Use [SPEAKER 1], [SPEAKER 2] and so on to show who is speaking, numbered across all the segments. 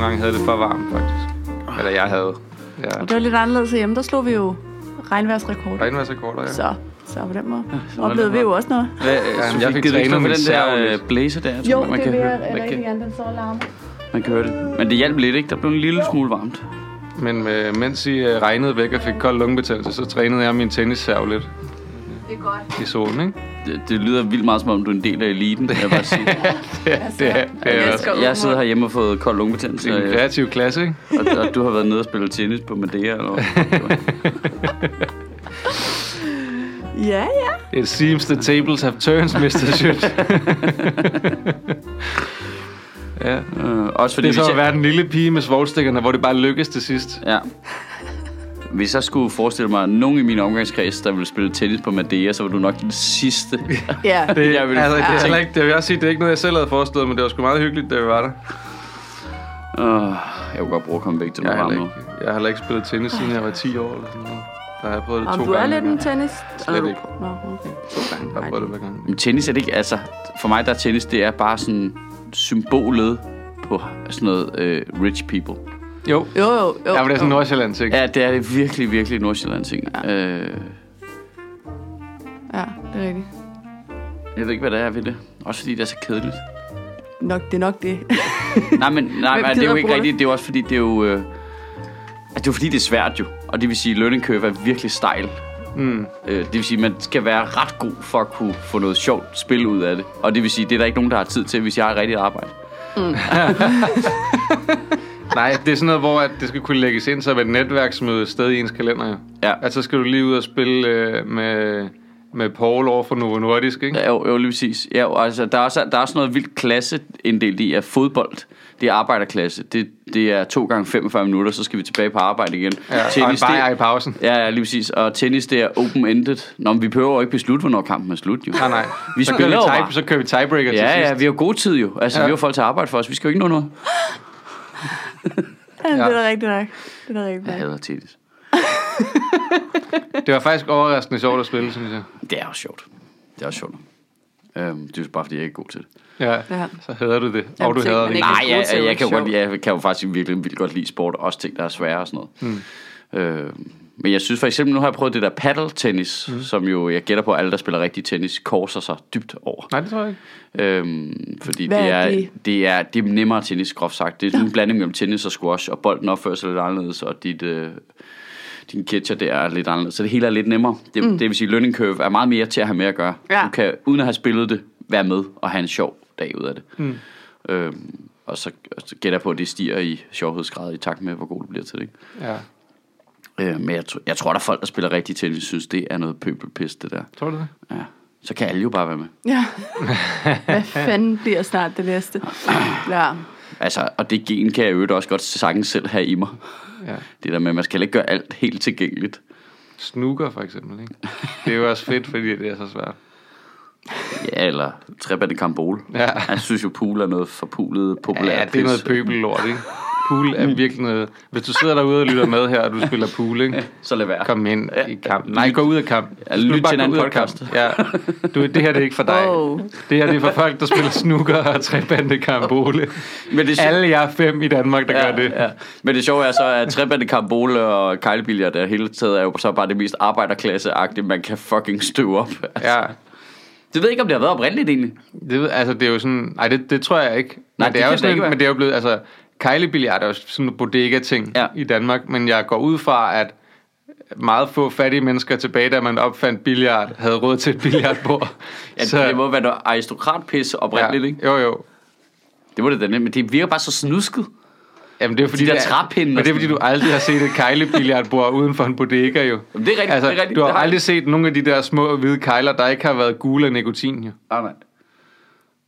[SPEAKER 1] gange havde det for varmt, faktisk.
[SPEAKER 2] Ah.
[SPEAKER 1] Eller jeg havde. Ja.
[SPEAKER 3] Og det var lidt anderledes hjemme. Der slog vi jo regnværsrekorder.
[SPEAKER 1] Regnværsrekorder, ja.
[SPEAKER 3] Så, så på den måde
[SPEAKER 2] så var det
[SPEAKER 3] oplevede vi
[SPEAKER 2] godt.
[SPEAKER 3] jo også noget.
[SPEAKER 2] Hvad,
[SPEAKER 1] jeg
[SPEAKER 2] Sofie,
[SPEAKER 1] fik
[SPEAKER 2] gider du
[SPEAKER 1] trænet
[SPEAKER 2] ikke slå for
[SPEAKER 1] min
[SPEAKER 2] den
[SPEAKER 1] serv
[SPEAKER 2] der
[SPEAKER 1] lidt.
[SPEAKER 2] øh, blæser der? Jeg tror,
[SPEAKER 3] Jo, det vil
[SPEAKER 2] høre-
[SPEAKER 3] jeg
[SPEAKER 2] man,
[SPEAKER 3] rigtig
[SPEAKER 2] kan,
[SPEAKER 3] gerne, den står og larmer.
[SPEAKER 2] man kan høre det. Men det hjalp lidt, ikke? Der blev en lille smule varmt.
[SPEAKER 1] Men øh, mens I øh, regnede væk og fik kold lungebetændelse, så trænede jeg min tennisserv lidt. Det er godt. I solen, ikke?
[SPEAKER 2] Det, det lyder vildt meget, som om du er en del af eliten. vil Jeg, bare sige.
[SPEAKER 1] Det er, det er, det
[SPEAKER 2] jeg sidder herhjemme og fået kold lungebetændelse,
[SPEAKER 1] er en
[SPEAKER 2] og,
[SPEAKER 1] kreativ klasse, ikke?
[SPEAKER 2] og, og, du har været nede og spillet tennis på Madeira. Eller hvad?
[SPEAKER 3] Ja, ja.
[SPEAKER 1] It seems the tables have turns, Mr. Schütz. ja.
[SPEAKER 2] Øh, også fordi
[SPEAKER 1] Det er
[SPEAKER 2] hvis
[SPEAKER 1] så at
[SPEAKER 2] jeg-
[SPEAKER 1] være den lille pige med svoglstikkerne, hvor det bare lykkes til sidst.
[SPEAKER 2] Ja. Hvis jeg skulle forestille mig nogen i min omgangskreds, der ville spille tennis på Madeira, så var du nok den sidste. Øh,
[SPEAKER 3] Ja,
[SPEAKER 1] Det,
[SPEAKER 2] Jeg
[SPEAKER 1] jeg
[SPEAKER 2] vil-
[SPEAKER 1] vil, altså, det,
[SPEAKER 2] Ja.
[SPEAKER 1] er heller ikke, det vil jeg sige, det er ikke noget, jeg selv havde forestillet, men det var sgu meget hyggeligt, da vi var der.
[SPEAKER 2] Uh, jeg kunne godt bruge at komme væk til
[SPEAKER 1] Jeg
[SPEAKER 2] noget
[SPEAKER 1] har,
[SPEAKER 2] varmt
[SPEAKER 1] heller
[SPEAKER 2] nu.
[SPEAKER 1] ikke, jeg har heller ikke spillet tennis, siden jeg var 10 år eller sådan noget. Der har jeg prøvet det
[SPEAKER 3] om
[SPEAKER 1] to
[SPEAKER 3] du er
[SPEAKER 1] gange.
[SPEAKER 3] lidt en
[SPEAKER 1] engang.
[SPEAKER 3] tennis.
[SPEAKER 1] Slet ikke.
[SPEAKER 3] Nå, okay.
[SPEAKER 1] Jeg har prøvet det hver gang.
[SPEAKER 2] Men tennis er det ikke, altså, for mig der er tennis, det er bare sådan symbolet på sådan noget øh, rich people.
[SPEAKER 1] Jo,
[SPEAKER 3] Jo, jo,
[SPEAKER 1] ja,
[SPEAKER 3] jo.
[SPEAKER 1] men det er sådan en
[SPEAKER 3] jo.
[SPEAKER 1] Nordsjælland ting.
[SPEAKER 2] Ja, det er det virkelig, virkelig Nordsjælland ting. Øh,
[SPEAKER 3] Ja, det er rigtigt.
[SPEAKER 2] jeg ved ikke, hvad det er ved det. Også fordi det er så kedeligt.
[SPEAKER 3] Nok, det er nok det.
[SPEAKER 2] Nej,
[SPEAKER 3] Hvem
[SPEAKER 2] men nej, men det er
[SPEAKER 3] gider
[SPEAKER 2] jo
[SPEAKER 3] at
[SPEAKER 2] ikke
[SPEAKER 3] bruge
[SPEAKER 2] rigtigt. Det er jo også fordi, det er jo... Øh, altså, det er jo fordi, det er svært jo. Og det vil sige, at learning curve er virkelig stejl.
[SPEAKER 1] Mm.
[SPEAKER 2] Øh, det vil sige, at man skal være ret god for at kunne få noget sjovt spil ud af det. Og det vil sige, at det er der ikke nogen, der har tid til, hvis jeg har rigtigt arbejde.
[SPEAKER 1] Nej, det er sådan noget, hvor at det skal kunne lægges ind som et netværksmøde et sted i ens kalender. Jo.
[SPEAKER 2] Ja.
[SPEAKER 1] Altså skal du lige ud og spille øh, med, med Paul over for Novo Nordisk, ikke?
[SPEAKER 2] Ja, Jo, jo lige præcis. Ja, jo, altså, der, er også, der er også noget vildt klasse inddelt i, at fodbold, det er arbejderklasse. Det, det er to gange 45 minutter, så skal vi tilbage på arbejde igen.
[SPEAKER 1] Ja, og en bajer i pausen.
[SPEAKER 2] Ja, ja, lige præcis. Og tennis, det er open-ended. Nå, men vi behøver jo ikke beslutte, hvornår kampen er slut, jo.
[SPEAKER 1] Nej, nej.
[SPEAKER 2] Vi
[SPEAKER 1] så,
[SPEAKER 2] spiller
[SPEAKER 1] kører vi
[SPEAKER 2] jo
[SPEAKER 1] tie,
[SPEAKER 2] bare.
[SPEAKER 1] så kører vi tiebreaker til
[SPEAKER 2] Ja, ja,
[SPEAKER 1] sidst.
[SPEAKER 2] vi har jo god tid jo. Altså, ja.
[SPEAKER 1] Ja.
[SPEAKER 2] vi har jo folk til at arbejde for os. Vi skal jo ikke nå noget.
[SPEAKER 3] Ja. Det er da rigtigt nok. Det er da rigtigt
[SPEAKER 2] Jeg
[SPEAKER 3] nok.
[SPEAKER 2] hader tennis.
[SPEAKER 1] Det var faktisk overraskende sjovt at spille, synes jeg.
[SPEAKER 2] Det er jo sjovt. Det er også sjovt. Øhm, det er jo bare, fordi jeg ikke er god til det.
[SPEAKER 1] Ja,
[SPEAKER 3] Ja.
[SPEAKER 1] så hader du det.
[SPEAKER 3] Jamen,
[SPEAKER 1] Og du
[SPEAKER 3] tænk,
[SPEAKER 1] hader
[SPEAKER 3] man
[SPEAKER 1] det.
[SPEAKER 3] ikke-
[SPEAKER 2] Nej,
[SPEAKER 3] kan
[SPEAKER 2] jeg,
[SPEAKER 3] skrue til, det er
[SPEAKER 2] jeg, jeg, kan jo godt,
[SPEAKER 3] sjovt.
[SPEAKER 2] jeg kan jo faktisk virkelig vildt godt lide sport, også ting, der er svære og sådan noget. Mm. Øh, men jeg synes for eksempel, nu har jeg prøvet det der paddle-tennis, mm. som jo, jeg gætter på, at alle, der spiller rigtig tennis, korser sig dybt over.
[SPEAKER 1] Nej, det tror jeg ikke.
[SPEAKER 2] Øhm, fordi det
[SPEAKER 3] Hvad
[SPEAKER 2] er,
[SPEAKER 3] er
[SPEAKER 2] det?
[SPEAKER 3] det?
[SPEAKER 2] Det, er, det er nemmere tennis, groft sagt. Det er sådan en blanding mellem tennis og squash, og bolden opfører sig lidt anderledes, og dit, øh, din catcher der er lidt anderledes. Så det hele er lidt nemmere. Det, mm. det vil sige, learning curve er meget mere til at have med at gøre.
[SPEAKER 3] Ja.
[SPEAKER 2] Du kan, uden at have spillet det, være med og have en sjov dag ud af det. Mm. Øhm, og så, og så gætter jeg på, at det stiger i sjovhedsgrad i takt med, hvor god du bliver til det. Ikke?
[SPEAKER 1] Ja.
[SPEAKER 2] Øh, men jeg, tr- jeg tror, der er folk, der spiller rigtig tennis, synes, det er noget pøbelpis, det der.
[SPEAKER 1] Tror du det?
[SPEAKER 2] Ja. Så kan alle jo bare være med.
[SPEAKER 3] Ja. Hvad fanden bliver snart det næste? Ja.
[SPEAKER 2] Altså, og det gen kan jeg jo også godt sagtens selv have i mig.
[SPEAKER 1] Ja.
[SPEAKER 2] Det der med, at man skal heller ikke gøre alt helt tilgængeligt.
[SPEAKER 1] Snooker for eksempel, ikke? Det er jo også fedt, fordi det er så svært.
[SPEAKER 2] Ja, eller trebande karambol.
[SPEAKER 1] Ja.
[SPEAKER 2] Jeg synes jo, pool er noget forpulet, populært.
[SPEAKER 1] Ja, det er noget
[SPEAKER 2] pis.
[SPEAKER 1] pøbellort, ikke? Pool er virkelig noget... Hvis du sidder derude og lytter med her, og du spiller pool, ikke?
[SPEAKER 2] Så lad være.
[SPEAKER 1] Kom ind i kamp. Nej, gå ud af kamp.
[SPEAKER 2] Ja,
[SPEAKER 1] Du skal
[SPEAKER 2] lyt
[SPEAKER 1] bare
[SPEAKER 2] til en
[SPEAKER 1] gå
[SPEAKER 2] anden
[SPEAKER 1] ud af
[SPEAKER 2] podcast.
[SPEAKER 1] kamp. Ja. Du, det her det er ikke for dig.
[SPEAKER 3] Wow.
[SPEAKER 1] Det her det er for folk, der spiller snooker og trebandekarambole.
[SPEAKER 2] Men det er sjovt-
[SPEAKER 1] Alle jer fem i Danmark, der
[SPEAKER 2] Ja,
[SPEAKER 1] gør det.
[SPEAKER 2] ja. Men det sjove er så, at trebande karambol og kejlebiljer, der hele taget er jo så bare det mest arbejderklasseagtige, man kan fucking støve op. Altså,
[SPEAKER 1] Ja.
[SPEAKER 2] Det ved jeg ikke, om det har været oprindeligt egentlig.
[SPEAKER 1] Det, ved- altså, det er jo sådan... Nej, det, det tror jeg ikke. Men
[SPEAKER 2] Nej,
[SPEAKER 1] det,
[SPEAKER 2] det
[SPEAKER 1] er
[SPEAKER 2] kan
[SPEAKER 1] jo
[SPEAKER 2] det
[SPEAKER 1] sådan,
[SPEAKER 2] ikke være.
[SPEAKER 1] Men det er jo blevet... Altså, kejlebilliard er jo sådan en bodega-ting
[SPEAKER 2] Ja.
[SPEAKER 1] ja. i Danmark, men jeg går ud fra, at meget få fattige mennesker tilbage, da man opfandt billiard, havde råd til et billiardbord.
[SPEAKER 2] Ja, så... Det må være noget aristokratpis oprindeligt, ja. ikke?
[SPEAKER 1] Jo, jo.
[SPEAKER 2] Det må det da nemt, men det virker bare så snusket.
[SPEAKER 1] Jamen, det er fordi,
[SPEAKER 2] der
[SPEAKER 1] det er-
[SPEAKER 2] træpinde og
[SPEAKER 1] Men det er fordi,
[SPEAKER 2] sådan
[SPEAKER 1] du aldrig har set et kejlebilliardbord uden for en bodega, jo.
[SPEAKER 2] Jamen, det er rigtigt,
[SPEAKER 1] altså,
[SPEAKER 2] det er rigtigt,
[SPEAKER 1] du har
[SPEAKER 2] det har jeg.
[SPEAKER 1] aldrig set nogle af de der små hvide kejler, der ikke har været gule af nikotin, jo.
[SPEAKER 2] Nej, nej.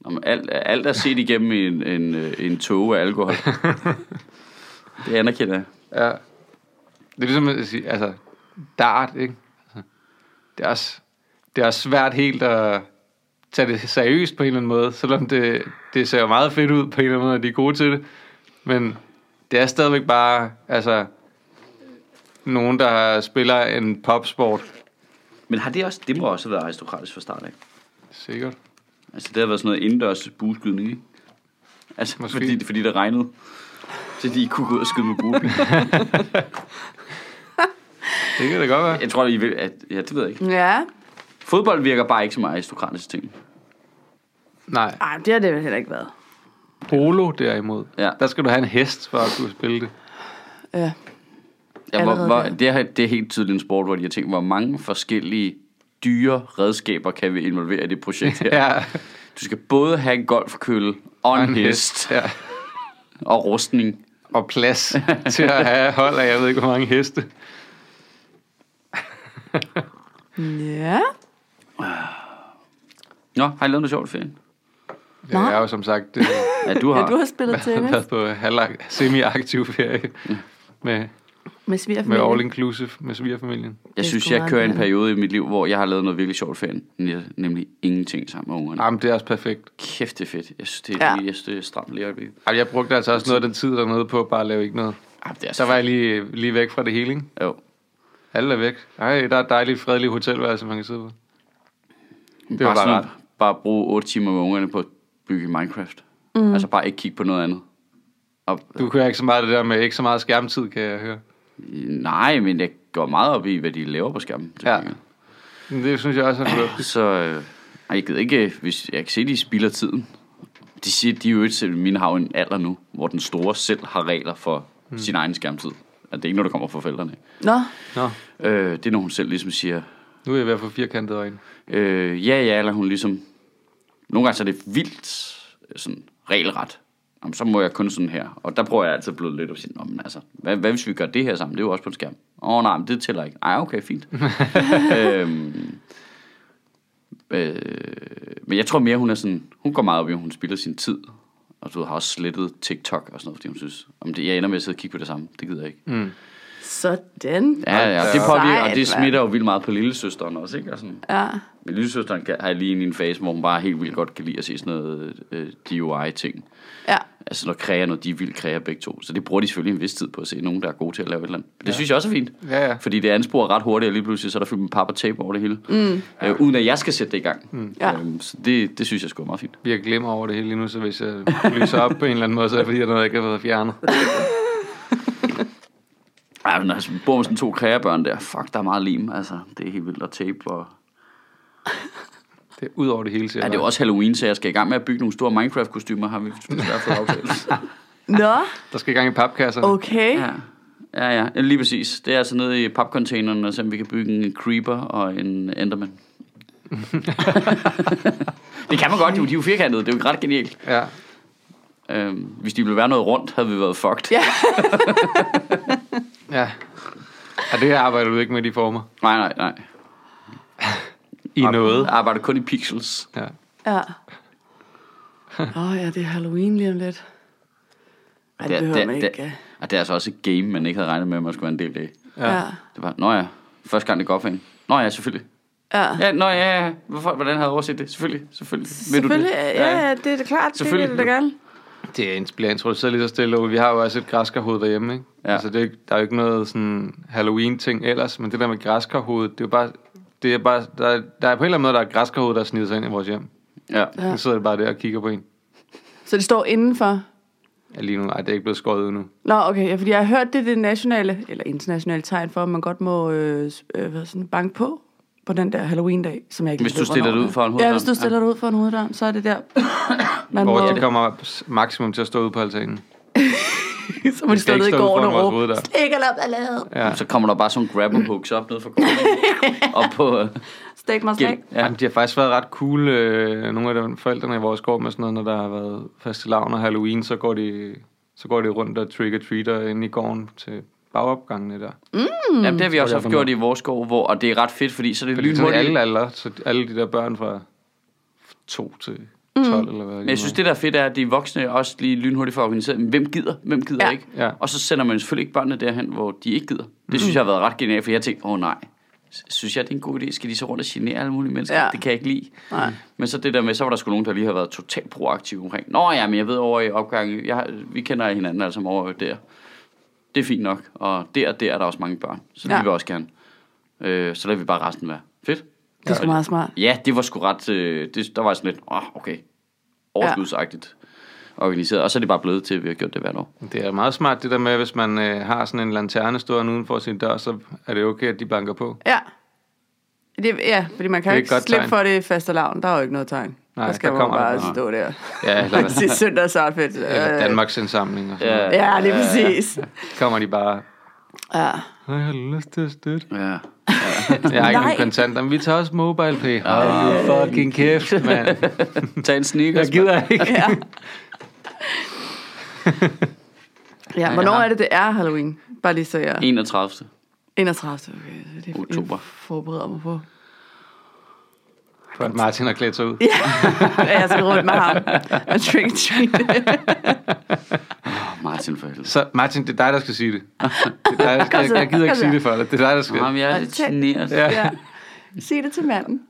[SPEAKER 2] Nå, men alt, alt er set igennem en, en, øh, en tåge af alkohol. det anerkender jeg.
[SPEAKER 1] Ja. Det er ligesom at sige, altså, dart, ikke? Altså, Det er også, det er også svært helt at tage det seriøst på en eller anden måde, selvom det, det ser jo meget fedt ud på en eller anden måde, og de er gode til det. Men det er stadigvæk bare, altså, nogen, der spiller en popsport.
[SPEAKER 2] Men har det også, det må også have været aristokratisk fra start af.
[SPEAKER 1] Sikkert.
[SPEAKER 2] Altså det har været sådan noget indendørs bueskydning, ikke? Altså
[SPEAKER 1] Måske.
[SPEAKER 2] fordi, fordi det regnede. så de ikke kunne gå ud og skyde med buepil.
[SPEAKER 1] Det kan det godt være.
[SPEAKER 2] Jeg tror, I vil, at, ja, det ved jeg ikke.
[SPEAKER 3] Ja.
[SPEAKER 2] Fodbold virker bare ikke som en aristokratisk ting.
[SPEAKER 1] Nej,
[SPEAKER 3] Ej, det har det vel heller ikke været.
[SPEAKER 1] polo derimod.
[SPEAKER 2] Ja.
[SPEAKER 1] Der skal du have en hest for at kunne spille det.
[SPEAKER 3] Ja.
[SPEAKER 2] Ja, hvor,
[SPEAKER 3] Allerede
[SPEAKER 2] hvor,
[SPEAKER 3] der.
[SPEAKER 2] det, er, det er helt tydeligt en sport, hvor de har tænkt, hvor mange forskellige dyre redskaber kan vi involvere i det projekt her.
[SPEAKER 1] Ja,
[SPEAKER 2] Du skal både have en golfkølle og en hest
[SPEAKER 1] Ja.
[SPEAKER 2] og rustning.
[SPEAKER 1] Og plads til at have hold af, jeg ved ikke, hvor mange heste.
[SPEAKER 3] Ja.
[SPEAKER 2] Nå, har I lavet noget sjovt i ferien?
[SPEAKER 1] Ja,
[SPEAKER 3] Nå.
[SPEAKER 1] jeg er jo som sagt øh,
[SPEAKER 2] Ja, du har.
[SPEAKER 3] Ja, du har spillet tennis
[SPEAKER 1] været på halvlang, semi-aktiv ferie med,
[SPEAKER 3] med
[SPEAKER 1] med all
[SPEAKER 3] svigerfamilien.
[SPEAKER 1] inclusive med svigerfamilien.
[SPEAKER 2] Jeg
[SPEAKER 3] Det er
[SPEAKER 2] synes,
[SPEAKER 3] sgu
[SPEAKER 2] jeg
[SPEAKER 3] meget
[SPEAKER 2] kører en
[SPEAKER 3] dejligt.
[SPEAKER 2] periode i mit liv, hvor jeg har lavet noget virkelig sjovt i ferien. Nem- Nemlig ingenting sammen med ungerne.
[SPEAKER 1] Jamen, det er også perfekt.
[SPEAKER 2] Kæft, det er fedt. Jeg synes, det er,
[SPEAKER 3] Ja.
[SPEAKER 2] ja. jeg synes, det er stramt lige i øjeblikket.
[SPEAKER 1] Jamen, jeg brugte altså også noget af den tid dernede på at bare lave ikke noget.
[SPEAKER 2] Jamen, det er
[SPEAKER 1] Så var jeg lige, lige væk fra det hele, ikke?
[SPEAKER 2] Jo.
[SPEAKER 1] Alle er væk. Ej, der er et dejligt, fredeligt hotelværelse, man kan sidde på.
[SPEAKER 2] Det
[SPEAKER 1] var
[SPEAKER 2] bare, sådan
[SPEAKER 1] ret.
[SPEAKER 2] noget, bare bruge 8 timer med ungerne på at bygge i Minecraft.
[SPEAKER 3] Mhm.
[SPEAKER 2] Mm. Altså bare ikke kigge på noget andet. Og,
[SPEAKER 1] Du kører ikke så meget det der med ikke så meget skærmtid, kan jeg høre.
[SPEAKER 2] nej, men jeg går meget op i, hvad de laver på skærmen. til
[SPEAKER 1] Ja.
[SPEAKER 2] gengæld.
[SPEAKER 1] Men det synes jeg også er fornuftigt.
[SPEAKER 2] Så øh, ej, jeg gider ikke, øh, hvis jeg kan se, de spilder tiden. De siger, de er jo ikke min har jo en alder nu, hvor den store selv har regler for mm. sin egen skærmtid. Altså, det er ikke noget, der kommer fra forældrene.
[SPEAKER 3] Nå,
[SPEAKER 1] Nå,
[SPEAKER 2] Øh, det er, når hun selv ligesom siger,
[SPEAKER 1] nu er jeg ved at få firkantede øjne.
[SPEAKER 2] øh, ja, ja, eller hun ligesom... Nogle gange så er det vildt øh, sådan regelret. Jamen, så må jeg kun sådan her. Og der prøver jeg altid at bløde lidt og sige, Nå, men altså, hvad, hvad, hvis vi gør det her sammen? Det er jo også på en skærm. Åh oh, nej, men det tæller ikke. Ej, okay, fint. øhm, øh, men jeg tror mere, hun er sådan, hun går meget op i, at hun spilder sin tid. Og du ved, har også slettet TikTok og sådan noget, fordi hun synes, om det, jeg ender med at sidde og kigge på det samme. Det gider jeg ikke.
[SPEAKER 3] sådan.
[SPEAKER 2] Ja, ja, og det
[SPEAKER 3] Sejt,
[SPEAKER 2] påvirker, og det
[SPEAKER 3] mand.
[SPEAKER 2] smitter jo vildt meget på lillesøsteren også, ikke? Og sådan.
[SPEAKER 3] Ja.
[SPEAKER 2] Min lillesøsteren kan- har lige en, en fase, hvor hun bare helt vildt godt kan lide at se sådan noget øh, DIY-ting.
[SPEAKER 3] Ja.
[SPEAKER 2] Altså når kræer, når de er vildt kræer begge to. Så det bruger de selvfølgelig en vis tid på at se nogen, der er gode til at lave et eller andet. Men det synes jeg også er fint.
[SPEAKER 1] Ja, ja.
[SPEAKER 2] Fordi det ansporer ret hurtigt, og lige pludselig så er der fyldt med pap og tape over det hele. Mm. Øh, uden at jeg skal sætte det i gang. Mm.
[SPEAKER 3] Ja.
[SPEAKER 2] Øhm, så det, det synes jeg sgu er meget fint.
[SPEAKER 1] Jeg glemmer over det hele lige nu, så hvis jeg lyser op på en eller anden måde, så er det fordi, der er noget, jeg ikke har været fjernet.
[SPEAKER 2] Ej, men når jeg bor med sådan to kræerbørn der, fuck, der er meget lim. Altså, det er helt vildt at tape og...
[SPEAKER 1] Det er ud over det hele, siger
[SPEAKER 2] Ja, det er jo også Halloween, så jeg skal i gang med at bygge nogle store Minecraft-kostymer, har vi desværre fået aftalt.
[SPEAKER 3] Nå,
[SPEAKER 1] Der skal i gang i papkasserne.
[SPEAKER 3] okay.
[SPEAKER 2] ja. ja, ja, ja, lige præcis. Det er altså nede i papcontaineren, og så vi kan bygge en creeper og en enderman. det kan man godt, jo. De er jo firkantede. Det er jo ret genialt.
[SPEAKER 1] Ja.
[SPEAKER 2] Øhm, hvis de ville være noget rundt, havde vi været fucked.
[SPEAKER 3] Ja.
[SPEAKER 1] ja. Og det arbejder du ikke med de former.
[SPEAKER 2] Nej, nej, nej.
[SPEAKER 1] I noget.
[SPEAKER 2] Jeg arbejder kun i pixels.
[SPEAKER 1] Ja.
[SPEAKER 3] Ja. Åh oh, ja, det er Halloween lige om lidt. Ej, det behøver man
[SPEAKER 2] det,
[SPEAKER 3] ikke.
[SPEAKER 2] det, og det er altså også et game, man ikke havde regnet med, at man skulle være en del af.
[SPEAKER 3] Ja. Ja.
[SPEAKER 2] Det var, nå ja, første gang det går op for en. Nå ja, selvfølgelig.
[SPEAKER 3] ja.
[SPEAKER 2] Ja, nå ja, ja. Hvorfor, hvordan havde jeg overset det? Selvfølgelig, selvfølgelig.
[SPEAKER 3] Selvfølgelig, ja, ja, det er da klart, det
[SPEAKER 2] Selvfølgelig.
[SPEAKER 3] vil jeg da gerne.
[SPEAKER 1] Det er en- bliver introduceret lige så stille. og Vi har jo også et græskarhoved derhjemme, ikke?
[SPEAKER 2] Ja.
[SPEAKER 1] Altså, det er, ikke- der er jo ikke noget sådan Halloween-ting ellers, men det der med græskarhovedet, det er jo bare... Det er bare der, er- der er på en eller anden måde, der er et græskarhoved, der sniger sig ind i vores hjem.
[SPEAKER 2] Ja.
[SPEAKER 1] Ja. Så sidder det bare der og kigger på en.
[SPEAKER 3] Så det står indenfor?
[SPEAKER 1] Ja, lige nu, nej, det er ikke blevet skåret ud nu.
[SPEAKER 3] Nå, okay, ja, fordi jeg har hørt, det er det nationale, eller internationale tegn for, at man godt må øh, s- øh, hvad sådan, banke på på den der Halloween-dag, som jeg ikke
[SPEAKER 2] Hvis
[SPEAKER 3] lige
[SPEAKER 2] du
[SPEAKER 3] ved,
[SPEAKER 2] stiller
[SPEAKER 3] hvornår
[SPEAKER 2] det
[SPEAKER 3] er.
[SPEAKER 2] ud for en
[SPEAKER 3] Ja, hvis du
[SPEAKER 2] hoveddør.
[SPEAKER 3] stiller det ud for en hoveddør, så er det der, man
[SPEAKER 1] Hvor
[SPEAKER 3] må,
[SPEAKER 1] det kommer s- maksimum til at stå ude på altanen.
[SPEAKER 3] så må de
[SPEAKER 1] skal
[SPEAKER 3] stå
[SPEAKER 1] ikke
[SPEAKER 3] nede i
[SPEAKER 1] stå ude
[SPEAKER 3] gården
[SPEAKER 1] foran vores
[SPEAKER 3] og råbe,
[SPEAKER 1] hoveddør.
[SPEAKER 3] stikker op ballade,
[SPEAKER 1] Ja.
[SPEAKER 2] Så kommer der bare sådan nogle grabber hooks op ned fra kortet. og på øh,
[SPEAKER 3] stik mig slik.
[SPEAKER 2] gæld.
[SPEAKER 1] Ja.
[SPEAKER 2] Ja.
[SPEAKER 1] Jamen, de har faktisk været ret cool, øh, nogle af de forældrene i vores gård med sådan noget, når der har været fastelavn og Halloween, så går de, så går de rundt og trick-or-treater inde i gården til bagopgangene der.
[SPEAKER 3] Mm.
[SPEAKER 2] Jamen, det har vi også
[SPEAKER 1] jeg
[SPEAKER 2] haft gjort i vores skov, hvor, og det er ret fedt, fordi så er det
[SPEAKER 1] Fordi sådan alle
[SPEAKER 2] lynhurtigt.
[SPEAKER 1] alder, så alle de der børn fra 2 til 12 mm. eller hvad.
[SPEAKER 2] Men jeg synes, det der er fedt er, at de voksne også lige lynhurtigt får organiseret, men hvem gider, hvem gider
[SPEAKER 3] Ja.
[SPEAKER 2] ikke?
[SPEAKER 1] Ja.
[SPEAKER 2] Og så sender man selvfølgelig ikke børnene derhen, hvor de ikke gider. Det
[SPEAKER 3] Mm.
[SPEAKER 2] synes jeg har været ret genialt, for jeg tænkte, åh oh, nej, S- synes jeg, det er en god idé? Skal de så rundt og genere alle mulige mennesker?
[SPEAKER 3] Ja.
[SPEAKER 2] Det kan jeg ikke lide.
[SPEAKER 3] Nej.
[SPEAKER 2] Men så det der med, så var der sgu nogen, der lige har været totalt proaktive omkring. Nå ja, men jeg ved over i opgangen, jeg, har- vi kender hinanden altså over der. Det er fint nok, og der og der er der også mange børn, så ja.
[SPEAKER 3] Ja.
[SPEAKER 2] de vil også gerne. Øh, så lader vi bare resten være. Fedt.
[SPEAKER 3] Det er sgu meget smart.
[SPEAKER 2] Ja, det var sgu ret, øh, det, der var jeg sådan lidt, åh, oh, okay, overskudsagtigt. organiseret. Og så er det bare blevet til, at vi har gjort det hvert år.
[SPEAKER 1] Det er meget smart det der med, hvis man øh, har sådan en lanterne stående uden for sin dør, så er det okay, at de banker på.
[SPEAKER 3] Ja. Det, ja, fordi man kan
[SPEAKER 1] Det er
[SPEAKER 3] jo
[SPEAKER 1] et
[SPEAKER 3] ikke
[SPEAKER 1] godt
[SPEAKER 3] slippe tegn.
[SPEAKER 1] tegn.
[SPEAKER 3] for det faste lavn. Der er jo ikke noget tegn.
[SPEAKER 1] Nej,
[SPEAKER 3] der skal
[SPEAKER 1] der
[SPEAKER 3] man
[SPEAKER 1] kommer
[SPEAKER 3] bare
[SPEAKER 1] det
[SPEAKER 3] stå der.
[SPEAKER 1] Ja, eller-
[SPEAKER 3] og sige søndagsoutfit.
[SPEAKER 1] Eller Øh.
[SPEAKER 3] Øh,
[SPEAKER 1] Danmarks indsamling og sådan noget.
[SPEAKER 3] Ja, det er præcis.
[SPEAKER 1] Kommer de bare,
[SPEAKER 3] Ja.
[SPEAKER 1] "Ej, jeg har lyst til at støtte.
[SPEAKER 2] Ja.
[SPEAKER 1] Jeg har ikke
[SPEAKER 3] Nej.
[SPEAKER 1] nogen kontanter, men vi tager også mobile pay. Hold nu fucking kæft, mand.
[SPEAKER 2] Tag en
[SPEAKER 1] Jeg
[SPEAKER 2] sneakers.
[SPEAKER 1] gider ikke.
[SPEAKER 3] ja. ja, hvornår
[SPEAKER 1] har-
[SPEAKER 3] er det, det er Halloween? Bare lige så jeg...
[SPEAKER 2] 31.
[SPEAKER 3] 31. Okay, så det er
[SPEAKER 2] Oktober.
[SPEAKER 3] Jeg forbereder mig på.
[SPEAKER 1] For at Martin har klædt sig ud.
[SPEAKER 3] Ja, jeg skal rundt med ham. Og trick and treat.
[SPEAKER 2] Oh, Martin for helvede.
[SPEAKER 1] Så Martin, det er dig, der skal sige det. det er dig, der skal, jeg, jeg gider ikke sige det for dig. Det er dig, der skal.
[SPEAKER 2] Jamen, jeg er
[SPEAKER 3] Og
[SPEAKER 2] lidt
[SPEAKER 3] tæt.
[SPEAKER 2] generet.
[SPEAKER 1] Ja.
[SPEAKER 3] ja. Sig det til manden.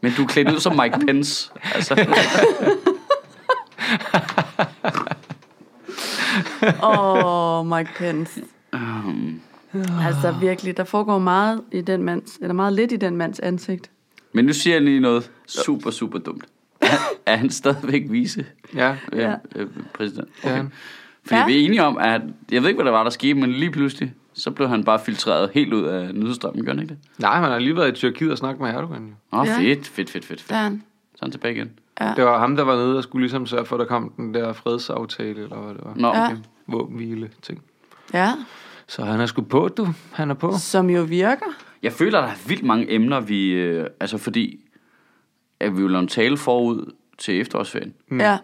[SPEAKER 2] Men du er klædt ud som Mike Pence. Altså,
[SPEAKER 3] Åh, oh, Mike Pence.
[SPEAKER 2] Øhm.
[SPEAKER 3] Altså virkelig, der foregår meget i den mands, eller meget lidt i den mands ansigt.
[SPEAKER 2] men nu siger jeg lige noget super, super dumt. Er- Er han stadigvæk vice
[SPEAKER 1] ja.
[SPEAKER 2] ja.
[SPEAKER 3] Ja.
[SPEAKER 2] øh, præsident?
[SPEAKER 1] Ja.
[SPEAKER 2] Okay. Fordi
[SPEAKER 3] Ja.
[SPEAKER 2] vi er enige om, at jeg ved ikke, hvad der var, der skete, men lige pludselig, så blev han bare filtreret helt ud af nyhedsstrømmen, gør han ikke det?
[SPEAKER 1] Nej, man har lige været i Tyrkiet og snakket med Erdogan. Jo.
[SPEAKER 2] Åh, oh,
[SPEAKER 3] Ja.
[SPEAKER 2] fedt, fedt, fedt, fedt,
[SPEAKER 3] Der
[SPEAKER 2] fedt.
[SPEAKER 3] er han.
[SPEAKER 2] Så er han tilbage igen.
[SPEAKER 3] Ja.
[SPEAKER 1] Det var ham, der var nede og skulle ligesom sørge for, at der kom den der fredsaftale, eller hvad det var.
[SPEAKER 2] Nå, okay.
[SPEAKER 3] Ja.
[SPEAKER 2] Ja.
[SPEAKER 1] Våbenhvile ting.
[SPEAKER 3] ja.
[SPEAKER 1] Så han er sgu på, du. Han er på.
[SPEAKER 3] Som jo virker.
[SPEAKER 2] Jeg føler, der er vildt mange emner, vi... Øh, altså, fordi at vi jo lavede en tale forud til efterårsferien.
[SPEAKER 3] Mm. Ja.
[SPEAKER 1] Der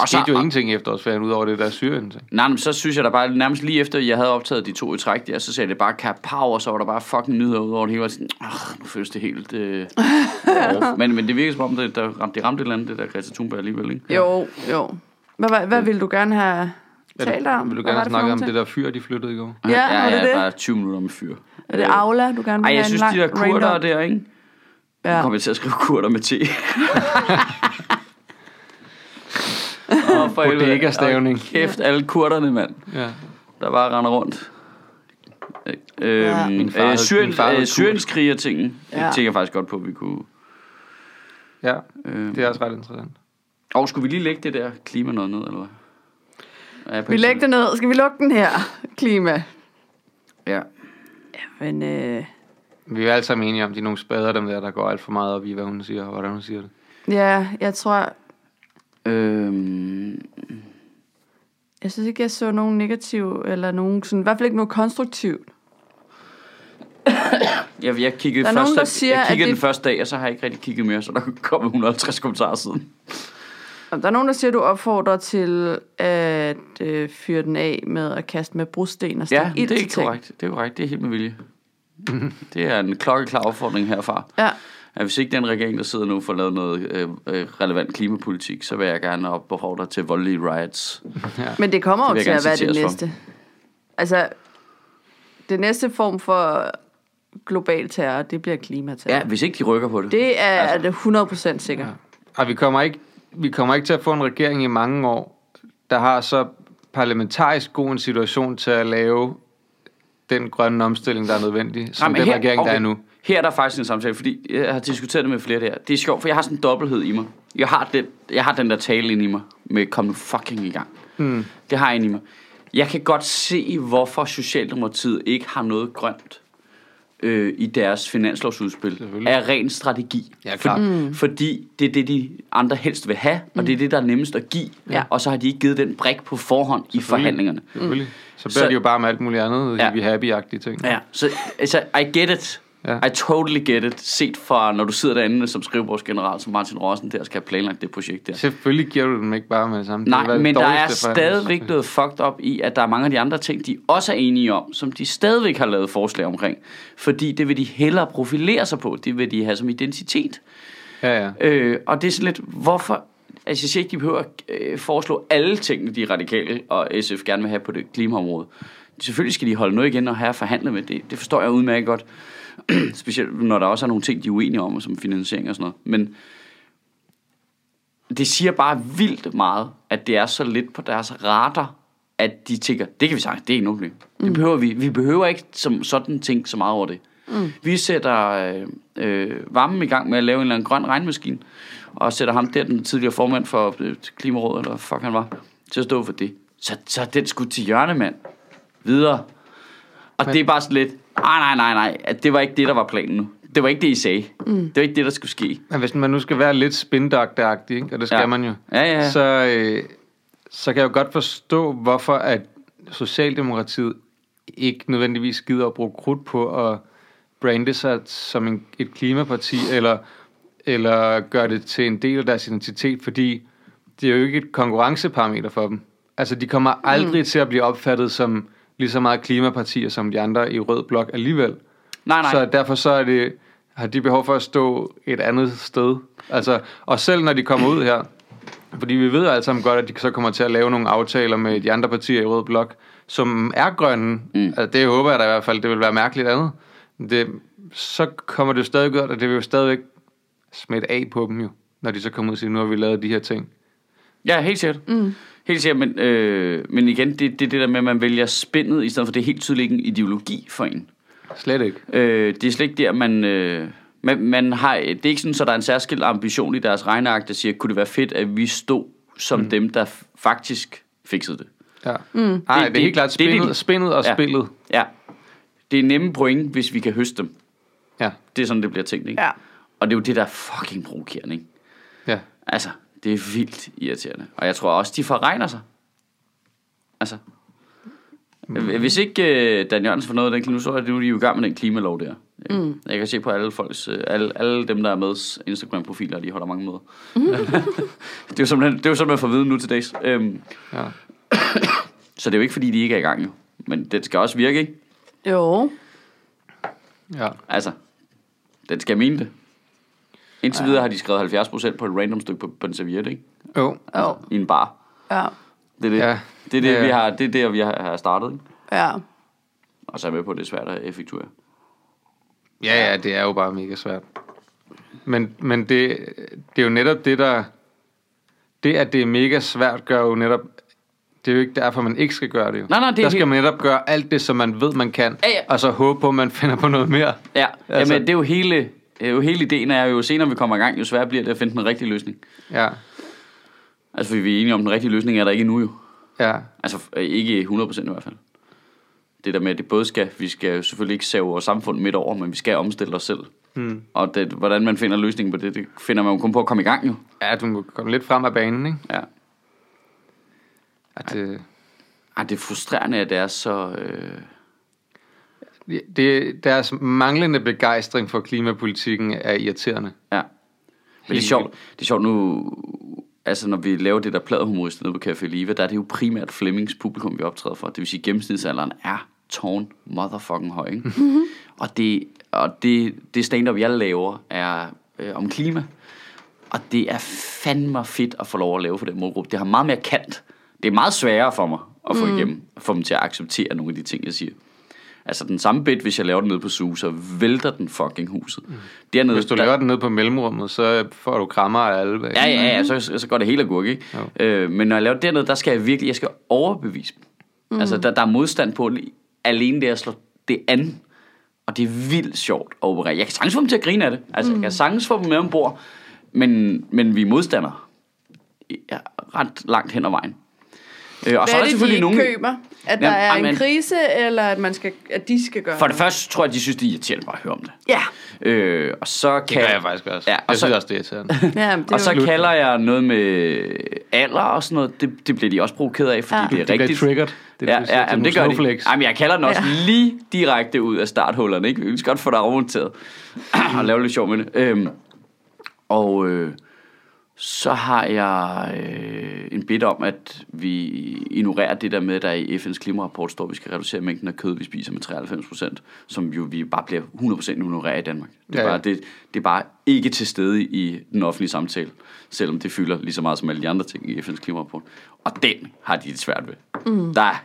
[SPEAKER 2] Og så-
[SPEAKER 1] skete jo ingenting i efterårsferien, udover det der syrien ting.
[SPEAKER 2] Nej, men så synes jeg da bare, nærmest lige efter, jeg havde optaget de to i træk der, så sagde det bare kapav, og så var der bare fucking nyheder ud over det hele. Og sådan, "Åh, nu føles det helt... Øh, off." men, men det virker som om, det, der ramte, det ramte et eller andet, det der Greta Thunberg alligevel, ikke?
[SPEAKER 3] Jo, jo. Hvad, hvad, hvad ville du gerne have talt om?
[SPEAKER 1] Vil du
[SPEAKER 3] Hvad var
[SPEAKER 1] gerne
[SPEAKER 3] for
[SPEAKER 1] snakke om
[SPEAKER 3] nogle
[SPEAKER 1] det
[SPEAKER 3] ting?
[SPEAKER 1] der fyr, de flyttede i går?
[SPEAKER 3] Ja, var det det?
[SPEAKER 2] bare 20 minutter med fyr. Øh,
[SPEAKER 3] Er det Aula, du gerne vil
[SPEAKER 2] Ej,
[SPEAKER 3] have
[SPEAKER 2] jeg
[SPEAKER 3] en
[SPEAKER 2] synes,
[SPEAKER 3] lang
[SPEAKER 2] de der kurder
[SPEAKER 3] rant om?
[SPEAKER 2] der, ikke? Nu
[SPEAKER 3] Ja.
[SPEAKER 2] kommer jeg til at skrive kurder med T. oh, for helvede.
[SPEAKER 1] Bodega-stavning.
[SPEAKER 2] Hold Kæft, alle kurderne, mand.
[SPEAKER 1] Ja.
[SPEAKER 2] Der bare render rundt. Øh, ja.
[SPEAKER 3] Min
[SPEAKER 1] far hed-
[SPEAKER 2] øh, Syrien,
[SPEAKER 1] min far hed
[SPEAKER 2] øh,
[SPEAKER 1] kurd.
[SPEAKER 2] Syrienskriger-tingen. Ja.
[SPEAKER 3] Ja.
[SPEAKER 2] Det tænker jeg faktisk godt på, at vi kunne...
[SPEAKER 1] ja,
[SPEAKER 2] Øh,
[SPEAKER 1] det er også ret interessant.
[SPEAKER 2] Og skulle vi lige lægge det der klima noget ned, eller hvad? Er jeg på
[SPEAKER 3] Vi
[SPEAKER 2] internet?
[SPEAKER 3] lægger det ned. Skal vi lukke den her, klima?
[SPEAKER 2] Ja.
[SPEAKER 3] Men øh,
[SPEAKER 1] Vi er alle sammen enige om, de er nogle spader, dem der, der går alt for meget op i, hvad hun siger og hvordan hun siger det.
[SPEAKER 3] ja, jeg tror,
[SPEAKER 2] Øhm,
[SPEAKER 3] Jeg synes ikke, jeg så nogen negativ, eller nogen sådan, i hvert fald ikke noget konstruktivt.
[SPEAKER 2] jeg, jeg kiggede,
[SPEAKER 3] Der er
[SPEAKER 2] først,
[SPEAKER 3] nogen, der siger,
[SPEAKER 2] jeg
[SPEAKER 3] at
[SPEAKER 2] kiggede
[SPEAKER 3] det-
[SPEAKER 2] den første dag, og så har jeg ikke rigtig kigget mere, så der kom 150 kommentarer siden.
[SPEAKER 3] Der er nogen, der siger, at du opfordrer til at øh, fyre den af med at kaste med brosten og stikke
[SPEAKER 2] Ja,
[SPEAKER 3] ild
[SPEAKER 2] det er
[SPEAKER 3] til ting.
[SPEAKER 2] korrekt. Det er korrekt. Det er helt med vilje. det er en klokkeklar opfordring herfra.
[SPEAKER 3] Ja,
[SPEAKER 2] At hvis ikke den regering, der sidder nu, får lavet noget øh, øh, relevant klimapolitik, så vil jeg gerne opbefordre til voldelige riots.
[SPEAKER 3] men det kommer
[SPEAKER 2] Det
[SPEAKER 3] jo
[SPEAKER 2] vil
[SPEAKER 3] til
[SPEAKER 2] jeg
[SPEAKER 3] at
[SPEAKER 2] gerne
[SPEAKER 3] være det
[SPEAKER 2] citeres for.
[SPEAKER 3] næste. Altså, det næste form for global terror, det bliver klimaterror.
[SPEAKER 2] Ja, hvis ikke de rykker på det.
[SPEAKER 3] Det er altså, 100% sikkert.
[SPEAKER 1] Og Ah, vi kommer, ikke, vi kommer ikke til at få en regering i mange år, der har så parlamentarisk god en situation til at lave den grønne omstilling, der er nødvendig, som
[SPEAKER 2] men
[SPEAKER 1] den regering, der er nu.
[SPEAKER 2] Her er der faktisk en samtale, fordi jeg har diskuteret det med flere der. Det er sjovt, for jeg har sådan en dobbelthed i mig. Jeg har den, jeg har den der tale inde i mig med, kom nu fucking i gang.
[SPEAKER 1] Hmm.
[SPEAKER 2] Mm. Det har jeg inde i mig. Jeg kan godt se, hvorfor Socialdemokratiet ikke har noget grønt øh, i deres finanslovsudspil
[SPEAKER 1] Selvfølgelig.
[SPEAKER 2] af ren strategi.
[SPEAKER 1] Ja, klart.
[SPEAKER 2] Fordi, mm. fordi det er det, de andre helst vil have, og det er det, der er nemmest at give.
[SPEAKER 3] Ja.
[SPEAKER 2] Og så har de ikke givet den brik på forhånd i forhandlingerne.
[SPEAKER 1] Selvfølgelig. Mm. Så
[SPEAKER 2] Så-
[SPEAKER 1] beder de jo bare med alt muligt andet,
[SPEAKER 2] Ja.
[SPEAKER 1] ja. vi happy-agtige ting.
[SPEAKER 2] Ja, så altså, I get it.
[SPEAKER 1] Ja.
[SPEAKER 2] I totally get it. Set fra, når du sidder derinde som skrivebordsgeneral, som Martin Rossen der, skal have planlagt det projekt der.
[SPEAKER 1] Selvfølgelig giver du dem ikke bare med det samme. Det vil være
[SPEAKER 2] Nej,
[SPEAKER 1] det
[SPEAKER 2] men der er
[SPEAKER 1] dårligste forhandling.
[SPEAKER 2] stadigvæk noget fucked up i, at der er mange af de andre ting, de også er enige om, som de stadigvæk har lavet forslag omkring. Fordi det vil de hellere profilere sig på. Det vil de have som identitet.
[SPEAKER 1] Ja, ja.
[SPEAKER 2] Øh, og det er sådan lidt, hvorfor... Altså, jeg siger ikke, de behøver at øh, foreslå alle tingene, de radikale og SF gerne vil have på det klimaområde. Selvfølgelig skal de holde noget igen og have at forhandle med det. Det forstår jeg udmærket godt. Specielt når der også er nogle ting, de er uenige om, som finansiering og sådan noget. Men det siger bare vildt meget, at det er så lidt på deres radar, Mm. at de tænker, det kan vi sagtens, det er ikke noget problem. Det behøver vi. Vi behøver ikke som sådan tænke så meget over det. Mm. Vi sætter øh, øh, varmen i gang med at lave en eller anden grøn regnmaskine, og sætter ham der, den tidligere formand for øh, Klimarådet, eller fuck han var, til at stå for det. Så, så er den skulle til hjørne, mand. Videre. Og Men... det er bare sådan lidt, "Ah, nej, nej, nej, nej, at det var ikke det, der var planen nu. Det var ikke det, I sagde. Mm. Det var ikke det, der skulle ske.
[SPEAKER 1] Men hvis man nu skal være lidt spindokteragtig, ikke? og det skal
[SPEAKER 2] Ja.
[SPEAKER 1] man jo,
[SPEAKER 2] Ja, ja, ja.
[SPEAKER 1] Så, øh, så kan jeg jo godt forstå, hvorfor at Socialdemokratiet ikke nødvendigvis gider at bruge krudt på at brande sig som en, et klimaparti, eller, eller gøre det til en del af deres identitet, fordi det er jo ikke et konkurrenceparameter for dem. Altså, de kommer aldrig mm. til at blive opfattet som lige så meget klimapartier som de andre i Rød Blok alligevel.
[SPEAKER 2] Nej, nej.
[SPEAKER 1] Så derfor så er det, har de behov for at stå et andet sted. Altså, og selv når de kommer ud her, fordi vi ved jo alle sammen godt, at de så kommer til at lave nogle aftaler med de andre partier i Rød Blok, som er grønne. Mm. Altså, det håber jeg da i hvert fald, det vil være mærkeligt andet. Det, så kommer det jo stadig godt, og det vil jo stadigvæk smitte af på dem jo, når de så kommer ud og siger, nu har vi lavet de her ting.
[SPEAKER 2] Ja, helt sikkert. Mm. Helt sikkert, men, øh, men igen, det er det, det der med, at man vælger spændet, i stedet for det er helt tydeligt ikke en ideologi for en.
[SPEAKER 1] Slet ikke.
[SPEAKER 2] Øh, det er slet ikke der, man... Øh, man, man har, det er ikke sådan, at der er en særskilt ambition i deres regneark, der siger, kunne det være fedt, at vi stod som mm. dem, der f- faktisk fikset det.
[SPEAKER 1] Ja. Mm. Nej, det, det, er helt klart
[SPEAKER 2] det- det-
[SPEAKER 1] spindet, det, det, spindet og
[SPEAKER 2] Ja.
[SPEAKER 1] ja. spillet.
[SPEAKER 2] Ja. Det er nemme point, hvis vi kan høste dem.
[SPEAKER 1] Ja,
[SPEAKER 2] Det er sådan, det bliver tænkt, ikke?
[SPEAKER 3] Ja.
[SPEAKER 2] Og det er jo det, der er fucking provokerende, ikke?
[SPEAKER 1] ja.
[SPEAKER 2] Altså, det er vildt irriterende. Og jeg tror også, de forregner sig. Altså. øh, Hvis ikke uh, Dan Jørgensen får noget af den klima, så er det nu, de er jo i gang med den klimalov der. Mm. Jeg kan se på alle folks, øh, alle, alle dem, der er med Instagram-profiler, de holder mange møder. det er jo simpelthen, det er jo simpelthen for viden nu til dags. Øhm,
[SPEAKER 1] ja.
[SPEAKER 2] så det er jo ikke, fordi de ikke er i gang jo. Men den skal også virke, ikke?
[SPEAKER 3] Jo.
[SPEAKER 1] ja.
[SPEAKER 2] Altså, den skal mene det. Indtil videre har de skrevet 70% på et random stykke på, på en serviette, ikke? Altså,
[SPEAKER 1] Jo.
[SPEAKER 3] Jo.
[SPEAKER 2] I en bar.
[SPEAKER 3] Ja.
[SPEAKER 2] Det er det, ja.
[SPEAKER 1] Ja.
[SPEAKER 2] det, er det,
[SPEAKER 1] Ja.
[SPEAKER 2] vi, har, det, er det vi har har startet. Ikke?
[SPEAKER 3] Ja.
[SPEAKER 2] Og så er jeg med på, at det er svært at effektuere.
[SPEAKER 1] Ja, ja, det er jo bare mega svært. Men, men det, det er jo netop det, der... Det, at det er mega svært, gør jo netop... Det er jo ikke derfor, man ikke skal gøre det. Jo.
[SPEAKER 2] Nej, nej, det er
[SPEAKER 1] der skal
[SPEAKER 2] helt-
[SPEAKER 1] man netop gøre alt det, som man ved, man kan.
[SPEAKER 2] Ja, ja.
[SPEAKER 1] Og så håbe på, at man finder på noget mere.
[SPEAKER 2] Ja, altså,
[SPEAKER 1] Altså-
[SPEAKER 2] jamen, det er jo hele, det er jo hele ideen er jo, jo senere vi kommer i gang, jo sværere bliver det at finde den rigtige løsning.
[SPEAKER 1] Ja,
[SPEAKER 2] Altså, fordi vi er enige om, den rigtige løsning er der ikke endnu jo.
[SPEAKER 1] ja,
[SPEAKER 2] Altså, f- øh, ikke 100% i hvert fald. Det der med, at det både skal, vi skal jo selvfølgelig ikke save vores samfund midt over, men vi skal omstille os selv. Mm. Og det, hvordan man finder løsningen på det, det finder man jo kun på at komme i gang jo.
[SPEAKER 1] ja. du må komme lidt frem af banen, ikke?
[SPEAKER 2] Ja.
[SPEAKER 1] At, øh,
[SPEAKER 2] Ej, det er frustrerende, at det er så... Øh...
[SPEAKER 1] det, deres manglende begejstring for klimapolitikken er irriterende.
[SPEAKER 2] Ja. Men det er
[SPEAKER 1] Helt
[SPEAKER 2] sjovt, det er sjovt nu, altså når vi laver det der pladehumorist nede på Café Liva, der er det jo primært Flemmings publikum, vi optræder for. Det vil sige, at gennemsnitsalderen er tårn motherfucking høj. Ikke?
[SPEAKER 1] Mhm.
[SPEAKER 2] og det, og det, det stand-up, jeg laver, er øh, om klima. Og det er fandme fedt at få lov at lave for den målgruppe. Det har meget mere kant. Det er meget sværere for mig at
[SPEAKER 1] Mhm.
[SPEAKER 2] få mm. igennem, at få dem til at acceptere nogle af de ting, jeg siger. Altså den samme bit, hvis jeg laver den nede på SUE, så vælter den fucking huset. Mm. Dernede,
[SPEAKER 1] Mhm. Hvis du laver den ned på mellemrummet, så får du krammer af alle. bag.
[SPEAKER 2] Ja, ja, ja, så, så går det hele agurk, ikke? Øh, men når jeg laver dernede, der skal jeg virkelig, jeg skal overbevise dem. Mm. Altså, der, der er modstand på det. alene det at slå det an. Og det er vildt sjovt at operere. Jeg kan sagtens få dem til at grine af det. Altså, mm. jeg kan sagtens få dem med ombord. Men, men vi er modstandere. Ja, ret langt hen ad vejen. Øh, og
[SPEAKER 3] Hvad er det, de ikke nogen... køber? At der
[SPEAKER 2] Jamen,
[SPEAKER 3] er
[SPEAKER 2] amen.
[SPEAKER 3] en krise, eller at, man skal, at de skal gøre
[SPEAKER 2] For det første tror jeg, de synes, det er irriterende bare at høre om det.
[SPEAKER 3] Ja.
[SPEAKER 2] Øh, og så kan
[SPEAKER 1] Det gør jeg faktisk også.
[SPEAKER 2] Ja,
[SPEAKER 1] Ja,
[SPEAKER 2] og
[SPEAKER 1] jeg
[SPEAKER 2] så-
[SPEAKER 1] synes også, det er irriterende.
[SPEAKER 3] ja det
[SPEAKER 2] Og
[SPEAKER 3] er
[SPEAKER 2] så
[SPEAKER 3] jo-
[SPEAKER 2] kalder jeg noget med alder og sådan noget. Det, det bliver de også provokeret af, fordi ja.
[SPEAKER 3] Ja.
[SPEAKER 2] det er
[SPEAKER 1] De bliver
[SPEAKER 2] rigtigt.
[SPEAKER 1] triggered. Det,
[SPEAKER 2] ja, ja, jamen, det gør de.
[SPEAKER 1] snowflakes.
[SPEAKER 2] Jamen, jeg kalder den også ja.
[SPEAKER 3] Ja.
[SPEAKER 2] lige direkte ud af starthullerne. Ikke? Vi kan godt få dig afmonteret og lave lidt sjov med det. Øhm, og øh, så har jeg øh, en bid om, at vi ignorerer det der med, at der i FN's klimarapport står, at vi skal reducere mængden af kød, vi spiser med 93 procent, som jo vi bare bliver 100 ignoreret i Danmark. Det er,
[SPEAKER 1] Ja, ja.
[SPEAKER 2] bare, det, det er bare ikke til stede i den offentlige samtale, selvom det fylder lige så meget som alle de andre ting i FN's klimarapport. Og den har de det svært ved. Mm. Der,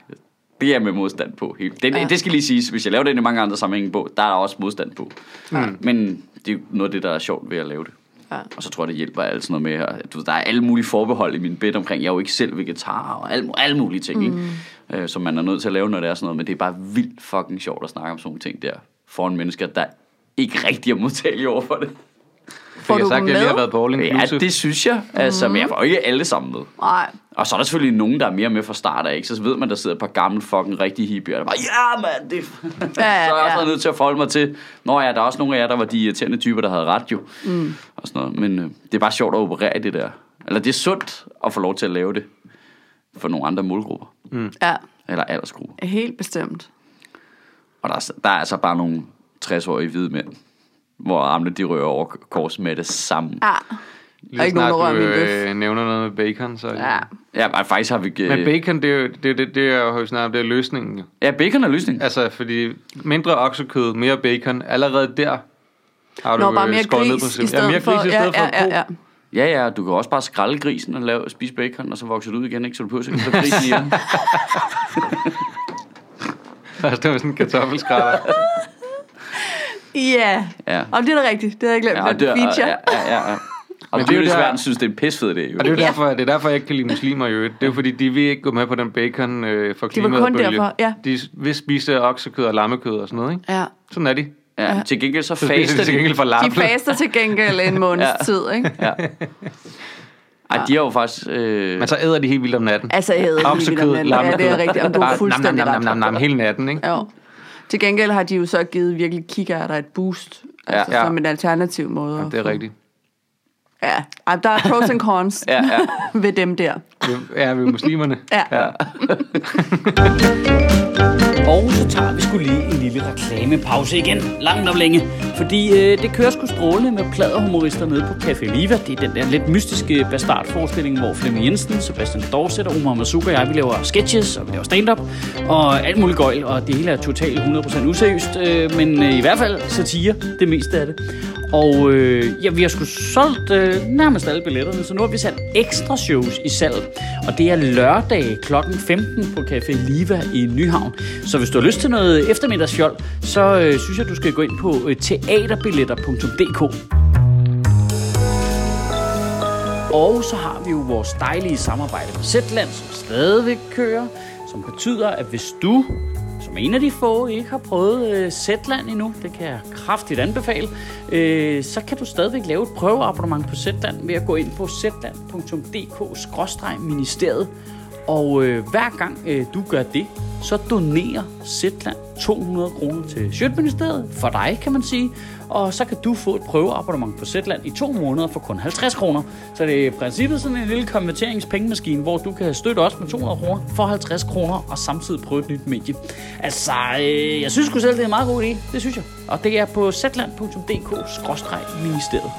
[SPEAKER 2] det er jeg med modstand på. Helt. Den, ja. Det skal lige siges, hvis jeg laver den i mange andre sammenhænge på, der er der også modstand på. Mm. Men det er jo noget af det, der er sjovt ved at lave det.
[SPEAKER 3] Ja.
[SPEAKER 2] Og så tror jeg, det hjælper alt sådan noget med, at du ved, der er alle mulige forbehold i min bed omkring, jeg er jo ikke selv vegetar og alle, alle mulige ting, mm. ikke? Øh, som man er nødt til at lave, når det er sådan noget, men det er bare vildt fucking sjovt at snakke om sådan nogle ting der, foran mennesker, der ikke rigtig er modtagelig over for det.
[SPEAKER 3] Får
[SPEAKER 1] jeg
[SPEAKER 3] du
[SPEAKER 1] sagt,
[SPEAKER 3] dem
[SPEAKER 1] jeg lige har
[SPEAKER 3] med?
[SPEAKER 1] været på All
[SPEAKER 2] Ja,
[SPEAKER 1] Inclusive.
[SPEAKER 2] det synes jeg. Altså, men jeg får ikke alle sammen med.
[SPEAKER 3] Nej.
[SPEAKER 2] Og så er der selvfølgelig nogen, der er mere med fra start af, ikke? Så ved man, der sidder et par gamle fucking rigtige hippier, der bare, ja, mand, det...
[SPEAKER 3] Ja,
[SPEAKER 2] Ja,
[SPEAKER 3] ja,
[SPEAKER 2] ja, så er jeg
[SPEAKER 3] ja.
[SPEAKER 2] også nødt til at forholde mig til, nå ja, der er også nogle af jer, der var de irriterende typer, der havde ret jo. Mm. Og sådan noget. Men øh, det er bare sjovt at operere i det der. Eller det er sundt at få lov til at lave det for nogle andre målgrupper.
[SPEAKER 3] Ja,
[SPEAKER 2] Eller aldersgrupper.
[SPEAKER 3] helt bestemt.
[SPEAKER 2] Og der er, der er altså bare nogle 60-årige hvide mænd, hvor armene de rører over kors med det samme.
[SPEAKER 3] Ja.
[SPEAKER 1] Lige
[SPEAKER 3] Der er
[SPEAKER 1] så
[SPEAKER 3] ikke nogen,
[SPEAKER 1] snart
[SPEAKER 3] der rører
[SPEAKER 1] du
[SPEAKER 3] min bøf.
[SPEAKER 1] øh, nævner noget med bacon, så...
[SPEAKER 3] Ja.
[SPEAKER 2] Ja, men faktisk har vi... ikke, Øh,
[SPEAKER 1] Men bacon, det er jo det, er jo det, det er jo højst snart, det er løsningen. jo.
[SPEAKER 2] ja, bacon er løsning.
[SPEAKER 1] Altså, fordi mindre oksekød, mere bacon, allerede der har du
[SPEAKER 3] Nå, bare
[SPEAKER 1] øh,
[SPEAKER 3] mere
[SPEAKER 1] skåret ned på
[SPEAKER 3] gris
[SPEAKER 1] sin-
[SPEAKER 3] i stedet
[SPEAKER 1] ja, mere
[SPEAKER 3] for.
[SPEAKER 1] gris i stedet
[SPEAKER 3] ja,
[SPEAKER 1] for
[SPEAKER 3] ja, ja, ja.
[SPEAKER 2] Ja, ja, du kan også bare skrælle grisen og lave, spise bacon, og så vokser du ud igen, ikke? Så du behøver ikke at slå grisen ihjel.
[SPEAKER 1] ko. Der står sådan en kartoffelskrætter.
[SPEAKER 3] Ja.
[SPEAKER 2] Ja.
[SPEAKER 3] Og det er da rigtigt. Det havde jeg glemt.
[SPEAKER 2] Ja, og det,
[SPEAKER 3] Ja,
[SPEAKER 2] og,
[SPEAKER 3] feature.
[SPEAKER 2] ja, ja, ja, ja.
[SPEAKER 1] Men
[SPEAKER 2] Og det
[SPEAKER 1] det
[SPEAKER 2] er
[SPEAKER 1] er jo
[SPEAKER 2] jo
[SPEAKER 1] der-
[SPEAKER 2] desværre, synes, det er en pissefed idé. Jo.
[SPEAKER 1] Og det er, jo
[SPEAKER 3] Ja.
[SPEAKER 1] derfor, det er derfor, jeg ikke kan lide muslimer i øvrigt. Det er jo fordi, de vil ikke gå med på den bacon øh, for
[SPEAKER 3] Det var kun
[SPEAKER 1] klimaet bølge.
[SPEAKER 3] derfor, ja.
[SPEAKER 1] De vil spise oksekød og lammekød og sådan noget, ikke?
[SPEAKER 3] ja.
[SPEAKER 1] Sådan er de.
[SPEAKER 2] Ja, men til gengæld så
[SPEAKER 1] Så spiser
[SPEAKER 2] faster
[SPEAKER 1] de til
[SPEAKER 2] de.
[SPEAKER 1] gengæld for
[SPEAKER 3] De
[SPEAKER 1] larple.
[SPEAKER 3] faster til gengæld en måneds ja.
[SPEAKER 2] Ja.
[SPEAKER 3] tid, ikke?
[SPEAKER 2] Ja. Ej, de er jo faktisk... Øh,
[SPEAKER 1] Men så æder de helt vildt om natten.
[SPEAKER 3] Altså, jeg hedder
[SPEAKER 1] Oksekød,
[SPEAKER 3] Ja, det er rigtigt. Om du er
[SPEAKER 1] Bare nam,
[SPEAKER 3] fuldstændig
[SPEAKER 1] nam, nam,
[SPEAKER 3] ret.
[SPEAKER 1] nam, nam, nam, hele natten, ikke?
[SPEAKER 3] Jo. Til gengæld har de jo så givet virkelig kikærter et boost. Altså, ja,
[SPEAKER 1] Ja.
[SPEAKER 3] ja. som en alternativ måde.
[SPEAKER 1] Ja,
[SPEAKER 3] at
[SPEAKER 1] det er
[SPEAKER 3] få-
[SPEAKER 1] rigtigt.
[SPEAKER 3] Ja, Ej, der er pros and cons
[SPEAKER 2] ja, ja.
[SPEAKER 3] ved dem der.
[SPEAKER 1] Vi- Ja, vi er muslimerne.
[SPEAKER 3] Ja. ja.
[SPEAKER 4] Og så tager vi skulle lige en lille reklamepause igen, langt om længe. Fordi øh, det kører sgu strålende med pladerhumorister nede på Café Liva. Det er den der lidt mystiske bastardforestilling, hvor Flemming Jensen, Sebastian Dorset og Omar Masuka og jeg, vi laver sketches og vi laver stand-up og alt muligt gøjl. Og det hele er totalt 100% useriøst, øh, men øh, i hvert fald satire, det meste af det. Og øh, ja, vi har sgu solgt øh, nærmest alle billetterne, så nu har vi sat ekstra shows i salg. Og det er lørdag kl. 15 på Café Liva i Nyhavn. Så hvis du har lyst til noget eftermiddagsfjol, så øh, synes jeg, du skal gå ind på øh, teaterbilletter.dk. Og så har vi jo vores dejlige samarbejde med Zetland, som stadigvæk kører, som betyder, at hvis du, som en af de få, ikke har prøvet øh, Zetland endnu, det kan jeg kraftigt anbefale, øh, så kan du stadigvæk lave et prøveabonnement på Zetland ved at gå ind på zetland.dk-ministeriet. Og øh, hver gang øh, du gør det, så donerer Zetland 200 kroner til Sjøtministeriet for dig, kan man sige. Og så kan du få et prøveabonnement på Zetland i to måneder for kun 50 kroner. Så det er i princippet sådan en lille konverteringspengemaskine, hvor du kan støtte os med 200 kroner for 50 kroner og samtidig prøve et nyt medie. Altså, øh, jeg synes sgu selv, det er en meget god idé. Det synes jeg. Og det er på zetland.dk-ministeriet.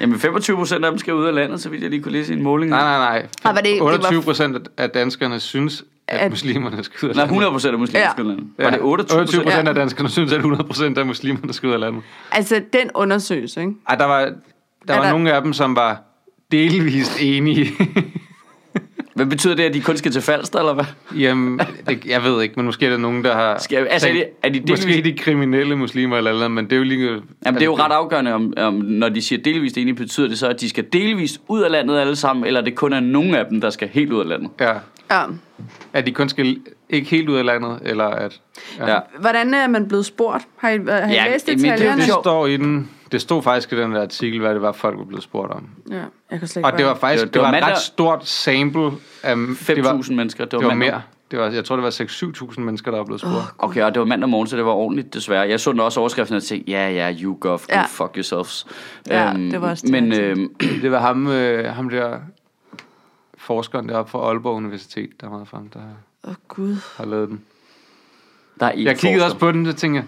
[SPEAKER 2] Jamen 25 procent af dem skal ud af landet, så vidt jeg lige kunne læse i en måling.
[SPEAKER 1] Nej, nej, nej.
[SPEAKER 3] Ah, var det- det var-
[SPEAKER 1] 28 procent af danskerne synes, at,
[SPEAKER 3] At-
[SPEAKER 1] muslimerne skal ud af
[SPEAKER 2] Nej,
[SPEAKER 1] landet.
[SPEAKER 2] 100 procent af muslimer
[SPEAKER 3] Ja.
[SPEAKER 2] skal ud af landet. Var det 28
[SPEAKER 1] 28
[SPEAKER 2] procent?
[SPEAKER 1] procent
[SPEAKER 3] Ja.
[SPEAKER 1] af danskerne synes, at 100 procent af muslimerne skal ud af landet.
[SPEAKER 3] Altså, den undersøgelse, ikke?
[SPEAKER 1] Ej, der var, der
[SPEAKER 3] Er
[SPEAKER 1] var
[SPEAKER 3] der-
[SPEAKER 1] nogle af dem, som var delvist enige.
[SPEAKER 2] Hvad betyder det, at de kun skal til Falster, eller hvad?
[SPEAKER 1] Jamen, det, jeg ved ikke, men måske er der nogen, der har...
[SPEAKER 2] Skal jeg- altså, er de- er de delvist-
[SPEAKER 1] Måske de kriminelle muslimer eller andet, men det er jo lige...
[SPEAKER 2] Jamen, det er jo ret afgørende, om, om, når de siger delvist enige, betyder det så, at de skal delvist ud af landet alle sammen, eller det kun er nogen af dem, der skal helt ud af landet?
[SPEAKER 1] Ja,
[SPEAKER 3] Ja.
[SPEAKER 1] at de kun skal ikke helt ud af landet, eller at...
[SPEAKER 2] Ja.
[SPEAKER 3] Hvordan er man blevet spurgt? Har I, har I
[SPEAKER 2] Ja,
[SPEAKER 3] læst
[SPEAKER 2] men det er jo
[SPEAKER 3] detaljerne?
[SPEAKER 1] Det
[SPEAKER 2] sjovt.
[SPEAKER 1] står i den... Det stod faktisk i den der artikel, hvad det var, folk var blevet spurgt om.
[SPEAKER 3] Ja, jeg kan slet ikke
[SPEAKER 1] Og det var faktisk
[SPEAKER 2] Det var-
[SPEAKER 1] det
[SPEAKER 2] det
[SPEAKER 1] var,
[SPEAKER 2] var
[SPEAKER 1] et
[SPEAKER 2] mandag-
[SPEAKER 1] ret stort sample af...
[SPEAKER 2] 5.000 mennesker, det var,
[SPEAKER 1] Det var
[SPEAKER 2] mandag.
[SPEAKER 1] mere. Det var, jeg tror, det var 6-7.000 mennesker, der var blevet spurgt. Oh.
[SPEAKER 2] Okay, og det var mandag morgen, så det var ordentligt desværre. Jeg så den også overskriften og tænkte, ja, ja, you gov, go
[SPEAKER 3] Ja.
[SPEAKER 2] fuck yourselves.
[SPEAKER 3] Ja, det var også det,
[SPEAKER 2] Men
[SPEAKER 3] jeg
[SPEAKER 2] øhm,
[SPEAKER 1] Det var ham, øh, ham der forskeren deroppe fra Aalborg Universitet, der er meget frem, der
[SPEAKER 3] Åh, oh, Gud.
[SPEAKER 1] har lavet den.
[SPEAKER 2] der er en
[SPEAKER 1] Jeg kiggede også
[SPEAKER 2] forsker.
[SPEAKER 1] på den, og tænkte, jeg,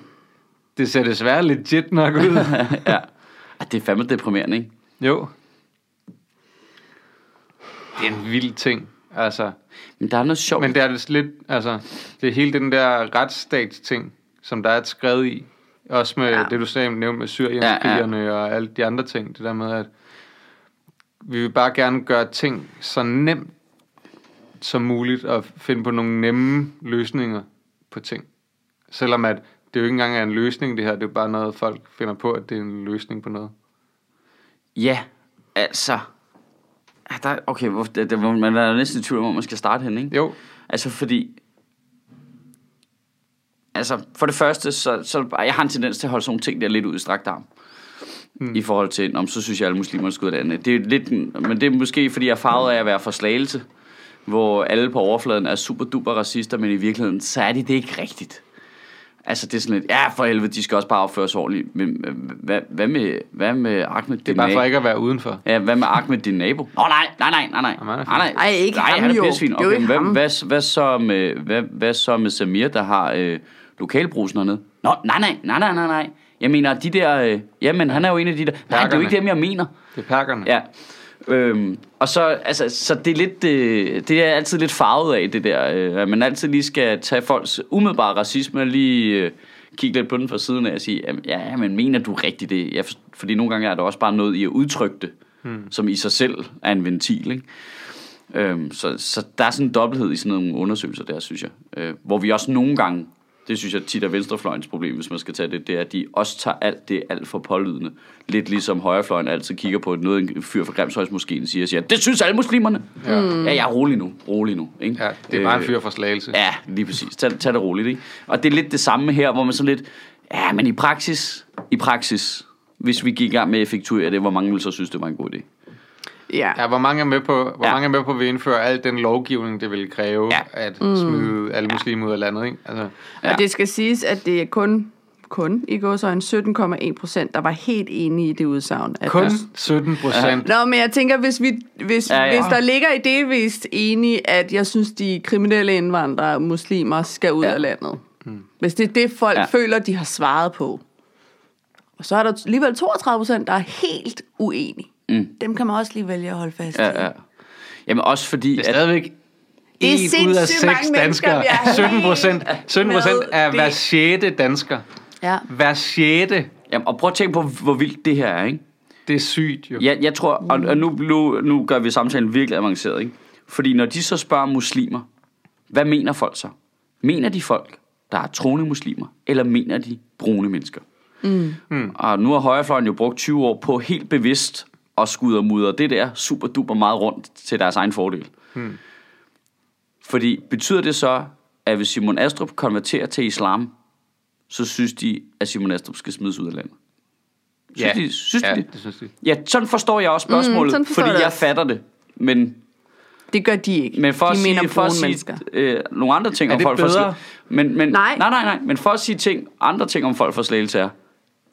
[SPEAKER 1] det ser desværre legit nok ud.
[SPEAKER 2] ja. Ej, Ah, det er fandme deprimerende, ikke?
[SPEAKER 1] jo. Det er en vild ting, altså.
[SPEAKER 2] Men der er noget sjovt.
[SPEAKER 1] Men det er lidt- lidt, altså, det er hele den der retsstatsting, som der er et skred i. Også med
[SPEAKER 3] Ja.
[SPEAKER 1] ja. det, du sagde nævnte med syrienskrigerne ja, ja. og alle de andre ting. Det der med, at vi vil bare gerne gøre ting så nemt som muligt og finde på nogle nemme løsninger på ting. Selvom at det jo ikke engang er en løsning, det her. Det er jo bare noget, folk finder på, at det er en løsning på noget.
[SPEAKER 2] Ja, altså... Ja, Der, okay, hvor, det, det, hvor- Altså, man er næsten i tvivl om, hvor man skal starte hen, ikke?
[SPEAKER 1] Jo,
[SPEAKER 2] Altså, fordi... altså, for det første, så, så jeg har en tendens til at holde sådan nogle ting der lidt ud i strakt arm. Mm. I forhold til, om så synes jeg, alle muslimer skal ud af landet. Det er lidt, en- men det er måske, fordi jeg er farvet af at være fra slagelse, hvor alle på overfladen er super duper racister, men i virkeligheden, så er de det ikke rigtigt. Altså, det er sådan lidt, ja, for helvede, de skal også bare opføre sig ordentligt. Men øh, hvad, hvad, med, hvad med Ahmed
[SPEAKER 1] Det er bare for ikke at være udenfor.
[SPEAKER 2] Ja, hvad med Ahmed, din nabo? Åh oh, nej, nej, nej, nej, nej.
[SPEAKER 1] Jamen, han er fin.
[SPEAKER 2] nej, nej.
[SPEAKER 3] Ej, ikke
[SPEAKER 2] nej,
[SPEAKER 3] ham
[SPEAKER 2] han er
[SPEAKER 3] jo.
[SPEAKER 2] pissefin.
[SPEAKER 3] Det er jo
[SPEAKER 2] Okay,
[SPEAKER 3] ikke
[SPEAKER 2] hvad,
[SPEAKER 3] ham.
[SPEAKER 2] Hvad, hvad, så med, hvad, hvad så med Samir, der har øh, lokalbrusen hernede? Nå, nej, nej, nej, nej, nej, nej. Jeg mener, de der... Øh, jamen, han er jo en af de der... Nej, det er jo
[SPEAKER 1] Perkerne.
[SPEAKER 2] ikke dem, jeg mener.
[SPEAKER 1] Det er perkerne.
[SPEAKER 2] Ja. Øhm, og så, altså, så det er lidt, øh, det er jeg altid lidt farvet af, det der, øh, at man altid lige skal tage folks umiddelbare racisme og lige øh, kigge lidt på den fra siden af og sige, jamen, ja, men mener du rigtigt det? Jeg for, fordi nogle gange er der også bare noget i at udtrykke det, hmm. som i sig selv er en ventil, ikke? Øhm, så, så der er sådan en dobbelthed i sådan nogle undersøgelser der, synes jeg. Øh, hvor vi også nogle gange, det synes jeg tit er venstrefløjens problem, hvis man skal tage det, det er, at de også tager alt det alt for pålydende. Lidt ligesom højrefløjen altid kigger på noget, en fyr fra Grimshøjs måske siger, og siger, det synes alle muslimerne. Ja, ja jeg er rolig nu, rolig nu. Ikke? Øh,
[SPEAKER 1] Ja, det er bare en fyr fra slagelse.
[SPEAKER 2] Ja, lige præcis. Tag, tag det roligt, ikke? Og det er lidt det samme her, hvor man sådan lidt, ja, men i praksis, i praksis, hvis vi gik i gang med at effektuere det, hvor mange ville så synes, det var en god idé?
[SPEAKER 3] Ja.
[SPEAKER 1] Ja, hvor mange er med på, hvor
[SPEAKER 2] Ja.
[SPEAKER 1] mange er med på at vi indfører al den lovgivning, det ville kræve
[SPEAKER 2] Ja.
[SPEAKER 1] ja. at smide alle muslimer ud af landet, ikke? Altså,
[SPEAKER 2] Ja.
[SPEAKER 3] Og det skal siges, at det er kun, kun i går så en 17,1 procent, der var helt enige i det udsagn. At
[SPEAKER 1] kun 17 procent.
[SPEAKER 3] Nå, men jeg tænker, hvis, vi, hvis,
[SPEAKER 2] Ja,
[SPEAKER 3] ja, ja.
[SPEAKER 2] ja.
[SPEAKER 3] hvis der ligger i det, vi er enige, at jeg synes, de kriminelle indvandrere muslimer skal ud
[SPEAKER 2] Ja. Mm.
[SPEAKER 3] ja. af landet. Hvis det er det, folk
[SPEAKER 2] Ja.
[SPEAKER 3] ja. føler, de har svaret på. Og så er der alligevel 32 procent, der er helt uenige. Mm. Dem kan man også lige vælge at holde fast i.
[SPEAKER 2] Ja, ja. Jamen også fordi,
[SPEAKER 1] Det er stadigvæk
[SPEAKER 3] Det er
[SPEAKER 1] en ud af
[SPEAKER 3] sindssygt mange
[SPEAKER 1] seks
[SPEAKER 3] mennesker,
[SPEAKER 1] danskere.
[SPEAKER 3] vi er helt
[SPEAKER 1] 17 procent. 17 procent
[SPEAKER 3] med
[SPEAKER 1] er hver
[SPEAKER 3] det.
[SPEAKER 1] sjette dansker.
[SPEAKER 3] ja.
[SPEAKER 1] Hver sjette.
[SPEAKER 2] Jamen, og prøv at tænke på, hvor vildt det her er, ikke?
[SPEAKER 1] Det er sygt jo.
[SPEAKER 2] Jeg, jeg tror, og, og nu, nu, nu gør vi samtalen virkelig avanceret, ikke? Fordi når de så spørger muslimer, hvad mener folk så? Mener de folk, der er troende muslimer, eller mener de brune mennesker? Mm. Og nu har højrefløjen jo brugt 20 år på helt bevidst at skudde og mudre det der super duper meget rundt til deres egen fordel.
[SPEAKER 1] Mm.
[SPEAKER 2] Fordi betyder det så, at hvis Simon Astrup konverterer til islam, så synes de, at Simon Astrup skal smides ud af landet? Synes
[SPEAKER 1] Ja.
[SPEAKER 2] de, synes
[SPEAKER 1] ja,
[SPEAKER 2] de?
[SPEAKER 1] det synes de.
[SPEAKER 2] Ja, sådan forstår jeg også spørgsmålet, mm,
[SPEAKER 3] sådan forstår
[SPEAKER 2] fordi
[SPEAKER 3] jeg
[SPEAKER 2] jeg
[SPEAKER 3] også.
[SPEAKER 2] fatter det. Men,
[SPEAKER 3] Det gør de ikke.
[SPEAKER 2] men for
[SPEAKER 3] de
[SPEAKER 2] at sige,
[SPEAKER 3] mener
[SPEAKER 2] for at
[SPEAKER 3] brune
[SPEAKER 2] sige
[SPEAKER 3] mennesker.
[SPEAKER 2] øh, nogle andre ting
[SPEAKER 1] Er
[SPEAKER 2] om
[SPEAKER 1] det
[SPEAKER 2] folk fra
[SPEAKER 1] bedre?
[SPEAKER 2] Sl- men, men,
[SPEAKER 3] Nej.
[SPEAKER 2] nej, nej, nej. Men for at sige ting, andre ting om folk fra Slagelse er,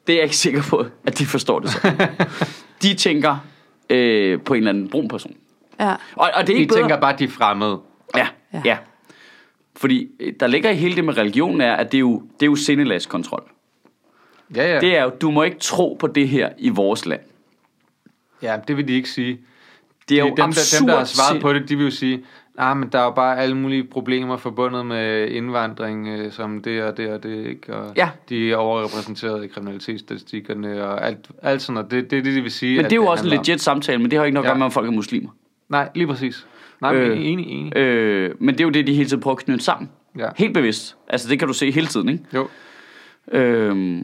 [SPEAKER 2] det er jeg ikke sikker på, at de forstår det så. de tænker øh, på en eller anden brun person.
[SPEAKER 3] Ja.
[SPEAKER 2] Og, og det er
[SPEAKER 1] De
[SPEAKER 2] ikke bedre.
[SPEAKER 1] tænker bare, de er fremmede.
[SPEAKER 2] Ja, ja.
[SPEAKER 3] Ja.
[SPEAKER 2] ja. Fordi øh, der ligger i hele det med religion er, at det er jo, det er jo sindelagskontrol.
[SPEAKER 1] Ja, ja.
[SPEAKER 2] Det er jo, du må ikke tro på det her i vores land.
[SPEAKER 1] ja, det vil de ikke sige.
[SPEAKER 2] Det er
[SPEAKER 1] Det
[SPEAKER 2] jo
[SPEAKER 1] er dem, der, dem, der har
[SPEAKER 2] absurd
[SPEAKER 1] svaret
[SPEAKER 2] sind-
[SPEAKER 1] på det, de vil jo sige, nej, men der er jo bare alle mulige problemer forbundet med indvandring, øh, som det og det og det, ikke? Og
[SPEAKER 2] Ja.
[SPEAKER 1] de er overrepræsenteret i kriminalitetsstatistikkerne og alt, alt sådan noget. Det, det er det, de vil sige.
[SPEAKER 2] Men
[SPEAKER 1] at
[SPEAKER 2] det er jo også en
[SPEAKER 1] handler om.
[SPEAKER 2] legit samtale, men det har jo ikke noget at
[SPEAKER 1] Ja.
[SPEAKER 2] gøre med, om folk er muslimer.
[SPEAKER 1] Nej, lige præcis. Nej, men
[SPEAKER 2] Øh,
[SPEAKER 1] enig, enig.
[SPEAKER 2] Øh, men det er jo det, de hele tiden prøver at knytte sammen.
[SPEAKER 1] Ja.
[SPEAKER 2] Helt bevidst. Altså, det kan du se hele tiden, ikke?
[SPEAKER 1] Jo,
[SPEAKER 2] Øh,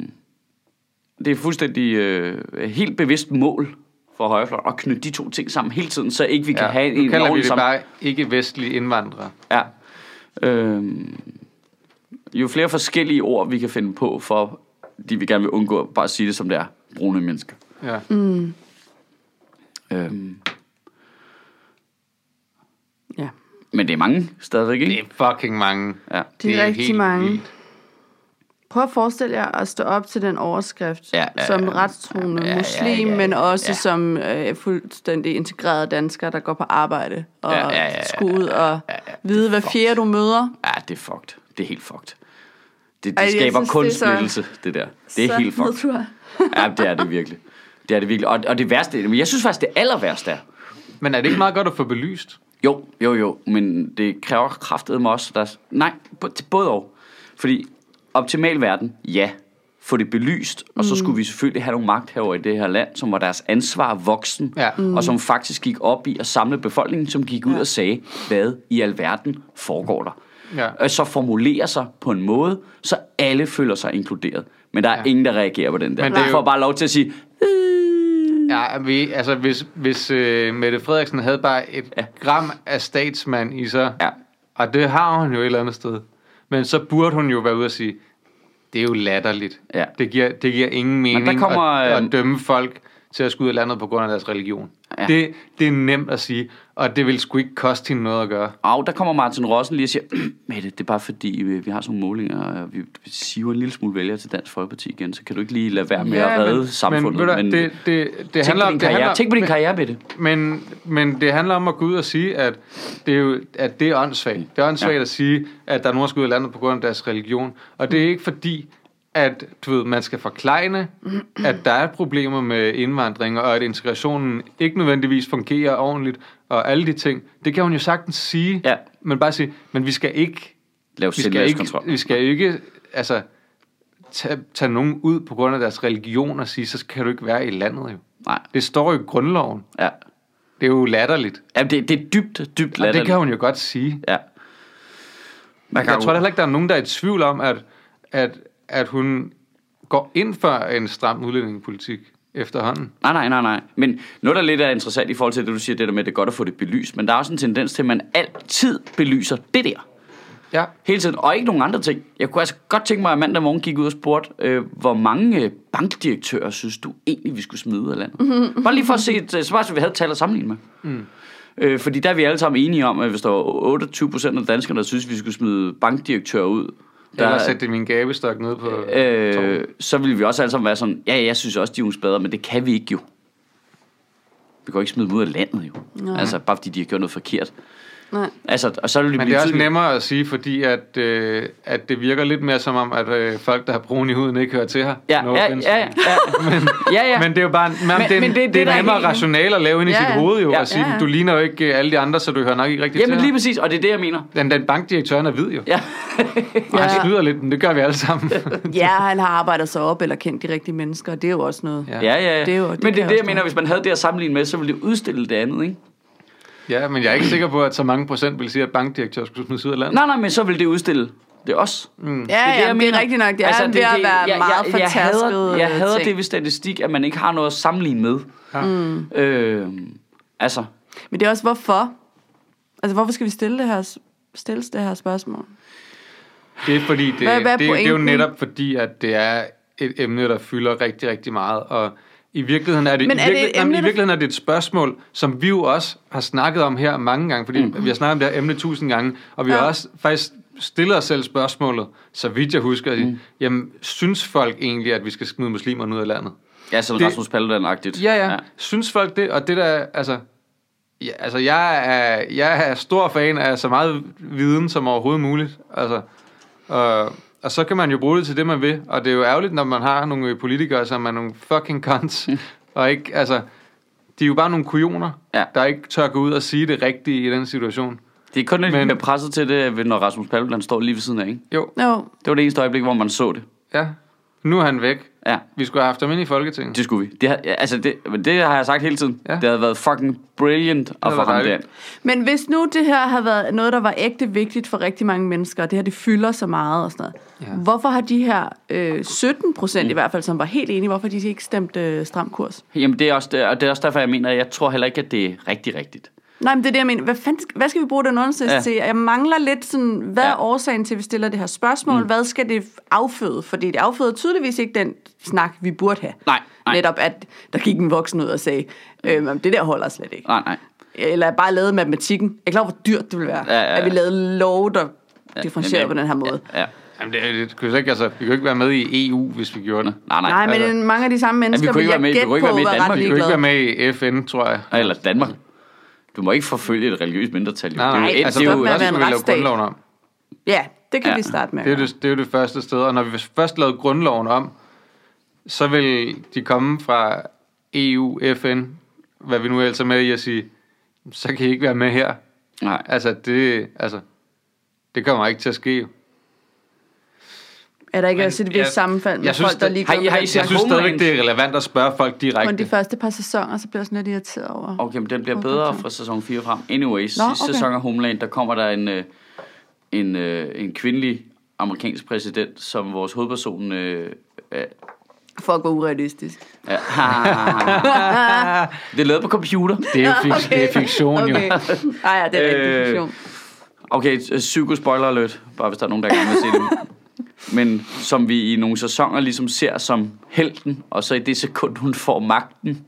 [SPEAKER 2] det er fuldstændig øh, helt bevidst mål for højrefløjen at knytte de to ting sammen hele tiden, så ikke vi kan
[SPEAKER 1] ja.
[SPEAKER 2] have en
[SPEAKER 1] nu kalder vi
[SPEAKER 2] ordentlig
[SPEAKER 1] det
[SPEAKER 2] sammen.
[SPEAKER 1] bare ikke-vestlige indvandrere.
[SPEAKER 2] Ja. Øhm, jo flere forskellige ord, vi kan finde på for, de vi gerne vil undgå bare at sige det, som det er, brune mennesker.
[SPEAKER 1] Ja.
[SPEAKER 2] Mm. Øhm,
[SPEAKER 3] ja.
[SPEAKER 2] men det er mange stadigvæk,
[SPEAKER 1] Det
[SPEAKER 2] ikke?
[SPEAKER 1] er fucking mange.
[SPEAKER 2] Ja.
[SPEAKER 3] Det er rigtig mange.
[SPEAKER 1] vildt.
[SPEAKER 3] Prøv at forestille jer at stå op til den overskrift
[SPEAKER 2] Ja,
[SPEAKER 3] ja,
[SPEAKER 2] ja,
[SPEAKER 3] ja, som
[SPEAKER 2] ja.
[SPEAKER 3] retstroende
[SPEAKER 2] Ja, ja,
[SPEAKER 3] ja,
[SPEAKER 2] ja,
[SPEAKER 3] muslim, ja, ja,
[SPEAKER 2] ja,
[SPEAKER 3] men også
[SPEAKER 2] ja.
[SPEAKER 3] ja. som øh, fuldstændig integreret dansker, der går på arbejde og
[SPEAKER 2] Ja,
[SPEAKER 3] ja,
[SPEAKER 2] ja,
[SPEAKER 3] ja,
[SPEAKER 2] ja, ja,
[SPEAKER 3] skulle ud og vide, hvad
[SPEAKER 2] fucked.
[SPEAKER 3] fjerde du møder.
[SPEAKER 2] Ja, det er fucked. Det er helt fucked. Det,
[SPEAKER 3] Ej,
[SPEAKER 2] det
[SPEAKER 3] jeg
[SPEAKER 2] skaber
[SPEAKER 3] synes,
[SPEAKER 2] kun
[SPEAKER 3] det er så-
[SPEAKER 2] splittelse, det der. Det er
[SPEAKER 3] Så
[SPEAKER 2] helt
[SPEAKER 3] ved
[SPEAKER 2] fucked.
[SPEAKER 3] du, at-
[SPEAKER 2] Ja, det er det virkelig. Det er det virkelig. Og, og det værste, men jeg synes faktisk, det aller værste er,
[SPEAKER 1] Men er det ikke meget godt at få belyst?
[SPEAKER 2] jo, jo, jo, men det kræver kraftet mig også. Der, nej, bo- til både og. Fordi optimal verden, ja, få det belyst, og så skulle vi selvfølgelig have nogle magthavere i det her land, som var deres ansvar voksen,
[SPEAKER 1] Ja.
[SPEAKER 2] og som faktisk gik op i at samle befolkningen, som gik ud og sagde, hvad i alverden foregår der.
[SPEAKER 1] Ja.
[SPEAKER 2] Og så formulere sig på en måde, så alle føler sig inkluderet. Men der er ja. ingen, der reagerer på den der.
[SPEAKER 1] Men
[SPEAKER 2] Men
[SPEAKER 1] det er
[SPEAKER 2] det
[SPEAKER 1] jo-
[SPEAKER 2] får bare lov til at sige, øh,
[SPEAKER 1] Ja, vi, altså hvis, hvis øh, Mette Frederiksen havde bare et ja. gram af statsmand i sig,
[SPEAKER 2] Ja.
[SPEAKER 1] og det har hun jo et eller andet sted, Men så burde hun jo være ude og sige, det er jo latterligt.
[SPEAKER 2] Ja.
[SPEAKER 1] Det, giver, det giver ingen mening
[SPEAKER 2] der kommer,
[SPEAKER 1] at,
[SPEAKER 2] øh,
[SPEAKER 1] at dømme folk til at skulle ud af landet på grund af deres religion.
[SPEAKER 2] Ja.
[SPEAKER 1] Det, det er nemt at sige, og det vil sgu ikke koste hende noget at gøre.
[SPEAKER 2] Og der kommer Martin Rossen lige og siger, Mette, det er bare fordi, øh, vi har sådan nogle målinger, og vi vi siver en lille smule vælger til Dansk Folkeparti igen, så kan du ikke lige lade være med at redde samfundet.
[SPEAKER 1] Men, ved du, det, det, det
[SPEAKER 2] tænk,
[SPEAKER 1] handler
[SPEAKER 2] på
[SPEAKER 1] om...
[SPEAKER 2] din
[SPEAKER 1] Det
[SPEAKER 2] karriere,
[SPEAKER 1] handler,
[SPEAKER 2] tænk på din karriere, Mette.
[SPEAKER 1] men, men det handler om at gå ud og sige, at det er, jo, at det er åndssvagt. Det er åndssvagt ja. at sige, at der er nogen, der skal ud af landet på grund af deres religion. Og det er ikke fordi, at du ved, man skal forklejne, at der er problemer med indvandring, og at integrationen ikke nødvendigvis fungerer ordentligt, og alle de ting. Det kan hun jo sagtens sige,
[SPEAKER 2] Ja.
[SPEAKER 1] men bare sige, men vi skal ikke
[SPEAKER 2] Lav
[SPEAKER 1] vi skal, ikke,
[SPEAKER 2] selvmærdskontrol.
[SPEAKER 1] vi skal ikke altså, tage, tage nogen ud på grund af deres religion og sige, så kan du ikke være i landet jo.
[SPEAKER 2] Nej,
[SPEAKER 1] Det står jo i grundloven.
[SPEAKER 2] ja.
[SPEAKER 1] Det er jo latterligt.
[SPEAKER 2] Jamen, det, det er dybt, dybt
[SPEAKER 1] Og
[SPEAKER 2] latterligt.
[SPEAKER 1] det kan hun jo godt sige.
[SPEAKER 2] Ja. Man
[SPEAKER 1] Jeg tror da heller ikke, der er nogen, der er i tvivl om, at, at, at hun går ind for en stram udlændingepolitik efterhånden.
[SPEAKER 2] Nej, nej, nej, nej. Men noget, der lidt er interessant i forhold til det, du siger, det der med, at det er godt at få det belyst, men der er også en tendens til, at man altid belyser det der.
[SPEAKER 1] Ja.
[SPEAKER 2] Hele tiden, og ikke nogen andre ting. Jeg kunne altså godt tænke mig, at mandag morgen gik ud og spurgte, øh, hvor mange øh, bankdirektører synes du egentlig, vi skulle smide ud af landet? Mm-hmm. Bare lige for at se et øh, svar, så vi havde et tal at sammenligne med. Mm. Øh, fordi der er vi alle sammen enige om, at hvis der var 28 procent af danskerne, der synes, vi skulle smide bankdirektører ud,
[SPEAKER 1] Der...
[SPEAKER 2] der,
[SPEAKER 1] Eller sætte det i min gabestok ned på... Øh...
[SPEAKER 2] øh, så ville vi også alle sammen være sådan, ja, jeg synes også, de er uns bedre, men det kan vi ikke jo. Vi kan jo ikke smide dem ud af landet jo.
[SPEAKER 3] Nej.
[SPEAKER 2] Altså, bare fordi de har gjort noget forkert.
[SPEAKER 3] Nej.
[SPEAKER 2] Altså, og så ville det
[SPEAKER 1] Men
[SPEAKER 2] blive
[SPEAKER 1] det er også
[SPEAKER 2] tydeligt-
[SPEAKER 1] nemmere at sige, fordi at, øh, at det virker lidt mere som om, at øh, folk, der har brun i huden, ikke hører til her.
[SPEAKER 2] Ja,
[SPEAKER 1] No
[SPEAKER 2] ja,
[SPEAKER 1] offense.
[SPEAKER 2] ja, ja, men, ja, ja.
[SPEAKER 1] Men det er jo bare men, men,
[SPEAKER 2] Men-
[SPEAKER 1] det,
[SPEAKER 2] men
[SPEAKER 1] men
[SPEAKER 2] det- det
[SPEAKER 1] det, det
[SPEAKER 2] er
[SPEAKER 1] er
[SPEAKER 2] der
[SPEAKER 1] nemmere
[SPEAKER 2] helt-
[SPEAKER 1] rationale at lave ind i
[SPEAKER 3] Ja,
[SPEAKER 1] sit
[SPEAKER 3] ja.
[SPEAKER 1] hoved jo,
[SPEAKER 2] Ja,
[SPEAKER 1] ja, at sige,
[SPEAKER 3] ja, ja.
[SPEAKER 1] du ligner jo ikke øh, alle de andre, så du hører nok ikke rigtig
[SPEAKER 2] Jamen
[SPEAKER 1] til
[SPEAKER 2] lige
[SPEAKER 1] her.
[SPEAKER 2] præcis, og det er det, jeg mener.
[SPEAKER 1] Den, den bankdirektøren er hvid jo.
[SPEAKER 2] Ja.
[SPEAKER 1] Ja. Han snyder lidt, men det gør vi alle sammen.
[SPEAKER 3] Ja, han har arbejdet sig op eller kendt de rigtige mennesker, og det er jo også noget.
[SPEAKER 1] Ja.
[SPEAKER 2] Ja, ja, ja.
[SPEAKER 3] Det er jo- det
[SPEAKER 2] men
[SPEAKER 3] kan
[SPEAKER 2] det er
[SPEAKER 3] jeg
[SPEAKER 2] det, jeg
[SPEAKER 3] også
[SPEAKER 2] mener,
[SPEAKER 3] godt.
[SPEAKER 2] hvis man havde det at sammenligne med, så ville det udstille det andet, ikke?
[SPEAKER 1] ja, men jeg er ikke sikker på, at så mange procent vil sige, at bankdirektøren skulle smides ud af landet.
[SPEAKER 2] Nej, nej, men så ville det udstille det også. Mm.
[SPEAKER 3] Ja, ja, det er, det er rigtigt nok. Det er altså, ved at være
[SPEAKER 2] jeg,
[SPEAKER 3] meget
[SPEAKER 2] jeg, jeg hader,
[SPEAKER 3] fortærsket øh,
[SPEAKER 2] jeg hader
[SPEAKER 3] ting.
[SPEAKER 2] det ved statistik, at man ikke har noget at sammenligne med.
[SPEAKER 1] Ja.
[SPEAKER 2] Mm. Øh, altså,
[SPEAKER 3] Men det er også hvorfor. Altså, hvorfor skal vi stille det her, stilles det her spørgsmål?
[SPEAKER 1] Det er fordi, det,
[SPEAKER 3] Hvad- hvad er
[SPEAKER 1] det, det er jo
[SPEAKER 3] pointen?
[SPEAKER 1] netop fordi, at det er et emne, der fylder rigtig, rigtig meget. Og i virkeligheden er det,
[SPEAKER 3] Men
[SPEAKER 1] i
[SPEAKER 3] er det et
[SPEAKER 1] virkeligheden, jamen,
[SPEAKER 3] emne,
[SPEAKER 1] i
[SPEAKER 3] der-
[SPEAKER 1] virkeligheden er det et spørgsmål, som vi jo også har snakket om her mange gange, fordi mm. vi har snakket om det her emne tusind gange, og vi har
[SPEAKER 3] Mhm. Ja.
[SPEAKER 1] også faktisk stillet os selv spørgsmålet, så vidt jeg husker,
[SPEAKER 3] Mhm.
[SPEAKER 1] mm. jamen, synes folk egentlig, at vi skal smide muslimerne ud af landet?
[SPEAKER 2] ja, sådan
[SPEAKER 1] Det-
[SPEAKER 2] Rasmus Paludan-agtigt.
[SPEAKER 1] Ja, ja. ja. Synes folk det? Og det der, altså... Ja, altså, jeg er, jeg er stor fan af så meget viden som overhovedet muligt. Altså, og, og så kan man jo bruge det til det, man vil. Og det er jo ærgerligt, når man har nogle politikere, som er nogle fucking cons. og ikke, altså... De er jo bare nogle kujoner,
[SPEAKER 2] Ja.
[SPEAKER 1] der ikke tør gå ud og sige det rigtige i den situation.
[SPEAKER 2] Det er kun, at de
[SPEAKER 1] Men-
[SPEAKER 2] bliver presset til det, ved- når Rasmus Paludan står lige ved siden af, ikke?
[SPEAKER 1] Jo,
[SPEAKER 3] Jo,
[SPEAKER 2] Det var det eneste øjeblik, hvor man så det.
[SPEAKER 1] ja. Nu er han væk.
[SPEAKER 2] Ja,
[SPEAKER 1] Vi skulle have haft ham ind i Folketinget.
[SPEAKER 2] det skulle vi. Det, har- ja, altså, det, men det har jeg sagt hele tiden. Ja.
[SPEAKER 1] Ja.
[SPEAKER 2] Det havde været fucking brilliant at få
[SPEAKER 1] var
[SPEAKER 2] ham derind.
[SPEAKER 1] dejligt.
[SPEAKER 3] Men hvis nu det her havde været noget, der var ægte vigtigt for rigtig mange mennesker, og det her det fylder så meget og sådan noget, ja. hvorfor har de her øh, 17 procent
[SPEAKER 2] Mm.
[SPEAKER 3] i hvert fald, som var helt enige, hvorfor har de ikke stemt øh, stram kurs?
[SPEAKER 2] Jamen, det er, også, det, og det er også derfor, jeg mener, at jeg tror heller ikke, at det er rigtig rigtigt.
[SPEAKER 3] Nej, men det er det, jeg mener. Hvad, fanden, sk- hvad skal vi bruge den undersøgelse
[SPEAKER 2] Ja.
[SPEAKER 3] ja. til? Jeg mangler lidt sådan, hvad er
[SPEAKER 2] Ja.
[SPEAKER 3] årsagen til, at vi stiller det her spørgsmål? Mm. Hvad skal det afføde? Fordi det afføder tydeligvis ikke den snak, vi burde have.
[SPEAKER 2] Nej, nej.
[SPEAKER 3] Netop, at der gik en voksen ud og sagde, øhm, det der holder slet ikke.
[SPEAKER 2] Nej, nej.
[SPEAKER 3] Eller bare lavet matematikken. Jeg er klar, over, hvor dyrt det ville være,
[SPEAKER 2] Ja, ja, ja.
[SPEAKER 3] at vi lavede lov, der
[SPEAKER 2] Ja,
[SPEAKER 3] differentierer
[SPEAKER 2] jamen,
[SPEAKER 3] på den her måde.
[SPEAKER 2] Ja, ja.
[SPEAKER 1] Jamen, det, det, kunne ikke, altså, vi kunne ikke være med i EU, hvis vi gjorde det.
[SPEAKER 2] Nej, nej.
[SPEAKER 3] Nej,
[SPEAKER 2] nej.
[SPEAKER 3] men
[SPEAKER 1] altså-
[SPEAKER 3] mange af de samme mennesker,
[SPEAKER 2] kunne ikke
[SPEAKER 3] vil
[SPEAKER 2] være med-
[SPEAKER 3] jeg
[SPEAKER 2] vi
[SPEAKER 3] gætte på,
[SPEAKER 2] kunne ikke være med i
[SPEAKER 3] var
[SPEAKER 2] Danmark.
[SPEAKER 3] ret
[SPEAKER 2] Vi
[SPEAKER 1] Vi kunne ikke
[SPEAKER 3] ligeglade.
[SPEAKER 1] være med i FN, tror jeg.
[SPEAKER 2] Eller Danmark. Du må ikke forfølge et religiøst mindretal. jo.
[SPEAKER 1] Nej,
[SPEAKER 2] det er jo, et-
[SPEAKER 1] altså,
[SPEAKER 2] det er
[SPEAKER 3] stop
[SPEAKER 2] jo
[SPEAKER 3] med at
[SPEAKER 1] også
[SPEAKER 3] være en
[SPEAKER 1] skulle vi lave
[SPEAKER 3] retsstat.
[SPEAKER 1] grundloven om.
[SPEAKER 3] Ja, det kan
[SPEAKER 2] Ja.
[SPEAKER 3] vi starte med.
[SPEAKER 1] Det er jo det, det er jo det første sted, og når vi først lavede grundloven om, så vil de komme fra E EU, FN, hvad vi nu ellers er med i at sige, så kan I ikke være med her.
[SPEAKER 2] nej.
[SPEAKER 1] Altså, det, altså, det kommer ikke til at ske. jo.
[SPEAKER 3] Er der ikke
[SPEAKER 1] Men
[SPEAKER 3] også et
[SPEAKER 1] jeg-
[SPEAKER 3] vist sammenfald med
[SPEAKER 1] jeg synes,
[SPEAKER 3] folk, der
[SPEAKER 1] det-
[SPEAKER 3] lige
[SPEAKER 2] Har I- har I set
[SPEAKER 1] Jeg synes
[SPEAKER 2] Homeland-
[SPEAKER 1] stadigvæk, det er relevant at spørge folk
[SPEAKER 3] Kun de
[SPEAKER 1] direkte.
[SPEAKER 3] første par sæsoner, så bliver jeg sådan lidt irriteret over.
[SPEAKER 2] Okay, men den bliver
[SPEAKER 3] Okay,
[SPEAKER 2] bedre
[SPEAKER 3] tak.
[SPEAKER 2] fra sæson 4 frem. Anyways, Nå,
[SPEAKER 3] Nå,
[SPEAKER 2] sidste okay.
[SPEAKER 3] okay.
[SPEAKER 2] sæson af Homeland, der kommer der en, øh, en, øh, en kvindelig amerikansk præsident, som vores hovedperson... Øh, øh,
[SPEAKER 3] For at gå urealistisk.
[SPEAKER 2] er, det er lavet på computer.
[SPEAKER 1] Det er jo fik, det er fiktion, jo.
[SPEAKER 3] okay. Ej, ja, det er rigtig
[SPEAKER 2] Øh,
[SPEAKER 3] fiktion.
[SPEAKER 2] Okay, øh, psyko spoiler alert, bare hvis der er nogen, der gerne vil se det. Men som vi i nogle sæsoner ligesom ser som helten, og så i det sekund, hun får magten,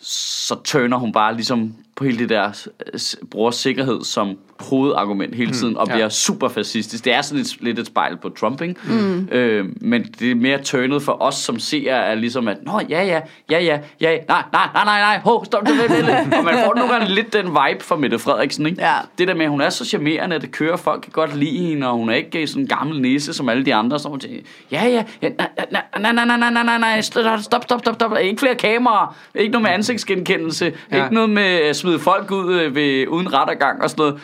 [SPEAKER 2] så tørner hun bare ligesom på hele det der, øh, s- bruger sikkerhed som hovedargument hele tiden, og
[SPEAKER 1] ja.
[SPEAKER 2] bliver super fascistisk. Det er sådan et, lidt et spejl på Trump, ikke? Mm. Øh, men det er mere tørnet for os som seere, er ligesom at, nå ja, ja, ja, ja, ja, nej, nej, nej, nej, nej, ho, stop, stop, stop, stop. Og man får nogle gange lidt den vibe fra Mette Frederiksen, ikke?
[SPEAKER 3] Ja.
[SPEAKER 2] Det der med, at hun er så charmerende, at det kører, folk kan godt lide hende, og hun er ikke sådan en gammel næse som alle de andre, så hun tænker, ja, ja, ja, nej, nej, nej, nej, nej, nej, nej, nej, stop, stop, stop, stop, stop, ikke flere kameraer, ikke noget med ansigtsgenkendelse,
[SPEAKER 1] Ja.
[SPEAKER 2] ja. ikke noget med at smide folk ud øh, ved, uden rettergang og sådan noget.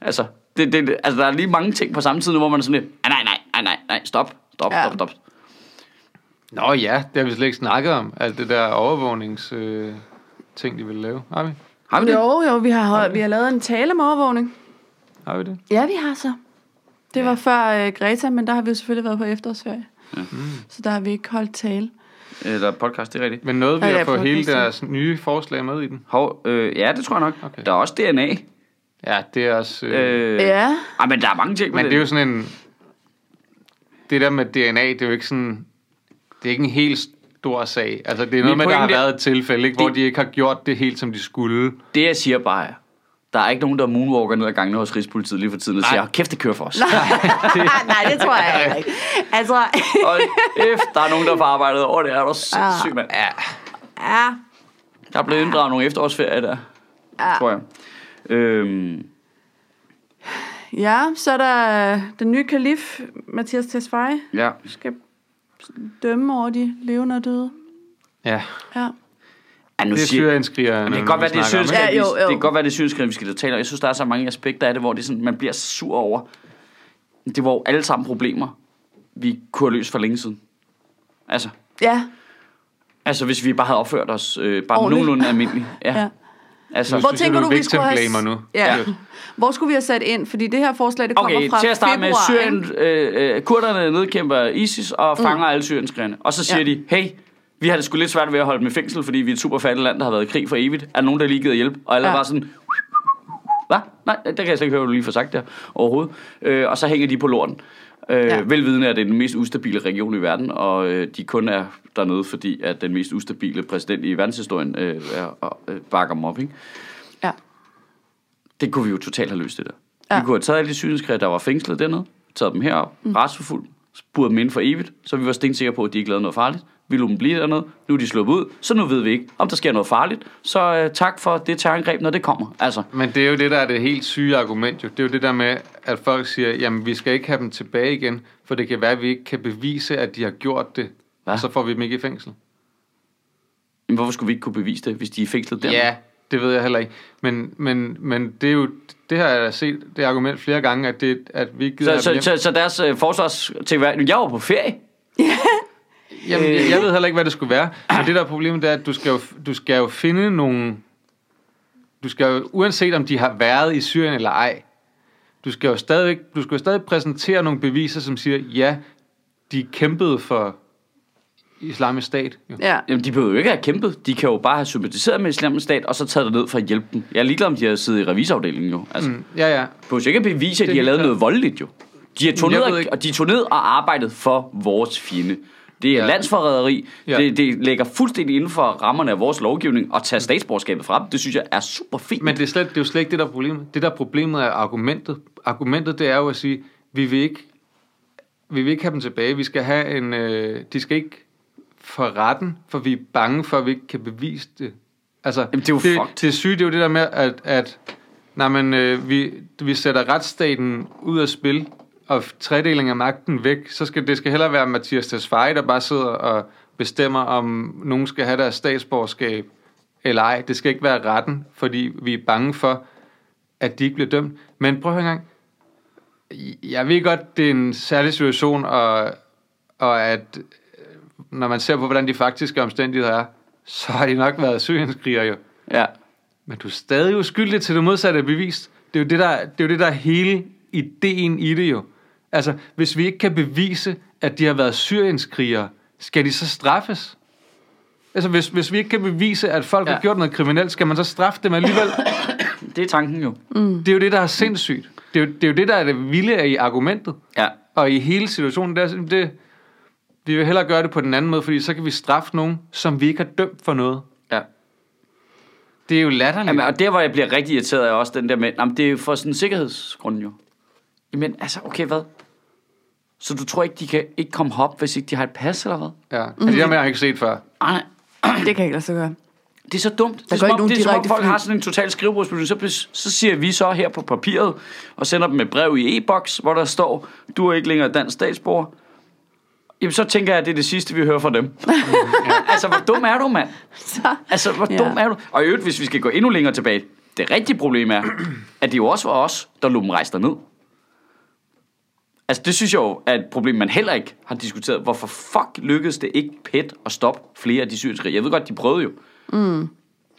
[SPEAKER 2] Altså, det, det, altså, der er lige mange ting på samme tid, nu, hvor man er sådan lidt, "Ah, nej, nej, nej, nej, nej, stop, stop,
[SPEAKER 3] Ja.
[SPEAKER 2] ja. stop, stop.
[SPEAKER 1] Nå ja, det har vi slet ikke snakket om. Alt det der overvågnings... Øh, ting, de ville lave. Har vi?
[SPEAKER 2] Har vi det?
[SPEAKER 3] Jo, jo, vi har, hold- vi har lavet en tale om overvågning.
[SPEAKER 1] Har vi det?
[SPEAKER 3] Ja, vi har så. Det var før øh, Greta, men der har vi jo selvfølgelig været på efterårsferie. Ja. Så der har vi ikke holdt tale.
[SPEAKER 2] Eller podcast, det er rigtigt.
[SPEAKER 1] Men nåede vi
[SPEAKER 3] Ja, ja,
[SPEAKER 1] at få
[SPEAKER 3] på
[SPEAKER 1] hele
[SPEAKER 3] listen.
[SPEAKER 1] deres nye forslag med i den?
[SPEAKER 2] Hov, øh, ja, det tror jeg nok.
[SPEAKER 1] Okay.
[SPEAKER 2] Okay. Der er også DNA.
[SPEAKER 1] Ja, det er også... Øh,
[SPEAKER 2] Øh, ja.
[SPEAKER 3] Ja,
[SPEAKER 2] Ej, men der er mange ting på
[SPEAKER 1] Men
[SPEAKER 2] det.
[SPEAKER 1] det er jo sådan en... Det der med DNA, det er jo ikke sådan... Det er ikke en helt stor sag. Altså, det er noget med, der har
[SPEAKER 2] pointe er-
[SPEAKER 1] været et tilfælde, ikke? hvor
[SPEAKER 2] Det-
[SPEAKER 1] de ikke har gjort det helt, som de skulle.
[SPEAKER 2] Det jeg siger bare er, der er ikke nogen, der moonwalker ned ad gangene hos Rigspolitiet lige for tiden og
[SPEAKER 1] Nej.
[SPEAKER 2] siger, "Hold kæft, det kører for os.
[SPEAKER 3] nej, det tror jeg heller ikke. Altså,
[SPEAKER 2] og if der er nogen, der får arbejdet over det, her, er du sindssyg, mand.
[SPEAKER 1] Ja.
[SPEAKER 3] ja,
[SPEAKER 2] Der er blevet inddraget nogle efterårsferier der,
[SPEAKER 3] Ja.
[SPEAKER 2] tror jeg. Øhm,
[SPEAKER 3] ja, så er der øh, den nye kalif, Mathias Tesfaye,
[SPEAKER 2] ja.
[SPEAKER 3] skal dømme over de levende og døde.
[SPEAKER 1] ja.
[SPEAKER 3] Ja.
[SPEAKER 2] Ej, nu
[SPEAKER 1] Det er
[SPEAKER 2] siger,
[SPEAKER 1] syrienskriger.
[SPEAKER 2] Men det kan godt være, det er synsk,
[SPEAKER 3] ikke?
[SPEAKER 2] ja,
[SPEAKER 3] Ja, jo, jo.
[SPEAKER 2] det kan godt være, det er synsk, vi skal tale om. Jeg synes, der er så mange aspekter af det, hvor det er sådan, man bliver så sur over. Det var jo alle sammen problemer, vi kunne have løst for længe siden. Altså,
[SPEAKER 3] Ja,
[SPEAKER 2] altså hvis vi bare havde opført os øh, bare
[SPEAKER 3] Ordentligt.
[SPEAKER 2] nogenlunde almindeligt. Ja.
[SPEAKER 3] Ja.
[SPEAKER 2] ja. Altså,
[SPEAKER 3] Hvor
[SPEAKER 1] synes jeg,
[SPEAKER 3] tænker
[SPEAKER 1] du
[SPEAKER 3] du,
[SPEAKER 1] er
[SPEAKER 3] vi
[SPEAKER 1] victim
[SPEAKER 3] skulle have...
[SPEAKER 1] blamer nu.
[SPEAKER 3] Ja.
[SPEAKER 1] Ja.
[SPEAKER 3] Hvor skulle vi have sat ind? Fordi det her forslag, det kommer
[SPEAKER 2] Okay,
[SPEAKER 3] fra
[SPEAKER 2] til at starte
[SPEAKER 3] februar,
[SPEAKER 2] med,
[SPEAKER 3] ikke?
[SPEAKER 2] Syrien, øh, øh, kurderne nedkæmper ISIS og fanger mm. alle syrienskrigerne. Og så siger
[SPEAKER 3] Ja.
[SPEAKER 2] ja. de, hey, vi har det sgu lidt svært ved at holde dem i fængsel, fordi vi er et super fattigt land, der har været i krig for evigt. Er der nogen, der lige gider hjælp? Og alle
[SPEAKER 3] Ja.
[SPEAKER 2] ja. var sådan, hvad? Nej, der kan jeg slet ikke høre, hvad du lige får sagt der overhovedet. Øh, og så hænger de på lorten. Øh,
[SPEAKER 3] Ja.
[SPEAKER 2] ja. Velvidende, at det er den mest ustabile region i verden, og øh, de kun er dernede, fordi at den mest ustabile præsident i verdenshistorien øh, er, og, øh, bakker dem op. Ikke?
[SPEAKER 3] Ja.
[SPEAKER 2] Det kunne vi jo totalt have løst det der.
[SPEAKER 3] Ja.
[SPEAKER 2] Ja. Vi kunne have taget alle de syrienskrigere, der var fængslet dernede, taget dem herop, mm. retsforfulgt, spurgt dem inden for evigt, så vi var stensikre på, at de ikke lavede noget farligt. Vi lod dem blive dernede, nu er de sluppet ud, så nu ved vi ikke, om der sker noget farligt. Så øh, tak for det terrorangreb, når det kommer. Altså,
[SPEAKER 1] Men det er jo det, der er det helt syge argument. Jo. Det er jo det der med, at folk siger, jamen vi skal ikke have dem tilbage igen, for det kan være, at vi ikke kan bevise, at de har gjort det.
[SPEAKER 2] Hva?
[SPEAKER 1] Og så får vi dem ikke i fængsel.
[SPEAKER 2] jamen, hvorfor skulle vi ikke kunne bevise det, hvis de er fængslet dernede?
[SPEAKER 1] Ja, det ved jeg heller ikke. Men, men, men det er jo, det har jeg set, det argument flere gange, at, det, at vi ikke gider
[SPEAKER 2] Så,
[SPEAKER 1] have dem
[SPEAKER 2] så,
[SPEAKER 1] hjem.
[SPEAKER 2] så, så deres øh, forsvars til jeg var på ferie.
[SPEAKER 1] Jamen, jeg,
[SPEAKER 2] øh,
[SPEAKER 1] jeg ved heller ikke, hvad det skulle være. Men det der er problemet, det er, at du skal jo, du skal jo finde nogle... Du skal jo, uanset om de har været i Syrien eller ej, du skal jo stadig, du skal jo stadig præsentere nogle beviser, som siger, ja, de kæmpede for islamisk stat. Jo.
[SPEAKER 3] Ja.
[SPEAKER 2] Jamen, de behøver jo ikke at have kæmpet. De kan jo bare have sympatiseret med islamisk stat, og så taget ned for at hjælpe dem. Jeg er ligeglad, om de har siddet i revisafdelingen jo. Altså, mm.
[SPEAKER 1] Ja, ja.
[SPEAKER 2] behøver jo ikke at bevise, at
[SPEAKER 1] Det er
[SPEAKER 2] de har
[SPEAKER 1] lige
[SPEAKER 2] lavet
[SPEAKER 1] klart.
[SPEAKER 2] noget voldeligt jo. De er tog
[SPEAKER 1] Jeg
[SPEAKER 2] ned,
[SPEAKER 1] ved ikke-
[SPEAKER 2] og, og de tog ned og arbejdet for vores fjende. Det er
[SPEAKER 1] Ja.
[SPEAKER 2] ja. landsforræderi.
[SPEAKER 1] Ja.
[SPEAKER 2] Ja. Det, det ligger fuldstændig inden for rammerne af vores lovgivning at tage statsborgerskabet fra dem. Det synes jeg er super fint.
[SPEAKER 1] Mm. Men det er, slet, det er jo slet ikke det, der er problemet. Det, der er problemet, er argumentet. Argumentet, det er jo at sige, vi vil ikke, vi vil ikke have dem tilbage. Vi skal have en... Øh, de skal ikke for retten, for vi er bange for, at vi ikke kan bevise det. Altså,
[SPEAKER 2] Jamen, det er jo
[SPEAKER 1] det,
[SPEAKER 2] fucked.
[SPEAKER 1] det syge, det er jo det der med, at, at nej, men, øh, vi, vi sætter retsstaten ud af spil, og tredeling af magten væk, så skal det skal hellere være Mathias Tesfaye, der bare sidder og bestemmer, om nogen skal have deres statsborgerskab eller ej. Det skal ikke være retten, fordi vi er bange for, at de ikke bliver dømt. Men prøv at høre en gang. Jeg ved godt, det er en særlig situation, og, og at øh, når man ser på, hvordan de faktiske omstændigheder er, så har de nok været syrienskriger jo.
[SPEAKER 2] Ja.
[SPEAKER 1] Men du er stadig uskyldig til det modsatte er bevist. Det er jo det, der, det er, jo det, der er hele ideen i det jo. Altså, hvis vi ikke kan bevise, at de har været syrienskrigere, skal de så straffes? Altså, hvis, hvis vi ikke kan bevise, at folk ja.
[SPEAKER 2] Ja.
[SPEAKER 1] har gjort noget kriminelt, skal man så straffe dem alligevel?
[SPEAKER 4] Det er tanken jo.
[SPEAKER 1] Det er jo det, der er sindssygt. Det er jo det, er jo det der er det vilde i argumentet.
[SPEAKER 2] Ja.
[SPEAKER 1] Og i hele situationen, der, det, vi vil hellere gøre det på den anden måde, fordi så kan vi straffe nogen, som vi ikke har dømt for noget.
[SPEAKER 2] Ja.
[SPEAKER 1] Det er jo latterligt.
[SPEAKER 2] Jamen, og der, hvor jeg bliver rigtig irriteret, er også den der med, jamen, det er jo for sådan en sikkerhedsgrund jo. Jamen, altså, okay, hvad? Så du tror ikke, de kan ikke komme hop, hvis ikke de har et pas, eller hvad?
[SPEAKER 1] ja.
[SPEAKER 2] mm-hmm.
[SPEAKER 1] Mm. Det der med, jeg har ikke set før.
[SPEAKER 2] Ej, nej.
[SPEAKER 3] Det kan jeg ikke lade sig gøre.
[SPEAKER 2] Det er så dumt. Det
[SPEAKER 3] går
[SPEAKER 2] er, som
[SPEAKER 3] ikke
[SPEAKER 2] om,
[SPEAKER 3] nogen
[SPEAKER 2] det er, som om
[SPEAKER 3] direkte
[SPEAKER 2] folk
[SPEAKER 3] fly.
[SPEAKER 2] har sådan en total skrivebordsbeslutning. Så, bes- så siger vi så her på papiret og sender dem et brev i e-boks, hvor der står, du er ikke længere dansk statsborger. Jamen, så tænker jeg, at det er det sidste, vi hører fra dem. altså, hvor dum er du, mand?
[SPEAKER 3] Så,
[SPEAKER 2] Altså, hvor
[SPEAKER 3] Ja.
[SPEAKER 2] ja. dum er du? Og i øvrigt, hvis vi skal gå endnu længere tilbage, det rigtige problem er, at det jo også var os, der lå dem rejse ned. Altså, det synes jeg jo er et problem, man heller ikke har diskuteret. Hvorfor fuck lykkedes det ikke PET at stoppe flere af de syriske Jeg ved godt, de prøvede jo.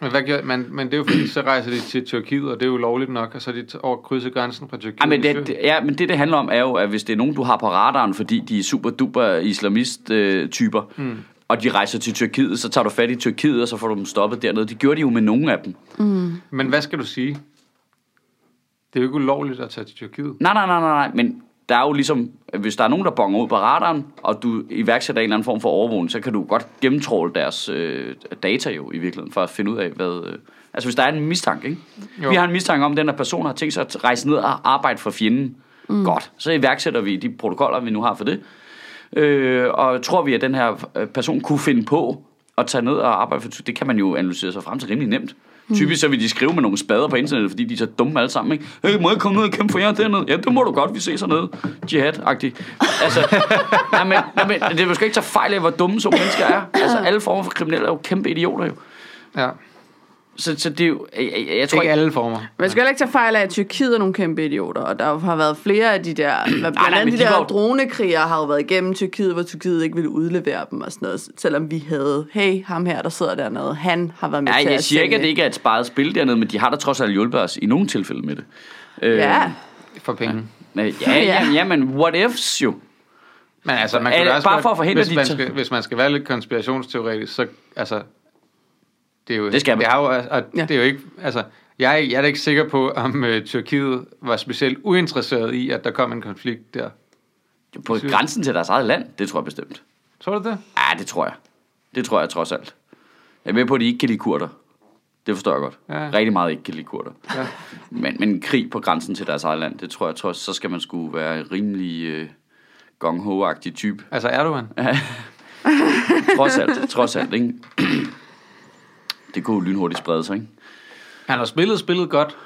[SPEAKER 1] Men, hvad gjorde, men, men det er jo fordi, så rejser de til Tyrkiet, og det er jo lovligt nok, og så er de t- over krydset grænsen fra Tyrkiet.
[SPEAKER 2] Ja, men
[SPEAKER 1] til
[SPEAKER 2] det,
[SPEAKER 1] Syrien.
[SPEAKER 2] det- ja, men det, det handler om, er jo, at hvis det er nogen, du har på radaren, fordi de er super duper islamist-typer, øh, typer, og de rejser til Tyrkiet, så tager du fat i Tyrkiet, og så får du dem stoppet dernede. Det gjorde de jo med nogen af dem.
[SPEAKER 1] men hvad skal du sige? Det er jo ikke ulovligt at tage til Tyrkiet.
[SPEAKER 2] Nej, nej, nej, nej, nej, men der er jo ligesom, hvis der er nogen, der bonger ud på radaren, og du iværksætter en eller anden form for overvågning, så kan du godt gennemtråle deres øh, data jo i virkeligheden, for at finde ud af, hvad... Øh, altså hvis der er en mistanke, ikke?
[SPEAKER 1] Jo.
[SPEAKER 2] Jo. Vi har en mistanke om, at den her person har tænkt sig at rejse ned og arbejde for fjenden. Mm. Godt, så iværksætter vi de protokoller, vi nu har for det. Øh, og tror vi, at den her øh, person kunne finde på at tage ned og arbejde for det kan man jo analysere sig frem til rimelig nemt. Mm. Typisk så vil de skrive med nogle spader på internettet, fordi de er så dumme alle sammen. Ikke? Hey, må jeg komme ned og kæmpe for jer dernede? Ja, det må du godt, vi ses hernede. Jihad-agtigt. Altså, nej, men, nej, men, det vil sgu ikke tage fejl af, hvor dumme så mennesker er. Altså, alle former for kriminelle er jo kæmpe idioter jo.
[SPEAKER 1] Ja.
[SPEAKER 2] Så, så det er jo, jeg, jeg, jeg tror
[SPEAKER 1] Ikke
[SPEAKER 2] ikke,
[SPEAKER 1] alle former.
[SPEAKER 3] Man skal heller ikke tage fejl af, at Tyrkiet er nogle kæmpe idioter, og der har været flere af de der, hvad- blandt
[SPEAKER 2] nej,
[SPEAKER 3] andet
[SPEAKER 2] men
[SPEAKER 3] de
[SPEAKER 2] de var
[SPEAKER 3] der
[SPEAKER 2] jo-
[SPEAKER 3] dronekrigere har jo været igennem Tyrkiet, hvor Tyrkiet ikke ville udlevere dem og sådan noget, selvom vi havde, hey, ham her, der sidder dernede, han har været med til
[SPEAKER 2] Nej, jeg
[SPEAKER 3] at
[SPEAKER 2] siger
[SPEAKER 3] sende-
[SPEAKER 2] ikke, at det ikke er et sparet spil dernede, men de har da trods alt hjulpet os i nogle tilfælde med det. Øh,
[SPEAKER 3] Ja,
[SPEAKER 1] For penge. Ja.
[SPEAKER 2] men- Ja, ja, ja, men what ifs jo?
[SPEAKER 1] Men altså, man kan
[SPEAKER 2] Er det
[SPEAKER 1] jo også
[SPEAKER 2] bare
[SPEAKER 1] godt-
[SPEAKER 2] for at forhindre
[SPEAKER 1] hvis
[SPEAKER 2] de
[SPEAKER 1] man,
[SPEAKER 2] t-
[SPEAKER 1] skal, hvis man skal være lidt konspirationsteoretisk, så altså, det er jo,
[SPEAKER 2] Det skal man.
[SPEAKER 1] det er jo, og
[SPEAKER 3] Ja.
[SPEAKER 1] det er jo ikke, altså, jeg, er ikke- jeg er da ikke sikker på, om øh, Tyrkiet var specielt uinteresseret i, at der kom en konflikt der.
[SPEAKER 2] På grænsen til deres eget land, det tror jeg bestemt.
[SPEAKER 1] Tror du det?
[SPEAKER 2] Ja, det tror jeg. Det tror jeg trods alt. Jeg er med på, at de ikke kan lide kurder. Det forstår jeg godt.
[SPEAKER 1] Ja.
[SPEAKER 2] Ja. Rigtig meget ikke kan lide kurder. Ja. Men, men krig på grænsen til deres eget land, det tror jeg trods, så skal man skulle være en rimelig øh, gong ho type.
[SPEAKER 1] Altså Erdogan?
[SPEAKER 2] Trods alt, trods alt, ikke? Det kunne jo lynhurtigt sprede sig, ikke?
[SPEAKER 1] Han har spillet spillet godt,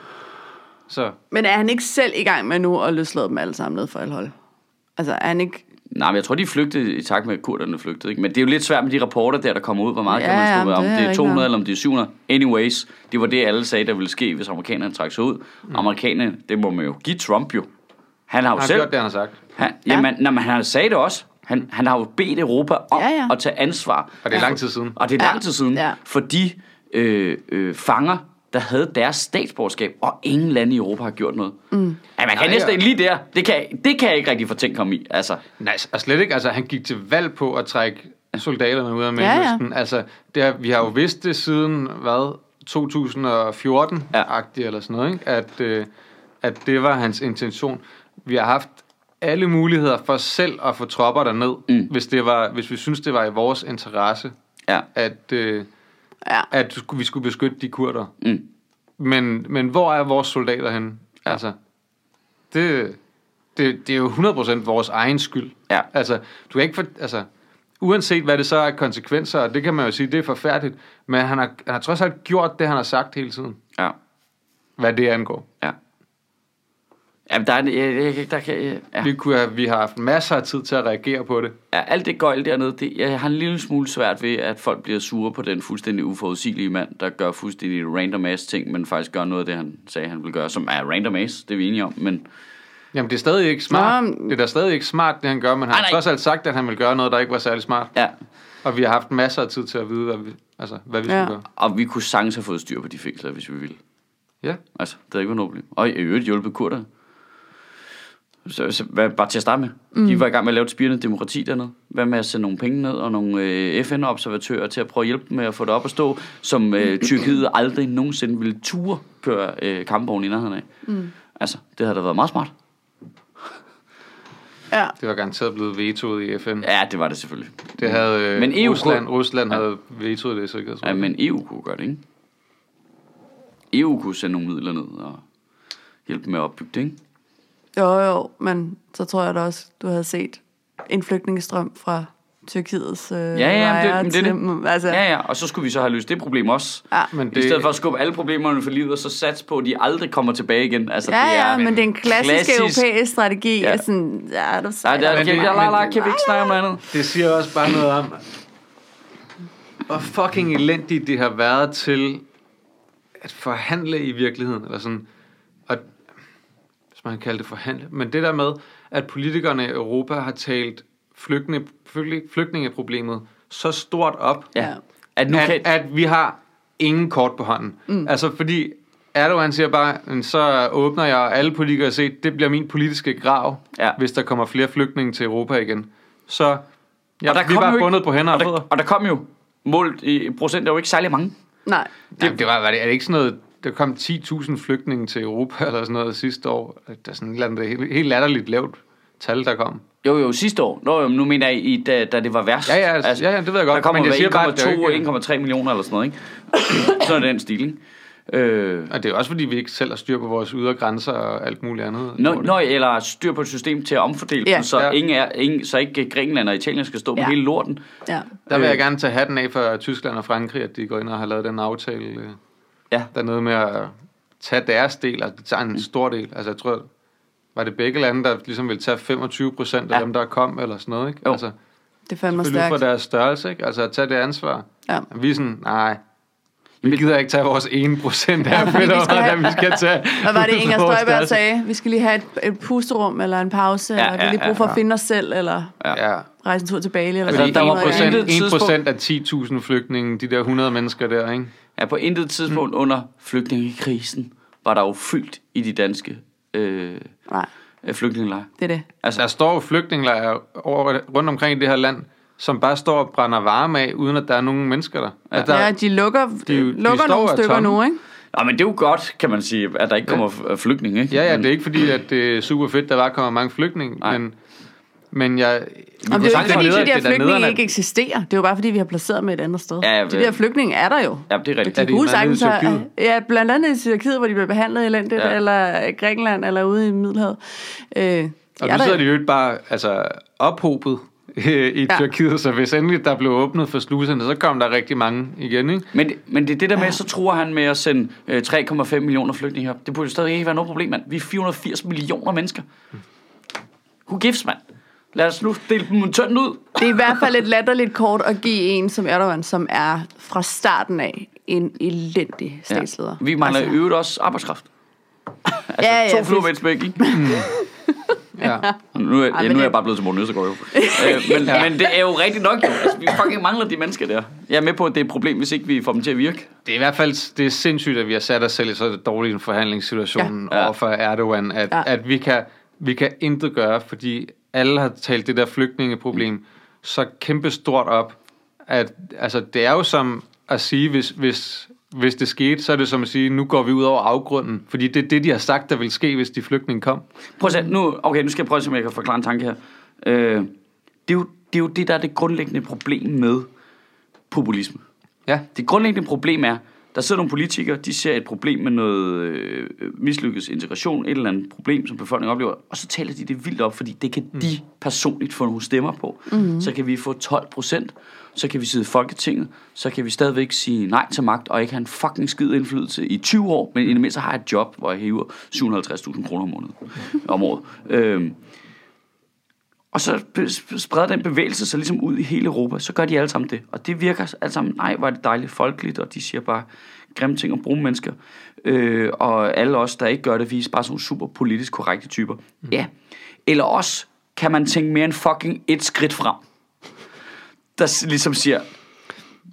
[SPEAKER 1] så
[SPEAKER 3] men er han ikke selv i gang med nu at løslade dem alle sammen ned for alkohol? Altså, er han ikke...
[SPEAKER 2] Nej, men jeg tror, de flygtede i takt med, at kurderne flygtede. Ikke? Men det er jo lidt svært med de rapporter der, der kommer ud, hvor meget
[SPEAKER 3] Ja,
[SPEAKER 2] ja, kan man
[SPEAKER 3] ja,
[SPEAKER 2] stå ved, om
[SPEAKER 3] det er
[SPEAKER 2] det er
[SPEAKER 3] rigtig
[SPEAKER 2] 200
[SPEAKER 3] nok.
[SPEAKER 2] eller om det er 700. Anyways, det var det, alle sagde, der ville ske, hvis amerikanerne trak sig ud. Mm. Amerikanerne, det må man jo give Trump jo. Han har jo
[SPEAKER 1] han har
[SPEAKER 2] selv...
[SPEAKER 1] gjort det, han har sagt.
[SPEAKER 2] Han, jamen, ja. jamen, han sagde det også. Han, han har jo bedt Europa om
[SPEAKER 3] Ja,
[SPEAKER 2] ja,
[SPEAKER 3] ja.
[SPEAKER 2] ja. at tage ansvar.
[SPEAKER 1] Og det er lang tid siden.
[SPEAKER 2] Og det er
[SPEAKER 3] Ja.
[SPEAKER 2] lang tid siden.
[SPEAKER 3] Ja.
[SPEAKER 2] Ja. For de øh, øh, fanger, der havde deres statsborgerskab, og ingen lande i Europa har gjort noget. Mm. Ja, man kan
[SPEAKER 1] ja.
[SPEAKER 2] næsten lige der. Det kan, det kan jeg ikke rigtig fortænke ham i. Altså,
[SPEAKER 1] Nej, og slet ikke. Altså, han gik til valg på at trække soldaterne ud af
[SPEAKER 3] Ja, Mm. ja.
[SPEAKER 1] Mellemøsten. Ja, ja. Altså, det har, vi har jo vidst det siden, hvad, 2014-agtigt eller sådan noget, ikke? At, øh, at det var hans intention. Vi har haft alle muligheder for selv at få tropper derned, mm. hvis, det var, hvis vi synes det var i vores interesse,
[SPEAKER 2] ja.
[SPEAKER 1] at, øh,
[SPEAKER 3] Ja.
[SPEAKER 1] at sku- vi skulle beskytte de kurder.
[SPEAKER 2] Mm.
[SPEAKER 1] Men, men hvor er vores soldater henne? Ja. Altså, det, det, det er jo 100% vores egen skyld.
[SPEAKER 2] Ja.
[SPEAKER 1] Altså, du kan ikke for, altså, uanset hvad det så er konsekvenser, og det kan man jo sige, det er forfærdeligt, men han har, han har trods alt gjort det, han har sagt hele tiden,
[SPEAKER 2] Ja,
[SPEAKER 1] hvad det angår.
[SPEAKER 2] ja. Jamen, der er, en- jeg, jeg, jeg- der kan, jeg- ja.
[SPEAKER 1] Vi, kunne have, vi har haft masser af tid til at reagere på det.
[SPEAKER 2] ja, alt det gøjl dernede, det, jeg har en lille smule svært ved, at folk bliver sure på den fuldstændig uforudsigelige mand, der gør fuldstændig random ass ting, men faktisk gør noget af det, han sagde, han ville gøre, som er random ass, det er vi enige om, men
[SPEAKER 1] Jamen, det er stadig ikke smart.
[SPEAKER 3] Nå,
[SPEAKER 1] Nå,
[SPEAKER 3] men-
[SPEAKER 1] det er da stadig ikke smart, det han gør, men han
[SPEAKER 2] Nej,
[SPEAKER 1] har
[SPEAKER 2] nej.
[SPEAKER 1] trods alt sagt, at han vil gøre noget, der ikke var særlig smart.
[SPEAKER 2] ja,
[SPEAKER 1] Og vi har haft masser af tid til at vide, hvad vi, altså, hvad vi
[SPEAKER 3] Ja.
[SPEAKER 1] ja. skulle gøre.
[SPEAKER 2] og vi kunne sagtens have fået styr på de fængsler, hvis vi ville.
[SPEAKER 1] Ja.
[SPEAKER 2] Altså, det er ikke noget problem. Og i øvrigt hjulpet kurder. så, så, hvad, bare til at starte med. Mm. De var i gang med at lave et spirende demokrati dernede. Hvad med at sende nogle penge ned og nogle øh, FN-observatører til at prøve at hjælpe dem med at få det op at stå, som øh, Tyrkiet aldrig nogensinde ville ture køre øh, kampvogn i nærheden af. Mm. Altså, det havde da været meget smart.
[SPEAKER 3] Ja.
[SPEAKER 1] Det var garanteret blevet vetoet i FN.
[SPEAKER 2] Ja, det var det selvfølgelig.
[SPEAKER 1] Det havde øh,
[SPEAKER 2] Men E
[SPEAKER 1] men
[SPEAKER 2] EU
[SPEAKER 1] Rusland,
[SPEAKER 2] kunne-
[SPEAKER 1] Rusland havde vetoet det i sikkerhedsrådet.
[SPEAKER 2] Ja, men EU kunne gøre det, ikke? EU kunne sende nogle midler ned og hjælpe dem med at opbygge det, ikke?
[SPEAKER 3] Jo, jo, men så tror jeg da også, du havde set en flygtningestrøm fra Tyrkiets øh, ja,
[SPEAKER 2] men
[SPEAKER 3] lejre
[SPEAKER 2] men det er
[SPEAKER 3] til,
[SPEAKER 2] det.
[SPEAKER 3] Altså,
[SPEAKER 2] Ja, ja, og så skulle vi så have løst det problem også.
[SPEAKER 3] Ja.
[SPEAKER 1] Men
[SPEAKER 2] I
[SPEAKER 1] det-
[SPEAKER 2] stedet for at skubbe alle problemerne for livet, og så satse på, at de aldrig kommer tilbage igen. Altså,
[SPEAKER 3] Ja,
[SPEAKER 2] det er,
[SPEAKER 3] ja, men det er en klassisk, europæisk strategi.
[SPEAKER 2] Ja.
[SPEAKER 3] Ja. Sådan, ja, du
[SPEAKER 2] Nej,
[SPEAKER 3] sejler
[SPEAKER 2] det er,
[SPEAKER 3] for
[SPEAKER 2] kan, vi-
[SPEAKER 1] men-
[SPEAKER 2] la,
[SPEAKER 3] meget.
[SPEAKER 2] la, la, kan vi ikke snakke om andet?
[SPEAKER 1] Det siger også bare noget om, hvor fucking elendigt det har været til at forhandle i virkeligheden. Eller sådan. Og, hvis man kan kalde det forhandle. Men det der med, at politikerne i Europa har talt flygtninge, flygtninge- flygtningeproblemet så stort op,
[SPEAKER 2] Ja. At nu
[SPEAKER 1] at,
[SPEAKER 2] kan,
[SPEAKER 1] at vi har ingen kort på hånden. Mm. Altså fordi Erdogan siger bare, "Men så åbner jeg og alle politikere se, det bliver min politiske grav,
[SPEAKER 2] Ja.
[SPEAKER 1] ja. hvis der kommer flere flygtninge til Europa igen. Så ja,
[SPEAKER 2] og der
[SPEAKER 1] vi
[SPEAKER 2] kom
[SPEAKER 1] var
[SPEAKER 2] jo ikke-
[SPEAKER 1] bundet på hænder og
[SPEAKER 2] og der,
[SPEAKER 1] fødder.
[SPEAKER 2] og der kom jo målt i procent, der er jo ikke særlig mange.
[SPEAKER 3] Nej.
[SPEAKER 1] Det, Jamen, det var, var det, er det ikke sådan noget, der kom 10.000 flygtninge til Europa eller sådan noget sidste år? Det er sådan et eller andet helt, helt latterligt lavt tal, der kom.
[SPEAKER 2] Jo, jo, sidste år. Nå, jo, men nu mener jeg, i, da, da det var værst. Altså,
[SPEAKER 1] Ja, ja, ja, ja, det ved jeg godt,
[SPEAKER 2] Der kommer
[SPEAKER 1] men jeg siger bare, at det er jo ikke-
[SPEAKER 2] 1,2 1,3 millioner eller sådan noget, ikke? sådan er den stil, ikke? Øh,
[SPEAKER 1] Og det er også fordi, vi ikke selv har styr på vores ydre grænser og alt muligt andet.
[SPEAKER 2] Nå, nå, eller styr på et system til at omfordele ja.
[SPEAKER 3] Ja.
[SPEAKER 2] dem, så, ja.
[SPEAKER 1] Ja.
[SPEAKER 2] ingen er, ingen, så ikke Grækenland og Italien skal stå med
[SPEAKER 3] Ja.
[SPEAKER 2] hele lorten.
[SPEAKER 3] Ja.
[SPEAKER 1] Der vil jeg
[SPEAKER 2] Øh.
[SPEAKER 1] gerne tage hatten af for Tyskland og Frankrig, at de går ind og har lavet den aftale øh,
[SPEAKER 2] Ja. Mm.
[SPEAKER 1] dernede med at tage deres del, altså de tager en stor del. Altså jeg tror, var det begge lande, der ligesom ville tage 25 procent af
[SPEAKER 2] Ja.
[SPEAKER 1] dem, der kom, eller sådan noget, ikke?
[SPEAKER 2] Jo.
[SPEAKER 1] Altså,
[SPEAKER 3] Det er fandme
[SPEAKER 1] det er for
[SPEAKER 3] stærkt.
[SPEAKER 1] deres størrelse, ikke? Altså at tage det ansvar.
[SPEAKER 3] Ja.
[SPEAKER 1] Vi er sådan, nej, vi gider ikke tage vores 1 procent af
[SPEAKER 3] fordi vi skal
[SPEAKER 1] fedtåret,
[SPEAKER 3] have-
[SPEAKER 1] vi skal tage.
[SPEAKER 3] Hvad var det, Inger
[SPEAKER 1] vores
[SPEAKER 3] Støjberg
[SPEAKER 1] størrelse.
[SPEAKER 3] sagde? Vi skal lige have et, et pusterum eller en pause, ja, eller vi
[SPEAKER 2] ja,
[SPEAKER 3] har lige
[SPEAKER 2] ja,
[SPEAKER 3] brug for
[SPEAKER 1] ja.
[SPEAKER 3] at finde os selv, eller
[SPEAKER 1] Ja.
[SPEAKER 3] rejse en tur til Bali. Eller
[SPEAKER 2] Altså,
[SPEAKER 1] Fordi
[SPEAKER 3] sådan
[SPEAKER 2] der var
[SPEAKER 3] noget, ja.
[SPEAKER 2] intet
[SPEAKER 1] 1
[SPEAKER 2] tidspunkt-
[SPEAKER 1] procent af 10.000 flygtninge, de der 100 mennesker der, ikke?
[SPEAKER 2] Ja, på intet tidspunkt mm. under flygtningekrisen var der jo fyldt i de danske øh,
[SPEAKER 3] Nej,
[SPEAKER 2] øh, flygtningelejre.
[SPEAKER 3] det er det.
[SPEAKER 1] Altså, der står jo flygtningelejre over, rundt omkring i det her land, som bare står og brænder varme af, uden at der er nogen mennesker der. Altså, Ja. At der
[SPEAKER 3] Ja, de lukker, de,
[SPEAKER 1] de
[SPEAKER 3] lukker
[SPEAKER 1] står
[SPEAKER 3] nogle
[SPEAKER 1] og er
[SPEAKER 3] stykker
[SPEAKER 1] tomme.
[SPEAKER 3] nu, ikke?
[SPEAKER 2] Nå, men det er jo godt, kan man sige, at der ikke kommer ja. flygtninge, ikke?
[SPEAKER 1] ja, ja, det er ikke fordi, at det er super fedt, der bare kommer mange flygtninge,
[SPEAKER 2] Nej.
[SPEAKER 1] men, men jeg...
[SPEAKER 3] Jamen, det er jo ikke, fordi
[SPEAKER 1] nederen-
[SPEAKER 3] de der
[SPEAKER 1] det er da nederen,
[SPEAKER 3] flygtninge
[SPEAKER 1] at-
[SPEAKER 3] ikke eksisterer. Det er jo bare, fordi vi har placeret dem et andet sted.
[SPEAKER 2] Ja, ja,
[SPEAKER 3] de
[SPEAKER 2] vel.
[SPEAKER 3] der flygtninge er der jo.
[SPEAKER 2] Ja, det er rigtigt.
[SPEAKER 1] Er det
[SPEAKER 3] De kunne
[SPEAKER 1] blandt andet
[SPEAKER 3] sagtens
[SPEAKER 1] i
[SPEAKER 3] have,
[SPEAKER 1] Tyrkiet?
[SPEAKER 3] ja, blandt andet i Tyrkiet, hvor de blev behandlet elendigt,
[SPEAKER 2] Ja.
[SPEAKER 3] ja. eller i Grækenland, eller ude i Middelhavet. Øh, de
[SPEAKER 1] Og
[SPEAKER 3] er
[SPEAKER 1] nu
[SPEAKER 3] der
[SPEAKER 1] sidder
[SPEAKER 3] jo.
[SPEAKER 1] de jo ikke bare altså, ophobet øh, i
[SPEAKER 3] Ja.
[SPEAKER 1] Tyrkiet, så hvis endelig der blev åbnet for sluserne, så kom der rigtig mange igen, ikke?
[SPEAKER 2] Men, men det er det der med, så tror han med at sende øh, 3,5 millioner flygtninge herop. Det burde jo stadig ikke være noget problem, mand. Vi er 480 millioner mennesker. Who gives, mand? Lad os nu dele dem tynd ud.
[SPEAKER 3] Det er i hvert fald et latterligt kort at give en som Erdogan, som er fra starten af en elendig statsleder.
[SPEAKER 2] Vi mangler altså.
[SPEAKER 3] altså,
[SPEAKER 2] øvrigt også arbejdskraft. altså,
[SPEAKER 3] Ja, ja,
[SPEAKER 2] to fluer med et smæk, ikke?
[SPEAKER 1] Ja.
[SPEAKER 2] Nu er, ja,
[SPEAKER 3] men
[SPEAKER 2] nu er jeg
[SPEAKER 3] det-
[SPEAKER 2] bare blevet til Morten Østergaard, jo. øh, men, ja. men det er jo rigtigt nok, jo. Altså, vi fucking mangler de mennesker der. Jeg er med på, at det er et problem, hvis ikke vi får dem til at virke.
[SPEAKER 1] Det er i hvert fald det er sindssygt, at vi har sat os selv i så dårlig en forhandlingssituation
[SPEAKER 2] Ja.
[SPEAKER 1] ja.
[SPEAKER 2] Ja.
[SPEAKER 1] over for Erdogan, at,
[SPEAKER 3] Ja.
[SPEAKER 1] ja. at vi, kan, vi kan intet gøre, fordi alle har talt det der flygtningeproblem så kæmpestort op, at altså, det er jo som at sige, hvis, hvis, hvis det skete, så er det som at sige, nu går vi ud over afgrunden, fordi det er det, de har sagt, der ville ske, hvis de flygtninge kom.
[SPEAKER 2] Prøv at se, nu, okay, nu skal jeg prøve at se, om jeg kan forklare en tanke her. Øh, det, er jo, det er jo det, der er det grundlæggende problem med populisme.
[SPEAKER 1] Ja,
[SPEAKER 2] Det grundlæggende problem er, der sidder nogle politikere, de ser et problem med noget øh, mislykket integration, et eller andet problem, som befolkningen oplever, og så taler de det vildt op, fordi det kan mm. de personligt få nogle stemmer på. Mm. Så kan vi få 12 procent, så kan vi sidde i Folketinget, så kan vi stadigvæk sige nej til magt, og ikke have en fucking skid indflydelse i 20 år, men i det mindste har jeg et job, hvor jeg hæver 750.000 kroner om måneden om året. Øhm, og så sp- spreder den bevægelse sig ligesom ud i hele Europa. Så gør de alle sammen det. Og det virker alle sammen, nej, hvor er det dejligt folkeligt, og de siger bare grimme ting om brune mennesker. Øh, og alle os, der ikke gør det, vi er bare sådan nogle super politisk korrekte typer. Mm. Ja. Eller også kan man tænke mere end fucking et skridt frem. Der s- ligesom siger,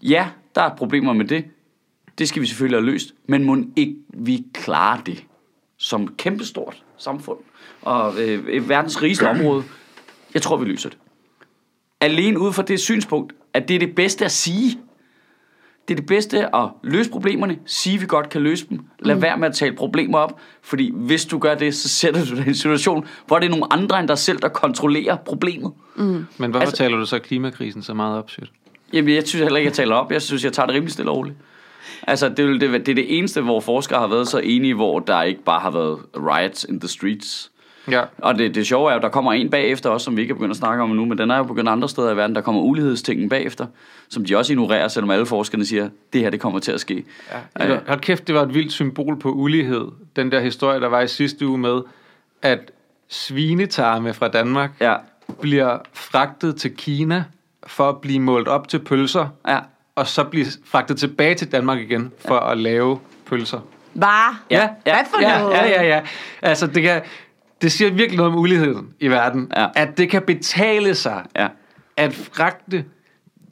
[SPEAKER 2] ja, der er problemer med det. Det skal vi selvfølgelig have løst, men må ikke vi klare det? som kæmpestort samfund og øh, et verdens rigeste område. Jeg tror, vi løser det. Alene ud fra det synspunkt, at det er det bedste at sige. Det er det bedste at løse problemerne, sige, at vi godt kan løse dem. Lad være med at tale problemer op, fordi hvis du gør det, så sætter du dig i en situation, hvor det er nogle andre end dig selv, der kontrollerer problemet.
[SPEAKER 1] Men hvorfor
[SPEAKER 2] Altså-
[SPEAKER 1] altså, taler du så klimakrisen så meget op, Sjøt?
[SPEAKER 2] Jamen, jeg synes heller ikke, jeg taler op. Jeg synes, jeg tager det rimelig stille og roligt. Altså, det, er jo det, det er det eneste, hvor forskere har været så enige, hvor der ikke bare har været riots in the streets.
[SPEAKER 1] Ja.
[SPEAKER 2] Og det, det sjove er jo, der kommer en bagefter også, som vi ikke er begyndt at snakke om nu, men den er jo begyndt andre steder i verden. Der kommer ulighedstingen bagefter, som de også ignorerer, selvom alle forskerne siger, det her det kommer til at ske. Øh,
[SPEAKER 1] Ja. Det var, hold kæft, det var et vildt symbol på ulighed. Den der historie, der var i sidste uge med, at svinetarme fra Danmark
[SPEAKER 2] Ja,
[SPEAKER 1] bliver fragtet til Kina for at blive målt op til pølser,
[SPEAKER 2] ja.
[SPEAKER 1] og så blive fragtet tilbage til Danmark igen for at lave pølser.
[SPEAKER 3] Var?
[SPEAKER 2] Ja, ja,
[SPEAKER 3] Hvad for
[SPEAKER 1] Ja,
[SPEAKER 3] noget?
[SPEAKER 1] ja, ja, ja. Altså, det, kan, det siger virkelig noget om uligheden i verden.
[SPEAKER 2] Ja.
[SPEAKER 1] At det kan betale sig
[SPEAKER 2] Ja.
[SPEAKER 1] at fragte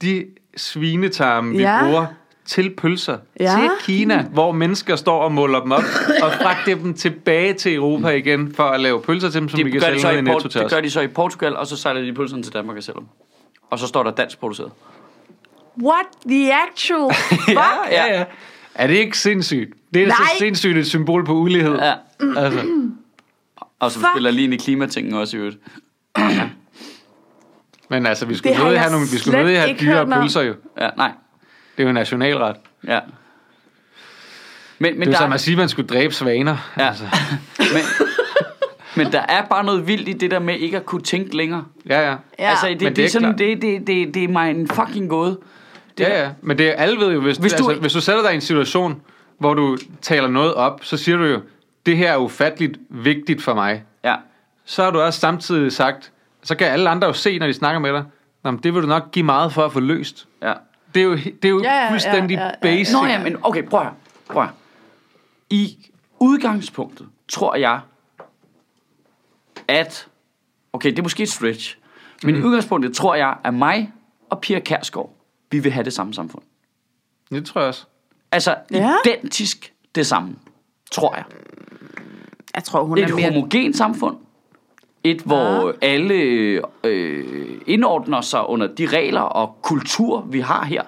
[SPEAKER 1] de svinetarme, vi
[SPEAKER 3] Ja.
[SPEAKER 1] bruger, til pølser,
[SPEAKER 3] Ja.
[SPEAKER 1] til Kina, hvor mennesker står og måler dem op, og fragter dem tilbage til Europa igen, for at lave pølser til dem, som vi
[SPEAKER 2] Det,
[SPEAKER 1] kan
[SPEAKER 2] gør
[SPEAKER 1] sælge
[SPEAKER 2] de, så
[SPEAKER 1] ned i
[SPEAKER 2] i
[SPEAKER 1] Netto
[SPEAKER 2] Port-
[SPEAKER 1] til
[SPEAKER 2] det
[SPEAKER 1] os.
[SPEAKER 2] gør de så i Portugal, og så sejler de pølserne til Danmark og sælger dem. Og så står der dansk produceret.
[SPEAKER 3] What the actual fuck?
[SPEAKER 2] Ja, ja, ja.
[SPEAKER 1] Er det ikke sindssygt? Det er
[SPEAKER 3] Nej.
[SPEAKER 1] så sindssygt et symbol på ulighed.
[SPEAKER 2] ja.
[SPEAKER 1] Altså.
[SPEAKER 2] Og så
[SPEAKER 3] Fuck.
[SPEAKER 2] spiller lige ind i klimatingen også i øvrigt.
[SPEAKER 1] Men altså, vi skulle
[SPEAKER 3] Det har
[SPEAKER 1] nødig
[SPEAKER 3] jeg
[SPEAKER 1] have, nogle, vi skulle
[SPEAKER 3] slet
[SPEAKER 1] nødig have
[SPEAKER 3] ikke hørt
[SPEAKER 1] dyre
[SPEAKER 3] noget om.
[SPEAKER 1] pølser jo.
[SPEAKER 2] Ja, nej.
[SPEAKER 1] Det er jo en nationalret.
[SPEAKER 2] Ja. Men, men
[SPEAKER 1] Det er jo altså.
[SPEAKER 2] der,
[SPEAKER 1] som at sige, at man skulle dræbe svaner.
[SPEAKER 2] Ja. men, men der er bare noget vildt i det der med ikke at kunne tænke længere.
[SPEAKER 1] Ja, ja.
[SPEAKER 3] Ja.
[SPEAKER 2] Altså, det,
[SPEAKER 1] Men
[SPEAKER 2] det,
[SPEAKER 1] det er
[SPEAKER 2] det, er sådan,
[SPEAKER 1] klart.
[SPEAKER 2] det, det, det, det er mig en fucking gåde.
[SPEAKER 1] Det ja, ja. Men det er alle ved jo, hvis, hvis,
[SPEAKER 2] Hvis du-
[SPEAKER 1] du, altså, hvis du sætter dig i en situation, hvor du taler noget op, så siger du jo, det her er ufatteligt vigtigt for mig.
[SPEAKER 2] Ja.
[SPEAKER 1] Så har du også samtidig sagt, så kan alle andre jo se, når de snakker med dig, Nå, men det vil du nok give meget for at få løst.
[SPEAKER 2] ja.
[SPEAKER 1] Det er jo, he- det er jo ja, ja, fuldstændig ja, ja, ja. basic.
[SPEAKER 2] Nå ja, men okay, prøv at høre. Prøv at høre. I udgangspunktet tror jeg, at... Okay, det er måske et stretch. Men
[SPEAKER 1] Mm.
[SPEAKER 2] i udgangspunktet tror jeg, at mig og Pia Kærsgaard, vi vil have det samme samfund.
[SPEAKER 1] Det tror jeg også.
[SPEAKER 2] Altså,
[SPEAKER 3] Ja.
[SPEAKER 2] identisk det samme, tror jeg.
[SPEAKER 3] Jeg Ah. tror, hun
[SPEAKER 2] Et
[SPEAKER 3] er mere...
[SPEAKER 2] homogent samfund. Et, hvor alle øh, indordner sig under de regler og kultur, vi har her.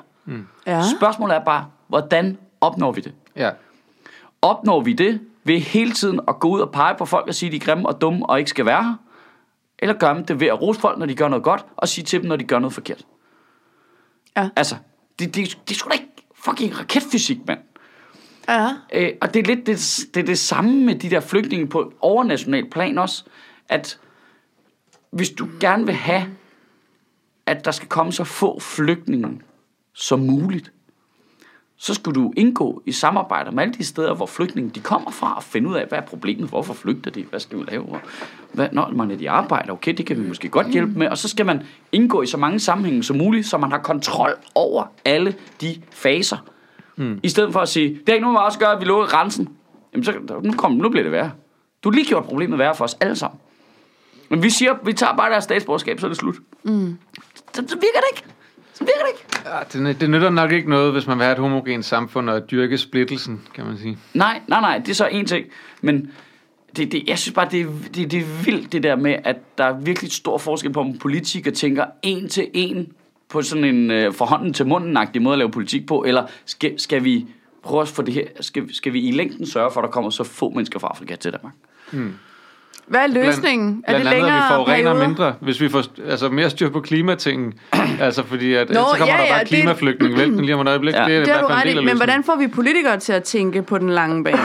[SPEAKER 3] Ja.
[SPEAKER 2] Spørgsmålet er bare, hvordan opnår vi det?
[SPEAKER 1] Ja.
[SPEAKER 2] Opnår vi det ved hele tiden at gå ud og pege på folk og sige, de er grimme og dumme og ikke skal være her? Eller gør man det ved at rose folk, når de gør noget godt, og sige til dem, når de gør noget forkert?
[SPEAKER 3] Ja.
[SPEAKER 2] Altså, det, det, det er sgu da ikke fucking raketfysik, mand.
[SPEAKER 3] ja.
[SPEAKER 2] Øh, og det er lidt det, det, er det samme med de der flygtninge på overnational plan også, at hvis du gerne vil have, at der skal komme så få flygtninge som muligt, så skulle du indgå i samarbejder med alle de steder, hvor flygtninge de kommer fra, og finde ud af, hvad er problemet, hvorfor flygter de, hvad skal vi lave, og hvad, når man er de arbejder, okay, det kan vi måske godt hjælpe med, og så skal man indgå i så mange sammenhænge som muligt, så man har kontrol over alle de faser. Mm. I stedet for at sige, det er ikke noget, man også gør, at vi lukker grænsen. Jamen, så, nu, kom, nu bliver det værre. Du har lige gjort problemet værre for os alle sammen. Men vi siger, vi tager bare deres statsborgerskab, så er det slut. Mm. Så, så virker det ikke. Så virker det ikke.
[SPEAKER 1] ja det, det nytter nok ikke noget, hvis man vil have et homogent samfund og dyrke splittelsen, kan man sige.
[SPEAKER 2] Nej, nej, nej, det er så en ting. Men det, det, jeg synes bare, det, er- det, det er vildt det der med, at der er virkelig stor forskel på, om politikere tænker en til en på sådan en øh, forhånden til munden agtig måde at lave politik på, eller skal, skal vi prøve at få det her, skal, skal vi i længden sørge for, at der kommer så få mennesker fra Afrika til Danmark?
[SPEAKER 3] Hvad er løsningen? er det
[SPEAKER 1] blandt andet,
[SPEAKER 3] længere
[SPEAKER 1] at vi forurener
[SPEAKER 3] perioder?
[SPEAKER 1] mindre, hvis vi får altså, mere styr på klimatingen. altså, fordi at, Nå, så kommer
[SPEAKER 3] ja,
[SPEAKER 1] der
[SPEAKER 3] ja,
[SPEAKER 1] bare
[SPEAKER 3] det-
[SPEAKER 1] klimaflygtning. Vælten lige om et øjeblik.
[SPEAKER 2] Ja.
[SPEAKER 1] Ja. Det er
[SPEAKER 3] Det har du ret
[SPEAKER 1] i.
[SPEAKER 3] i, men hvordan får vi politikere til at tænke på den lange bane?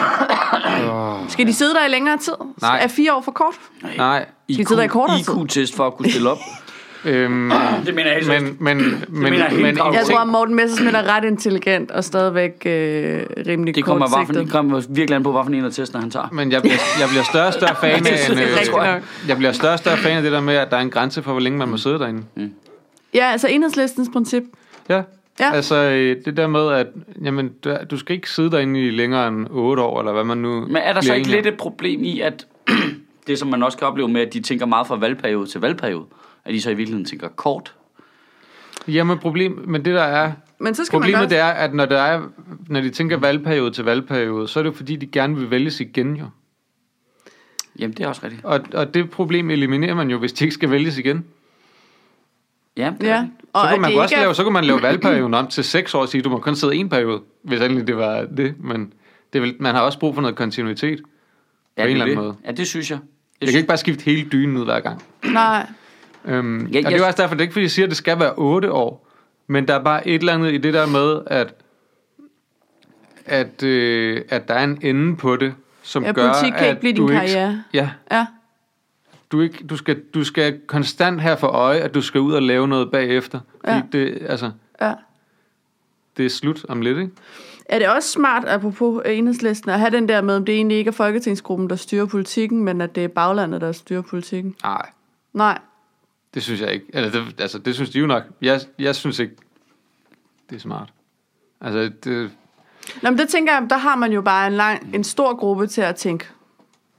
[SPEAKER 3] Skal de sidde der i længere tid?
[SPEAKER 1] Nej.
[SPEAKER 3] Er fire år for kort?
[SPEAKER 1] Nej.
[SPEAKER 3] vi sidde der i kortere tid?
[SPEAKER 2] IQ-test for at kunne stille op.
[SPEAKER 1] Øhm,
[SPEAKER 2] det mener jeg helt
[SPEAKER 1] men, men, men,
[SPEAKER 2] mener jeg helt
[SPEAKER 1] men,
[SPEAKER 2] klart.
[SPEAKER 3] Jeg
[SPEAKER 2] Ting.
[SPEAKER 3] tror, at Morten Messersmith er ret intelligent og stadigvæk øh, rimelig
[SPEAKER 2] Det kommer, bare for, det
[SPEAKER 3] kortsigtet.
[SPEAKER 2] kommer virkelig an på, hvilken en af testene han tager.
[SPEAKER 1] men jeg, bliver, jeg bliver større og større fan af, en,
[SPEAKER 3] Det er
[SPEAKER 1] øh,
[SPEAKER 3] rigtigt nok.
[SPEAKER 1] jeg bliver større og større fan af det der med, at der er en grænse for, hvor længe man må sidde derinde.
[SPEAKER 3] Ja, altså enhedslistens princip.
[SPEAKER 1] Ja.
[SPEAKER 3] Ja.
[SPEAKER 1] ja. Altså, øh, det der med, at jamen, du, du skal ikke sidde derinde i længere end 8 år, eller hvad man nu
[SPEAKER 2] Men er der så
[SPEAKER 1] bliver
[SPEAKER 2] ikke
[SPEAKER 1] enige om.
[SPEAKER 2] lidt et problem i, at det, som man også kan opleve med, at de tænker meget fra valgperiode til valgperiode, at de så i virkeligheden tænker kort?
[SPEAKER 1] Jamen, problem, men det der er,
[SPEAKER 3] Men så skal man
[SPEAKER 1] Problemet
[SPEAKER 3] gøre-
[SPEAKER 1] det er, at når, der er, når de tænker valgperiode til valgperiode, så er det jo fordi, de gerne vil vælges igen jo.
[SPEAKER 2] Jamen, det er også rigtigt.
[SPEAKER 1] Og, og det problem eliminerer man jo, hvis de ikke skal vælges igen.
[SPEAKER 2] Ja, det er
[SPEAKER 3] Ja.
[SPEAKER 2] rigtigt.
[SPEAKER 1] Så kunne,
[SPEAKER 3] at
[SPEAKER 1] man
[SPEAKER 3] det
[SPEAKER 1] kunne
[SPEAKER 3] ikke
[SPEAKER 1] også
[SPEAKER 3] er-
[SPEAKER 1] lave, så kunne man lave valgperioden om til seks år og sige, du må kun sidde en periode, hvis endelig det var det. Men det er vel, man har også brug for noget kontinuitet på
[SPEAKER 2] Ja,
[SPEAKER 1] en
[SPEAKER 2] det er
[SPEAKER 1] eller anden
[SPEAKER 2] det.
[SPEAKER 1] måde.
[SPEAKER 2] Ja, det synes jeg. Jeg,
[SPEAKER 1] Jeg kan ikke bare skifte hele dynen ud hver gang.
[SPEAKER 3] Nej.
[SPEAKER 1] Øhm,
[SPEAKER 2] jeg-
[SPEAKER 1] og det er jo også derfor, det er ikke fordi, jeg siger, at det skal være 8 år, men der er bare et eller andet i det der med, at, at, øh, at der er en ende på det, som
[SPEAKER 3] Ja,
[SPEAKER 1] gør,
[SPEAKER 3] politik kan
[SPEAKER 1] at
[SPEAKER 3] ikke blive
[SPEAKER 1] du
[SPEAKER 3] din
[SPEAKER 1] Ikke,
[SPEAKER 3] karriere.
[SPEAKER 1] ja,
[SPEAKER 3] Ja.
[SPEAKER 1] du, ikke, du, skal, du skal konstant have for øje, at du skal ud og lave noget bagefter. Fordi
[SPEAKER 3] Ja.
[SPEAKER 1] det, altså,
[SPEAKER 3] Ja.
[SPEAKER 1] det er slut om lidt, ikke?
[SPEAKER 3] Er det også smart, apropos øh, enhedslisten, at have den der med, om det egentlig ikke er Folketingsgruppen, der styrer politikken, men at det er baglandet, der styrer politikken?
[SPEAKER 1] Nej,
[SPEAKER 3] Nej.
[SPEAKER 1] det synes jeg ikke. Eller det, altså, det synes de jo nok. Jeg, jeg synes ikke, det er smart. Altså, det,
[SPEAKER 3] Nå, men det tænker jeg, der har man jo bare en, lang, en stor gruppe til at tænke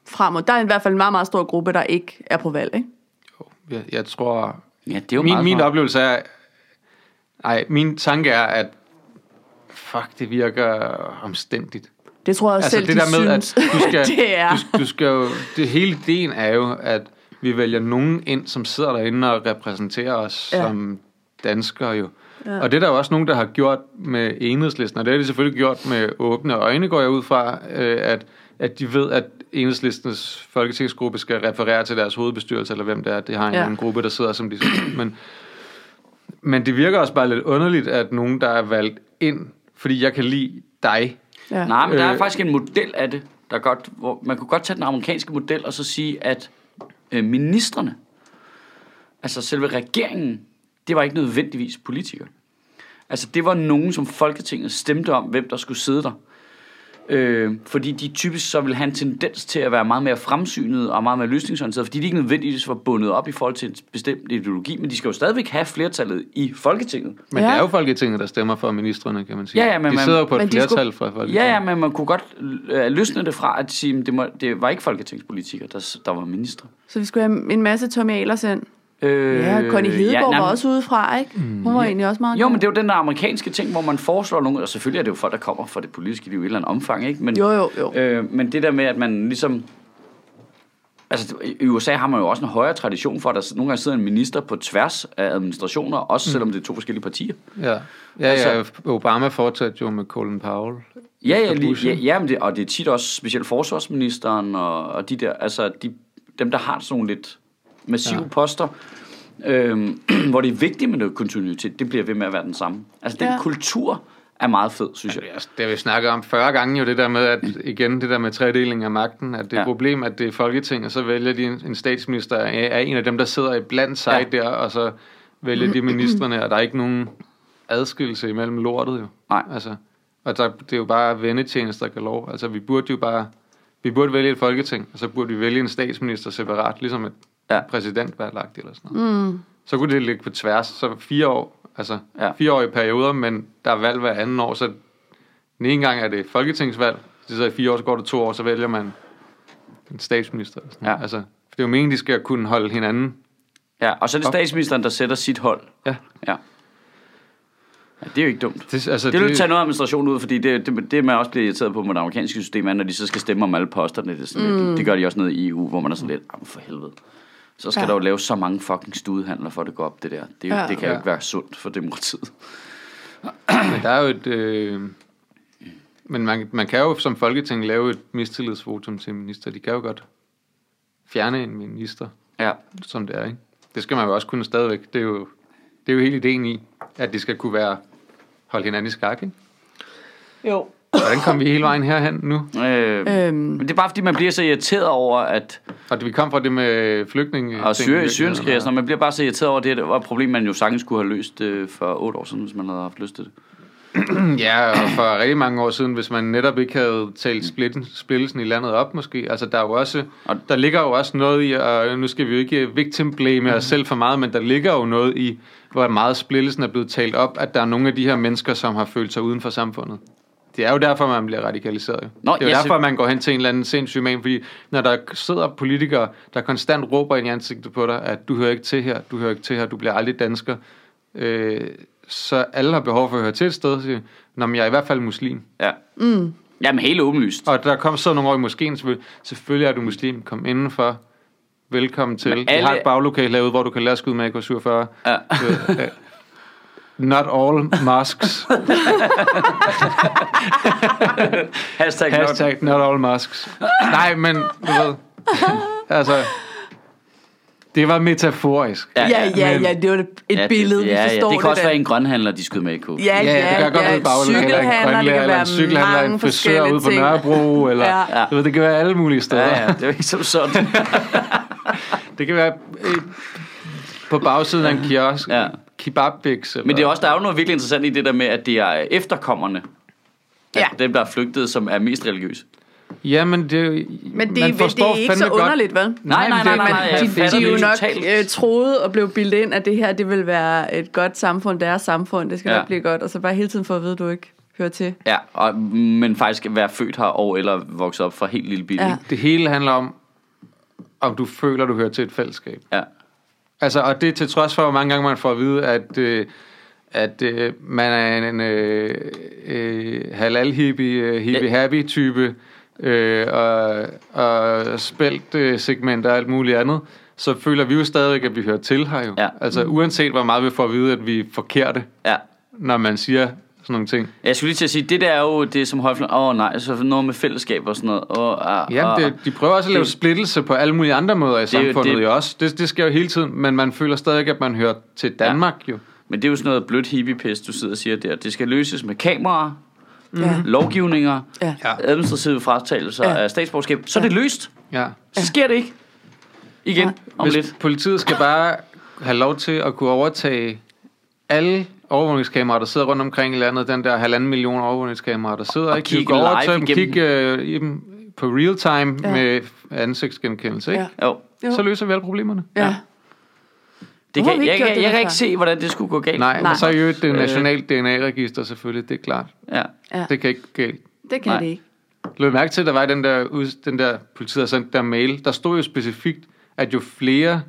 [SPEAKER 3] fremad. Der er i hvert fald en meget, meget stor gruppe, der ikke er på valg, ikke?
[SPEAKER 1] jeg, jeg tror,
[SPEAKER 2] ja, det er jo
[SPEAKER 1] min,
[SPEAKER 2] meget
[SPEAKER 1] min
[SPEAKER 2] smart.
[SPEAKER 1] oplevelse er... Nej, min tanke er, at fuck, det virker omstændigt.
[SPEAKER 3] Det tror jeg også
[SPEAKER 1] Altså
[SPEAKER 3] selv,
[SPEAKER 1] det
[SPEAKER 3] de
[SPEAKER 1] der med,
[SPEAKER 3] synes,
[SPEAKER 1] at du skal,
[SPEAKER 3] det er.
[SPEAKER 1] du, du skal jo, det hele ideen er jo, at vi vælger nogen ind, som sidder derinde og repræsenterer os ja.
[SPEAKER 3] Ja.
[SPEAKER 1] som danskere jo. Ja.
[SPEAKER 3] Ja.
[SPEAKER 1] Og det er der jo også nogen, der har gjort med enhedslisten, og det har de selvfølgelig gjort med åbne øjne, går jeg ud fra, øh, at, at de ved, at enhedslistens folketingsgruppe skal referere til deres hovedbestyrelse, eller hvem det er. Det har en
[SPEAKER 3] Ja.
[SPEAKER 1] ja. gruppe, der sidder som de men, men det virker også bare lidt underligt, at nogen, der er valgt ind, fordi jeg kan lide dig,
[SPEAKER 3] Ja.
[SPEAKER 2] Nej, men der er
[SPEAKER 1] Øh,
[SPEAKER 2] faktisk en model af det, der godt, hvor man kunne godt tage den amerikanske model og så sige, at øh, ministerne, altså selve regeringen, det var ikke nødvendigvis politikere. Altså det var nogen, som Folketinget stemte om, hvem der skulle sidde der. Øh, fordi de typisk så ville have en tendens til at være meget mere fremsynede og meget mere løsningsorienterede, fordi de ikke nødvendigvis var bundet op i forhold til en bestemt ideologi, men de skal jo stadigvæk have flertallet i Folketinget.
[SPEAKER 1] Men ja.
[SPEAKER 3] Ja.
[SPEAKER 1] det er jo Folketinget, der stemmer for ministerne, kan man sige.
[SPEAKER 2] Ja, ja, men
[SPEAKER 1] de
[SPEAKER 2] man-
[SPEAKER 1] sidder jo på et
[SPEAKER 3] Men de
[SPEAKER 1] flertal
[SPEAKER 3] skulle-
[SPEAKER 1] fra Folketinget.
[SPEAKER 2] Ja, ja, men man kunne godt øh, løsne det fra at sige, at det, må, det var ikke folketingspolitikere, der, s- der var minister.
[SPEAKER 3] Så vi skulle have en masse Tommy Ahlers ind.
[SPEAKER 2] Øh,
[SPEAKER 3] Ja, Connie Hedegaard ja,
[SPEAKER 2] nej, men-
[SPEAKER 3] var også udefra, ikke? Hun var egentlig også meget
[SPEAKER 2] Jo, men det er jo den der amerikanske ting, hvor man foreslår nogle... Og selvfølgelig er det jo folk, der kommer fra det politiske liv i et eller andet omfang, ikke? Men,
[SPEAKER 3] Jo, jo, jo.
[SPEAKER 2] Øh, men det der med, at man ligesom... Altså, i USA har man jo også en højere tradition for, at der nogle gange sidder en minister på tværs af administrationer,
[SPEAKER 3] Mm.
[SPEAKER 2] også selvom det er to forskellige partier.
[SPEAKER 1] Ja, ja,
[SPEAKER 2] Altså-
[SPEAKER 1] ja Obama fortsatte jo med Colin Powell.
[SPEAKER 2] Ja, ja,
[SPEAKER 1] efter
[SPEAKER 2] lige,
[SPEAKER 1] Bush,
[SPEAKER 2] ja,
[SPEAKER 1] ikke?
[SPEAKER 2] ja men det, og det er tit også specielt forsvarsministeren og, og de der, altså de, dem, der har sådan nogle lidt massive
[SPEAKER 1] Ja.
[SPEAKER 2] ja. poster, øhm, hvor det er vigtigt med noget kontinuitet, det bliver ved med at være den samme. Altså den
[SPEAKER 3] Ja.
[SPEAKER 2] kultur er meget fed, synes jeg.
[SPEAKER 1] Det, er- Altså, det har vi snakket om 40 gange jo, det der med, at igen, det der med tredeling af magten, at det er
[SPEAKER 2] Ja.
[SPEAKER 1] et problem, at det er Folketinget, så vælger de en, en statsminister, er er en af dem, der sidder i blandt sig ja. der, og så vælger de ministerne, og der er ikke nogen adskillelse imellem lortet jo.
[SPEAKER 2] Nej.
[SPEAKER 1] Altså, og der, det er jo bare vendetjenester, der lov. Altså, vi burde jo bare, vi burde vælge et folketing, og så burde vi vælge en statsminister separat, ligesom et ja.
[SPEAKER 2] Ja.
[SPEAKER 1] præsidentvalglagt eller sådan noget. Mm. Så kunne det ligge på tværs, så fire år, altså ja.
[SPEAKER 2] Ja.
[SPEAKER 1] fireårige perioder, men der er valg hver anden år, så den ene gang er det folketingsvalg, så så i fire år, så går det to år, så vælger man en statsminister. eller Sådan. noget.
[SPEAKER 2] Ja.
[SPEAKER 1] Altså, det er jo meningen, de skal kunne holde hinanden.
[SPEAKER 2] Ja, og så er det statsministeren, der sætter sit hold.
[SPEAKER 1] Ja.
[SPEAKER 2] Ja. ja det er jo ikke dumt.
[SPEAKER 1] Det, altså,
[SPEAKER 2] Det vil jo tage noget administration ud, fordi det, det, det man også bliver irriteret på med det amerikanske system, er, når de så skal stemme om alle posterne. Det, er sådan mm. lidt, det gør de også nede i EU, hvor man er sådan lidt, "Jamen, for helvede. Så skal
[SPEAKER 3] Ja.
[SPEAKER 2] ja. der jo lave så mange fucking studehandler, for at det går op, det der. Det, er jo,
[SPEAKER 3] Ja.
[SPEAKER 2] ja. det kan jo
[SPEAKER 1] Ja.
[SPEAKER 2] ikke være sundt for demokratiet.
[SPEAKER 1] Men der er jo et... Øh, men man, man kan jo som folketing lave et mistillidsvotum til en minister. De kan jo godt fjerne en minister,
[SPEAKER 2] Ja.
[SPEAKER 1] som det er, ikke? Det skal man jo også kunne stadigvæk. Det er jo, det er jo hele ideen i, at de skal kunne være holde hinanden i skak, ikke?
[SPEAKER 3] Jo.
[SPEAKER 1] Hvordan kom vi hele vejen herhen nu?
[SPEAKER 2] Øh,
[SPEAKER 3] Øhm.
[SPEAKER 2] øhm. Men det er bare, fordi man bliver så irriteret over, at...
[SPEAKER 1] Og det, vi kom fra det med flygtninge...
[SPEAKER 2] Og syr, syrenskrig og
[SPEAKER 1] og
[SPEAKER 2] sådan noget, man bliver bare så irriteret over, at det, her, det var et problem, man jo sagtens skulle have løst øh, for otte år siden, hvis man havde haft lyst til det.
[SPEAKER 1] Ja, og for rigtig mange år siden, hvis man netop ikke havde talt splitten, splittelsen i landet op måske. Altså, der, er jo også,
[SPEAKER 2] Og-
[SPEAKER 1] der ligger jo også noget i, og nu skal vi jo ikke victim blame os selv for meget, men der ligger jo noget i, hvor meget splittelsen er blevet talt op, at der er nogle af de her mennesker, som har følt sig uden for samfundet. Det er jo derfor, man bliver radikaliseret. Jo.
[SPEAKER 2] Nå,
[SPEAKER 1] det er jo
[SPEAKER 2] ja,
[SPEAKER 1] derfor,
[SPEAKER 2] så-
[SPEAKER 1] man går hen til en eller anden sindssyg man, fordi når der sidder politikere, der konstant råber ind i ansigtet på dig, at du hører ikke til her, du hører ikke til her, du bliver aldrig dansker,
[SPEAKER 3] Mm.
[SPEAKER 1] øh, så alle har behov for at høre til et sted, og siger, "Nå, men jeg er i hvert fald muslim.
[SPEAKER 2] Ja. Jamen, helt åbenlyst.
[SPEAKER 1] Og der kom så nogle år i moskeen, selvfølgelig, selvfølgelig er du muslim, kom indenfor, velkommen til.
[SPEAKER 2] Men
[SPEAKER 1] Alle... Vi har
[SPEAKER 2] alle-
[SPEAKER 1] et baglokale herude, hvor du kan lære at skyde med AK-47.
[SPEAKER 2] Ja.
[SPEAKER 1] Du ved, øh, Not all mosques.
[SPEAKER 2] Hashtag, Hashtag.
[SPEAKER 1] Hashtag not all mosques. Nej, men du ved, altså, det var metaforisk.
[SPEAKER 3] Ja, ja, ja, ja det var et et billede, vi forstår
[SPEAKER 2] det. kan også
[SPEAKER 3] der.
[SPEAKER 2] være en grønhandler, de skød med AK.
[SPEAKER 3] Ja, ja,
[SPEAKER 1] Ja,
[SPEAKER 3] ja,
[SPEAKER 1] det kan godt være et baglokaler, en
[SPEAKER 3] cykelhandler, det
[SPEAKER 1] grønlærer,
[SPEAKER 3] kan
[SPEAKER 1] eller en
[SPEAKER 3] være
[SPEAKER 1] cykelhandler,
[SPEAKER 3] mange
[SPEAKER 1] en frisør
[SPEAKER 3] forskellige
[SPEAKER 1] ude på
[SPEAKER 3] ting.
[SPEAKER 1] Nørrebro, eller
[SPEAKER 3] Ja.
[SPEAKER 1] ja. du ved, det kan være alle mulige steder.
[SPEAKER 2] Ja, ja, det er jo ikke som sådan.
[SPEAKER 1] Det kan være øh, på bagsiden af en kiosk,
[SPEAKER 2] Ja.
[SPEAKER 1] ja. kebabbix. Eller,
[SPEAKER 2] Men det er også, der er jo noget virkelig interessant i det der med, at det er efterkommerne,
[SPEAKER 3] Ja.
[SPEAKER 2] ja. dem, der er flygtet, som er mest religiøse.
[SPEAKER 1] Jamen, det, er jo-
[SPEAKER 3] Men det,
[SPEAKER 1] man
[SPEAKER 3] er- det er
[SPEAKER 1] forstår
[SPEAKER 3] ikke så
[SPEAKER 1] fandme godt-
[SPEAKER 3] underligt, vel?
[SPEAKER 2] Nej, nej, nej, nej, nej.
[SPEAKER 1] men
[SPEAKER 2] jeg
[SPEAKER 3] De,
[SPEAKER 1] det-
[SPEAKER 3] de,
[SPEAKER 2] fatter
[SPEAKER 3] de
[SPEAKER 2] det
[SPEAKER 3] er jo nok
[SPEAKER 2] totalt.
[SPEAKER 3] øh, troede og blev bildet ind, at det her det vil være et godt samfund, deres samfund, det skal
[SPEAKER 2] Ja.
[SPEAKER 3] nok blive godt, og så bare hele tiden for at vide, at du ikke hører til.
[SPEAKER 2] Ja, og, mm, men faktisk være født her og eller vokse op fra helt lille bil.
[SPEAKER 3] Ja.
[SPEAKER 2] Ja.
[SPEAKER 1] Det hele handler om, om du føler, du hører til et fællesskab.
[SPEAKER 2] ja.
[SPEAKER 1] Altså, og det er til trods for, hvor mange gange man får at vide, at, øh, at øh, man er en, en øh, øh, halal-hippie, øh, hippie-happy-type, øh, og, og spældt-segment og alt muligt andet, så føler vi jo stadigvæk, at vi hører til her jo.
[SPEAKER 2] Ja.
[SPEAKER 1] Altså, uanset hvor meget vi får at vide, at vi er forkerte,
[SPEAKER 2] ja.
[SPEAKER 1] når man siger sådan nogle ting.
[SPEAKER 2] Jeg skulle lige til at sige, det der er jo det, som Højflund... Åh oh, nej, så noget med fællesskab og sådan noget. Åh, ah,
[SPEAKER 1] Jamen,
[SPEAKER 2] ah.
[SPEAKER 1] det, de prøver også at lave
[SPEAKER 2] Det-
[SPEAKER 1] splittelse på alle mulige andre måder i
[SPEAKER 2] er jo
[SPEAKER 1] samfundet
[SPEAKER 2] det-
[SPEAKER 1] jo også. Det, det sker jo hele tiden, men man føler stadig, at man hører til Danmark jo.
[SPEAKER 2] Men det er jo sådan noget blødt hippie du sidder og siger der. Det skal løses med kameraer,
[SPEAKER 3] Ja.
[SPEAKER 2] lovgivninger,
[SPEAKER 3] Ja.
[SPEAKER 1] Ja.
[SPEAKER 2] administrative fratagelser
[SPEAKER 3] Ja.
[SPEAKER 2] af statsborgerskab. Så er det løst.
[SPEAKER 1] Ja.
[SPEAKER 2] Så sker det ikke. Igen,
[SPEAKER 3] Nej.
[SPEAKER 2] om
[SPEAKER 1] Hvis
[SPEAKER 2] lidt.
[SPEAKER 1] politiet skal bare have lov til at kunne overtage alle overvågningskameraer, der sidder rundt omkring i landet, den der halvanden million overvågningskameraer, der sidder, ikke? De
[SPEAKER 2] kigge
[SPEAKER 1] går over
[SPEAKER 2] live
[SPEAKER 1] til dem,
[SPEAKER 2] igennem
[SPEAKER 1] kigge øh, i dem på real time
[SPEAKER 3] Ja.
[SPEAKER 1] ja. med ansigtsgenkendelse, ikke?
[SPEAKER 3] Ja.
[SPEAKER 2] Jo.
[SPEAKER 3] Jo.
[SPEAKER 1] Så løser vi alle problemerne.
[SPEAKER 3] Ja.
[SPEAKER 2] Det
[SPEAKER 3] Hvorfor
[SPEAKER 2] kan,
[SPEAKER 3] har vi ikke
[SPEAKER 2] jeg, jeg,
[SPEAKER 3] gjort
[SPEAKER 2] jeg,
[SPEAKER 3] det
[SPEAKER 2] jeg
[SPEAKER 3] der
[SPEAKER 2] kan ikke
[SPEAKER 3] før?
[SPEAKER 2] se, hvordan det skulle gå galt.
[SPEAKER 1] Nej,
[SPEAKER 3] Nej.
[SPEAKER 1] men så er jo et
[SPEAKER 2] Øh.
[SPEAKER 1] nationalt DNA-register selvfølgelig, det er klart.
[SPEAKER 2] Ja.
[SPEAKER 3] ja.
[SPEAKER 1] Det kan ikke gå galt.
[SPEAKER 3] Det kan
[SPEAKER 2] Nej.
[SPEAKER 3] det ikke.
[SPEAKER 1] Lød mærke til, at der var i den der, ud- den der politiet har sendt der mail. Der stod jo specifikt, at jo flere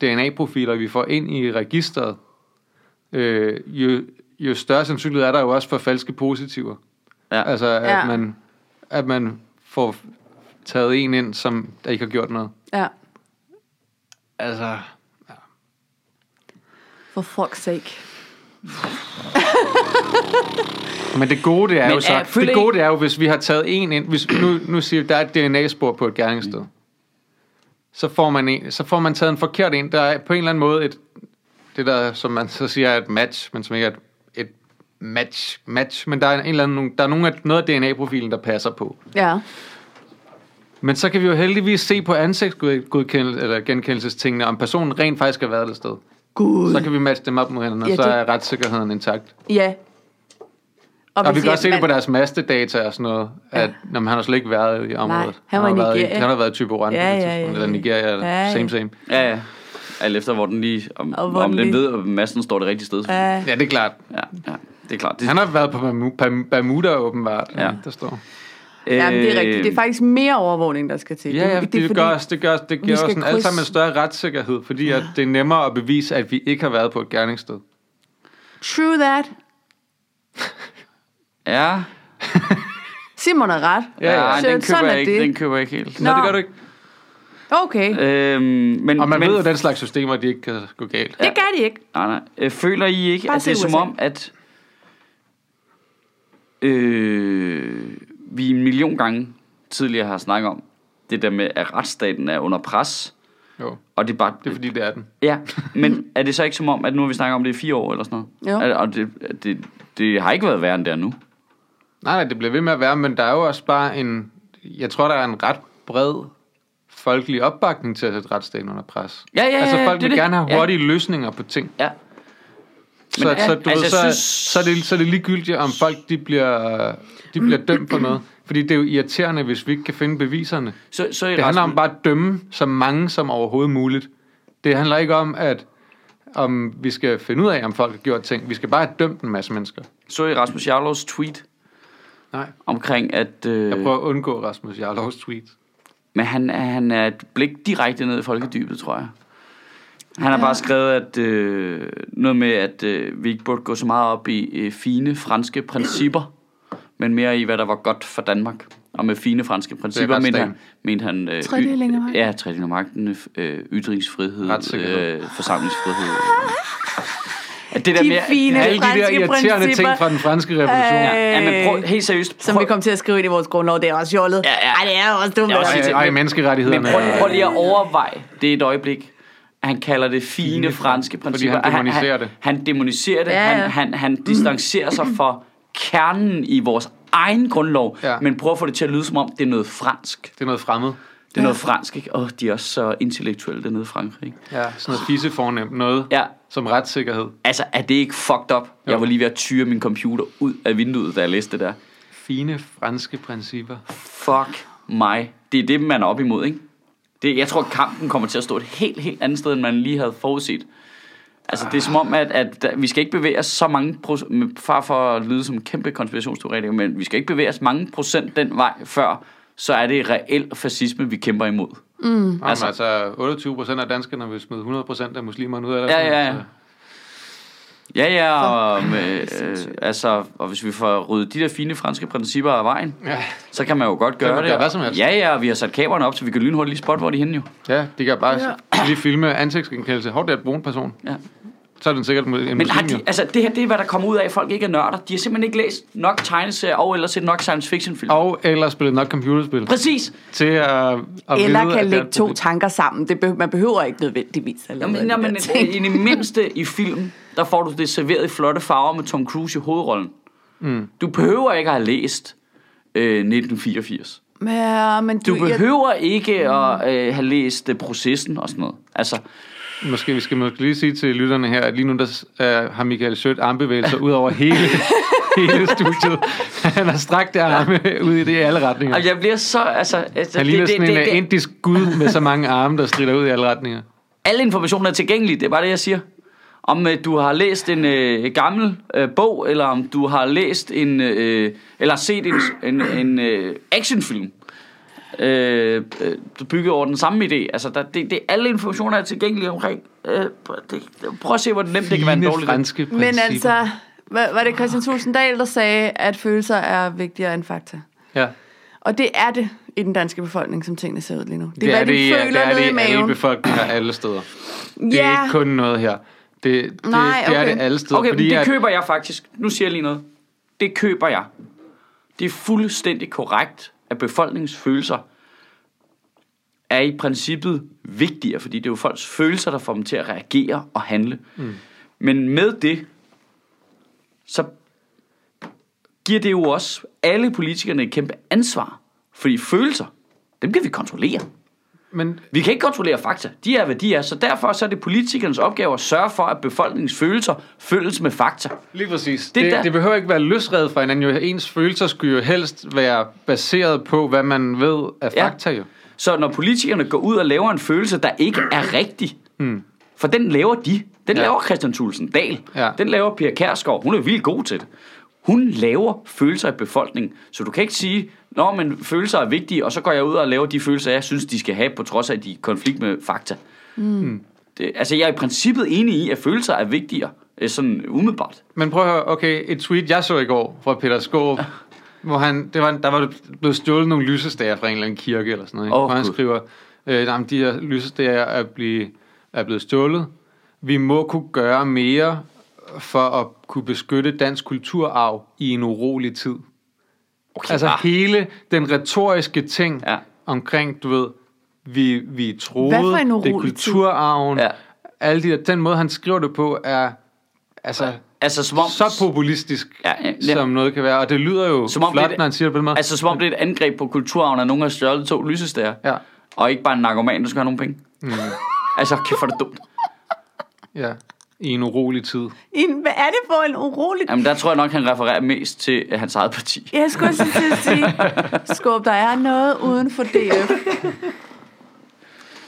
[SPEAKER 1] DNA-profiler vi får ind i registeret, øh, jo, jo større sandsynlighed er der jo også for falske positiver.
[SPEAKER 2] Ja.
[SPEAKER 1] Altså, at,
[SPEAKER 3] Ja.
[SPEAKER 1] man, at man får taget en ind, som der ikke har gjort noget.
[SPEAKER 3] Ja.
[SPEAKER 1] Altså,
[SPEAKER 3] For fuck's sake.
[SPEAKER 1] men det gode det er
[SPEAKER 2] Men
[SPEAKER 1] jo
[SPEAKER 2] er-
[SPEAKER 1] så,
[SPEAKER 2] føler
[SPEAKER 1] det
[SPEAKER 2] I-
[SPEAKER 1] gode det er jo, hvis vi har taget en ind, hvis nu, nu siger vi, der er et DNA-spor på et gerningssted, så får, man en, så får man taget en forkert en, der er på en eller anden måde et, det der, som man så siger er et match, men som ikke er et, et match, match, men der er en eller anden, der er nogen af, noget af DNA-profilen, der passer på.
[SPEAKER 3] Ja.
[SPEAKER 1] Men så kan vi jo heldigvis se på ansigtsgodkendelse, eller genkendelsestingene, om personen rent faktisk har været det sted.
[SPEAKER 3] Gud.
[SPEAKER 1] Så kan vi matche dem op mod hinanden, og
[SPEAKER 3] Ja,
[SPEAKER 1] ja, så
[SPEAKER 3] det-
[SPEAKER 1] er retssikkerheden intakt.
[SPEAKER 3] Ja.
[SPEAKER 1] Og vi
[SPEAKER 3] hvis
[SPEAKER 1] kan også se
[SPEAKER 3] jeg-
[SPEAKER 1] det på deres mastedata og sådan noget, at ja. han har slet ikke været i området.
[SPEAKER 3] Nej, han var i
[SPEAKER 1] har været
[SPEAKER 3] Nigeria.
[SPEAKER 1] han har været i Tyborand
[SPEAKER 3] Ja,
[SPEAKER 1] ja,
[SPEAKER 3] ja,
[SPEAKER 1] ja,
[SPEAKER 3] ja,
[SPEAKER 1] ja. eller
[SPEAKER 3] ja.
[SPEAKER 1] Nigeria, eller
[SPEAKER 3] Ja, ja.
[SPEAKER 1] ja, same same.
[SPEAKER 2] Ja, ja. Alt efter, hvor den lige... Om,
[SPEAKER 3] Og hvor
[SPEAKER 2] om
[SPEAKER 3] den
[SPEAKER 2] den
[SPEAKER 3] lige-
[SPEAKER 2] ved, om massen står det rigtige sted. Ja,
[SPEAKER 3] Ja.
[SPEAKER 1] Ja, det er klart.
[SPEAKER 2] ja. Det er klart. Det,
[SPEAKER 1] Han har været på Bermu- Bam- Bermuda åbenbart,
[SPEAKER 2] Ja.
[SPEAKER 1] ja. der står.
[SPEAKER 3] Ja, men det er rigtigt. Det er
[SPEAKER 2] Øhm,
[SPEAKER 3] faktisk mere overvågning, der skal til.
[SPEAKER 1] Øh. Ja, ja,
[SPEAKER 3] det,
[SPEAKER 1] det, det, gør, os- det, gør, os- det giver
[SPEAKER 3] skal
[SPEAKER 1] os sådan, alt
[SPEAKER 3] krydse-
[SPEAKER 1] sammen en større retssikkerhed, fordi ja. at det er nemmere at bevise, at vi ikke har været på et gerningssted.
[SPEAKER 3] True that.
[SPEAKER 2] Ja.
[SPEAKER 3] Simon er ret.
[SPEAKER 1] Ja, ja.
[SPEAKER 2] ja,
[SPEAKER 3] Så-
[SPEAKER 2] ja den, køber
[SPEAKER 3] sådan er
[SPEAKER 2] jeg ikke,
[SPEAKER 3] det.
[SPEAKER 2] den køber jeg ikke helt.
[SPEAKER 1] Nå,
[SPEAKER 3] Nå.
[SPEAKER 1] det gør du ikke.
[SPEAKER 3] Okay.
[SPEAKER 1] Øh,
[SPEAKER 2] Øhm, men,
[SPEAKER 1] Og man
[SPEAKER 2] men,
[SPEAKER 1] ved jo, at den slags systemer, de ikke kan gå galt.
[SPEAKER 3] Det gør de ikke.
[SPEAKER 2] Nej, nej. Øh, Føler I ikke,
[SPEAKER 3] Bare
[SPEAKER 2] at det er
[SPEAKER 3] se
[SPEAKER 2] som
[SPEAKER 3] USA.
[SPEAKER 2] om, at øh, vi en million gange tidligere har snakket om det der med, at retsstaten er under pres,
[SPEAKER 1] Jo,
[SPEAKER 2] og det er bare...
[SPEAKER 1] det er fordi, det er den.
[SPEAKER 2] Ja, men er det så ikke som om, at nu har vi snakket om det i fire år eller sådan noget?
[SPEAKER 3] Jo.
[SPEAKER 2] Er- Og det, det, det har ikke været værre end der nu.
[SPEAKER 1] Nej, nej, det bliver ved med at være, men der er jo også bare en... Jeg tror, der er en ret bred folkelig opbakning til at sætte retsstaten under pres.
[SPEAKER 2] Ja, ja, ja,
[SPEAKER 1] altså, folk
[SPEAKER 2] det er
[SPEAKER 1] vil
[SPEAKER 2] det.
[SPEAKER 1] gerne have
[SPEAKER 2] Ja.
[SPEAKER 1] hurtige løsninger på ting.
[SPEAKER 2] Ja.
[SPEAKER 1] Så,
[SPEAKER 2] ja,
[SPEAKER 1] så, du
[SPEAKER 2] altså,
[SPEAKER 1] altså, ved, så,
[SPEAKER 2] jeg synes-
[SPEAKER 1] synes... så, er det, så er det ligegyldigt, om folk de bliver, de bliver dømt for noget. Fordi det er jo irriterende, hvis vi ikke kan finde beviserne.
[SPEAKER 2] Så, så
[SPEAKER 1] Det handler om bare at dømme så mange som overhovedet muligt. Det handler ikke om, at om vi skal finde ud af, om folk har gjort ting. Vi skal bare have dømt en masse mennesker.
[SPEAKER 2] Så I Rasmus Jarlovs tweet
[SPEAKER 1] Nej.
[SPEAKER 2] omkring, at...
[SPEAKER 1] Jeg
[SPEAKER 2] Øh,
[SPEAKER 1] prøver at undgå Rasmus Jarlovs tweets.
[SPEAKER 2] men han, er- han er et blik direkte ned i folkedybet, tror jeg. Han har bare skrevet at øh, noget med, at øh, vi ikke burde gå så meget op i øh, fine franske principper, men mere i, hvad der var godt for Danmark. Og med fine franske principper, mente han,
[SPEAKER 1] retsstaten.
[SPEAKER 2] mente han øh,
[SPEAKER 3] Tredeling af magten.
[SPEAKER 2] ja, tredeling af magten, øh, ytringsfrihed,
[SPEAKER 1] Retssikkerhed.
[SPEAKER 2] øh, forsamlingsfrihed. At det der
[SPEAKER 3] De
[SPEAKER 2] med,
[SPEAKER 3] fine
[SPEAKER 1] Alle de der
[SPEAKER 3] franske
[SPEAKER 1] irriterende
[SPEAKER 3] principper.
[SPEAKER 1] ting fra den franske revolution.
[SPEAKER 3] Øh,
[SPEAKER 2] Ja, men prøv, helt seriøst. Prøv,
[SPEAKER 3] Som vi kom til at skrive ind i vores grundlov, det er også jollet.
[SPEAKER 2] Ja, ja.
[SPEAKER 3] Ej, det er også dumt.
[SPEAKER 2] Jeg vil også
[SPEAKER 3] Ja,
[SPEAKER 2] sige
[SPEAKER 1] Ej,
[SPEAKER 2] til-
[SPEAKER 1] ej,
[SPEAKER 2] men-
[SPEAKER 1] menneskerettighederne.
[SPEAKER 2] Men prøv,
[SPEAKER 1] er-
[SPEAKER 2] prøv lige at overveje det et øjeblik. Han kalder det fine franske
[SPEAKER 1] fordi
[SPEAKER 2] principper.
[SPEAKER 1] han demoniserer
[SPEAKER 2] han,
[SPEAKER 1] det.
[SPEAKER 2] Han, han demoniserer det.
[SPEAKER 3] Ja,
[SPEAKER 2] Ja,
[SPEAKER 3] ja.
[SPEAKER 2] Han, han, han distancerer sig fra kernen i vores egen grundlov, ja.
[SPEAKER 1] Ja.
[SPEAKER 2] men prøver at få det til at lyde som om, det er noget fransk.
[SPEAKER 1] Det er noget fremmed.
[SPEAKER 2] Det er noget fransk, ikke? Åh, de er også så intellektuelle dernede i Frankrig. ikke?
[SPEAKER 1] Ja. Sådan noget fisse fornemt. Noget
[SPEAKER 2] Ja.
[SPEAKER 1] som retssikkerhed.
[SPEAKER 2] Altså, er det ikke fucked up? Jeg var lige ved at tyre min computer ud af vinduet, da jeg læste det der.
[SPEAKER 1] Fine franske principper.
[SPEAKER 2] Fuck mig. Det er det, man er op imod, ikke? Det, jeg tror, kampen kommer til at stå et helt, helt andet sted, end man lige havde forudset. Altså, det er som om, at, at der- vi skal ikke bevæge os så mange procent, med far for at lyde som en kæmpe konspirationsteoretiker, men vi skal ikke bevæge os mange procent den vej, før så er det reel fascisme, vi kæmper imod.
[SPEAKER 1] Mm. Altså, altså 28 procent af danskerne vil smide 100 procent af muslimerne ud af det.
[SPEAKER 2] Ja, ja, ja. Ja, ja, og, med, øh, altså, og hvis vi får ryddet de der fine franske principper af vejen,
[SPEAKER 1] Ja.
[SPEAKER 2] så kan man jo godt gøre
[SPEAKER 1] man
[SPEAKER 2] det.
[SPEAKER 1] gøre hvad som helst.
[SPEAKER 2] Ja, ja, og vi har sat kameraerne op, så vi kan lynhurtigt lige spotte, hvor de er henne jo.
[SPEAKER 1] ja, de kan bare ja. lige filme ansigtsgenkendelse. Hov, det er et brun person.
[SPEAKER 2] Ja.
[SPEAKER 1] Så er den sikkert en
[SPEAKER 2] Men har
[SPEAKER 1] muslim,
[SPEAKER 2] de,
[SPEAKER 1] jo.
[SPEAKER 2] altså, det her, det er, hvad der kommer ud af, at folk ikke er nørder. De har simpelthen ikke læst nok tegneserier og eller set nok science fiction film. Oh.
[SPEAKER 1] Og ellers spillet nok computerspil.
[SPEAKER 2] Præcis.
[SPEAKER 1] Til at, at vide,
[SPEAKER 3] Eller
[SPEAKER 1] at det er
[SPEAKER 3] kan
[SPEAKER 1] et
[SPEAKER 3] lægge to
[SPEAKER 1] problem.
[SPEAKER 3] tanker sammen. Det be- man behøver ikke nødvendigvis. Eller
[SPEAKER 2] Jamen, jamen, i i det mindste i film, der får du det serveret i flotte farver med Tom Cruise i hovedrollen. Mm. Du behøver ikke at have læst øh, 1984.
[SPEAKER 3] Ja, men du,
[SPEAKER 2] Du behøver ikke at øh, have læst øh, processen og sådan noget. Altså,
[SPEAKER 1] Måske vi skal måske lige sige til lytterne her, at lige nu der uh, har Michael Sødt armbevægelser ud over hele, hele studiet. Han har strakt der arme ud i det i alle retninger.
[SPEAKER 2] altså, jeg bliver så... Altså, altså,
[SPEAKER 1] Han ligner sådan en øh, indisk gud med så mange arme, der strider ud i alle retninger.
[SPEAKER 2] Alle informationer er tilgængelige, det er bare det, jeg siger. Om øh, du har læst en øh, gammel øh, bog, eller om du har læst en, øh, eller set en, en, en øh, actionfilm, øh, øh, du bygger over den samme idé. Altså, der, det, det, alle informationer er tilgængelige omkring. Øh, pr- det, prøv at se, hvor nemt det kan være en
[SPEAKER 1] Fine
[SPEAKER 2] dårlig idé.
[SPEAKER 1] franske principper.
[SPEAKER 3] Men altså, var, var det Christian Tulsendal, der sagde, at følelser er vigtigere end fakta?
[SPEAKER 1] Ja.
[SPEAKER 3] Og det er det i den danske befolkning, som tingene ser ud lige nu. Det,
[SPEAKER 1] Det
[SPEAKER 3] er,
[SPEAKER 1] er
[SPEAKER 3] hvad
[SPEAKER 1] det,
[SPEAKER 3] de
[SPEAKER 1] i- det
[SPEAKER 3] føler
[SPEAKER 1] er
[SPEAKER 3] nede i
[SPEAKER 1] det i alle
[SPEAKER 3] maven.
[SPEAKER 1] befolkninger alle steder. Det er
[SPEAKER 3] Ja.
[SPEAKER 1] ikke kun noget her. Det, det,
[SPEAKER 3] Nej,
[SPEAKER 1] det er
[SPEAKER 3] okay.
[SPEAKER 1] det alle steder.
[SPEAKER 2] Okay,
[SPEAKER 1] fordi
[SPEAKER 2] men det
[SPEAKER 1] at-
[SPEAKER 2] køber jeg faktisk. Nu siger jeg lige noget. Det køber jeg. Det er fuldstændig korrekt, at befolkningens følelser er i princippet vigtigere, fordi det er jo folks følelser, der får dem til at reagere og handle. Mm. Men med det, så giver det jo også alle politikerne et kæmpe ansvar. Fordi følelser, dem kan vi kontrollere.
[SPEAKER 1] men
[SPEAKER 2] Vi kan ikke kontrollere fakta. De er, hvad de er. Så derfor så er det politikernes opgave at sørge for, at befolkningens følelser følges med fakta.
[SPEAKER 1] Lige præcis.
[SPEAKER 2] Det
[SPEAKER 1] Det,
[SPEAKER 2] der-
[SPEAKER 1] det, det behøver ikke være løsredet fra hinanden. Jo. Ens følelser skulle jo helst være baseret på, hvad man ved af
[SPEAKER 2] Ja.
[SPEAKER 1] fakta. Jo.
[SPEAKER 2] Så når politikerne går ud og laver en følelse, der ikke er rigtig, hmm. for den laver de. Den ja.
[SPEAKER 1] Ja.
[SPEAKER 2] laver Christian Thulsen Dahl.
[SPEAKER 1] Ja.
[SPEAKER 2] Den laver Pia Kærsgaard. Hun er vildt god til det. Hun laver følelser i befolkningen. Så du kan ikke sige, Nå, men følelser er vigtige, og så går jeg ud og laver de følelser, jeg synes, de skal have, på trods af, at de er i konflikt med fakta. Hmm. Det, altså, jeg er i princippet enig i, at følelser er vigtigere, øh, sådan umiddelbart.
[SPEAKER 1] Men prøv at høre, okay, et tweet, jeg så i går fra Peter Skåb, hvor han, det var, der var blevet stjålet nogle lysestager fra en eller anden kirke eller sådan noget. ikke?
[SPEAKER 2] Åh,
[SPEAKER 1] hvor han
[SPEAKER 2] Gud.
[SPEAKER 1] skriver, øh, nej, men de her lysestager er, blive, er blevet stjålet. Vi må kunne gøre mere for at kunne beskytte dansk kulturarv i en urolig tid.
[SPEAKER 2] Okay,
[SPEAKER 1] Altså
[SPEAKER 2] ah.
[SPEAKER 1] hele den retoriske ting
[SPEAKER 2] Ja.
[SPEAKER 1] ja. omkring, du ved, vi, vi
[SPEAKER 3] Hvad for
[SPEAKER 1] troede,
[SPEAKER 3] en
[SPEAKER 1] det er
[SPEAKER 3] urolig tid?
[SPEAKER 1] kulturarven,
[SPEAKER 2] Ja.
[SPEAKER 1] ja. alle de der, den måde, han skriver det på, er altså
[SPEAKER 2] Altså, som om,
[SPEAKER 1] så populistisk,
[SPEAKER 2] Ja,
[SPEAKER 1] ja,
[SPEAKER 2] ja,
[SPEAKER 1] ja,
[SPEAKER 2] ja.
[SPEAKER 1] som noget kan være. Og det lyder jo
[SPEAKER 2] Som om
[SPEAKER 1] flot,
[SPEAKER 2] det er-
[SPEAKER 1] når han siger det på den måde.
[SPEAKER 2] altså, som om det er et angreb på kulturarven, at nogen har stjålet to lysestager.
[SPEAKER 1] Ja.
[SPEAKER 2] Og ikke bare en narkoman, der skal have nogle penge. Mm. altså, kæft for det dumt.
[SPEAKER 1] ja, i en urolig tid.
[SPEAKER 3] En, hvad er det for en urolig...
[SPEAKER 2] Jamen, der tror jeg nok, han refererer mest til øh, hans eget parti.
[SPEAKER 3] Jeg skulle også til at sige, skub, der er noget uden for DF. En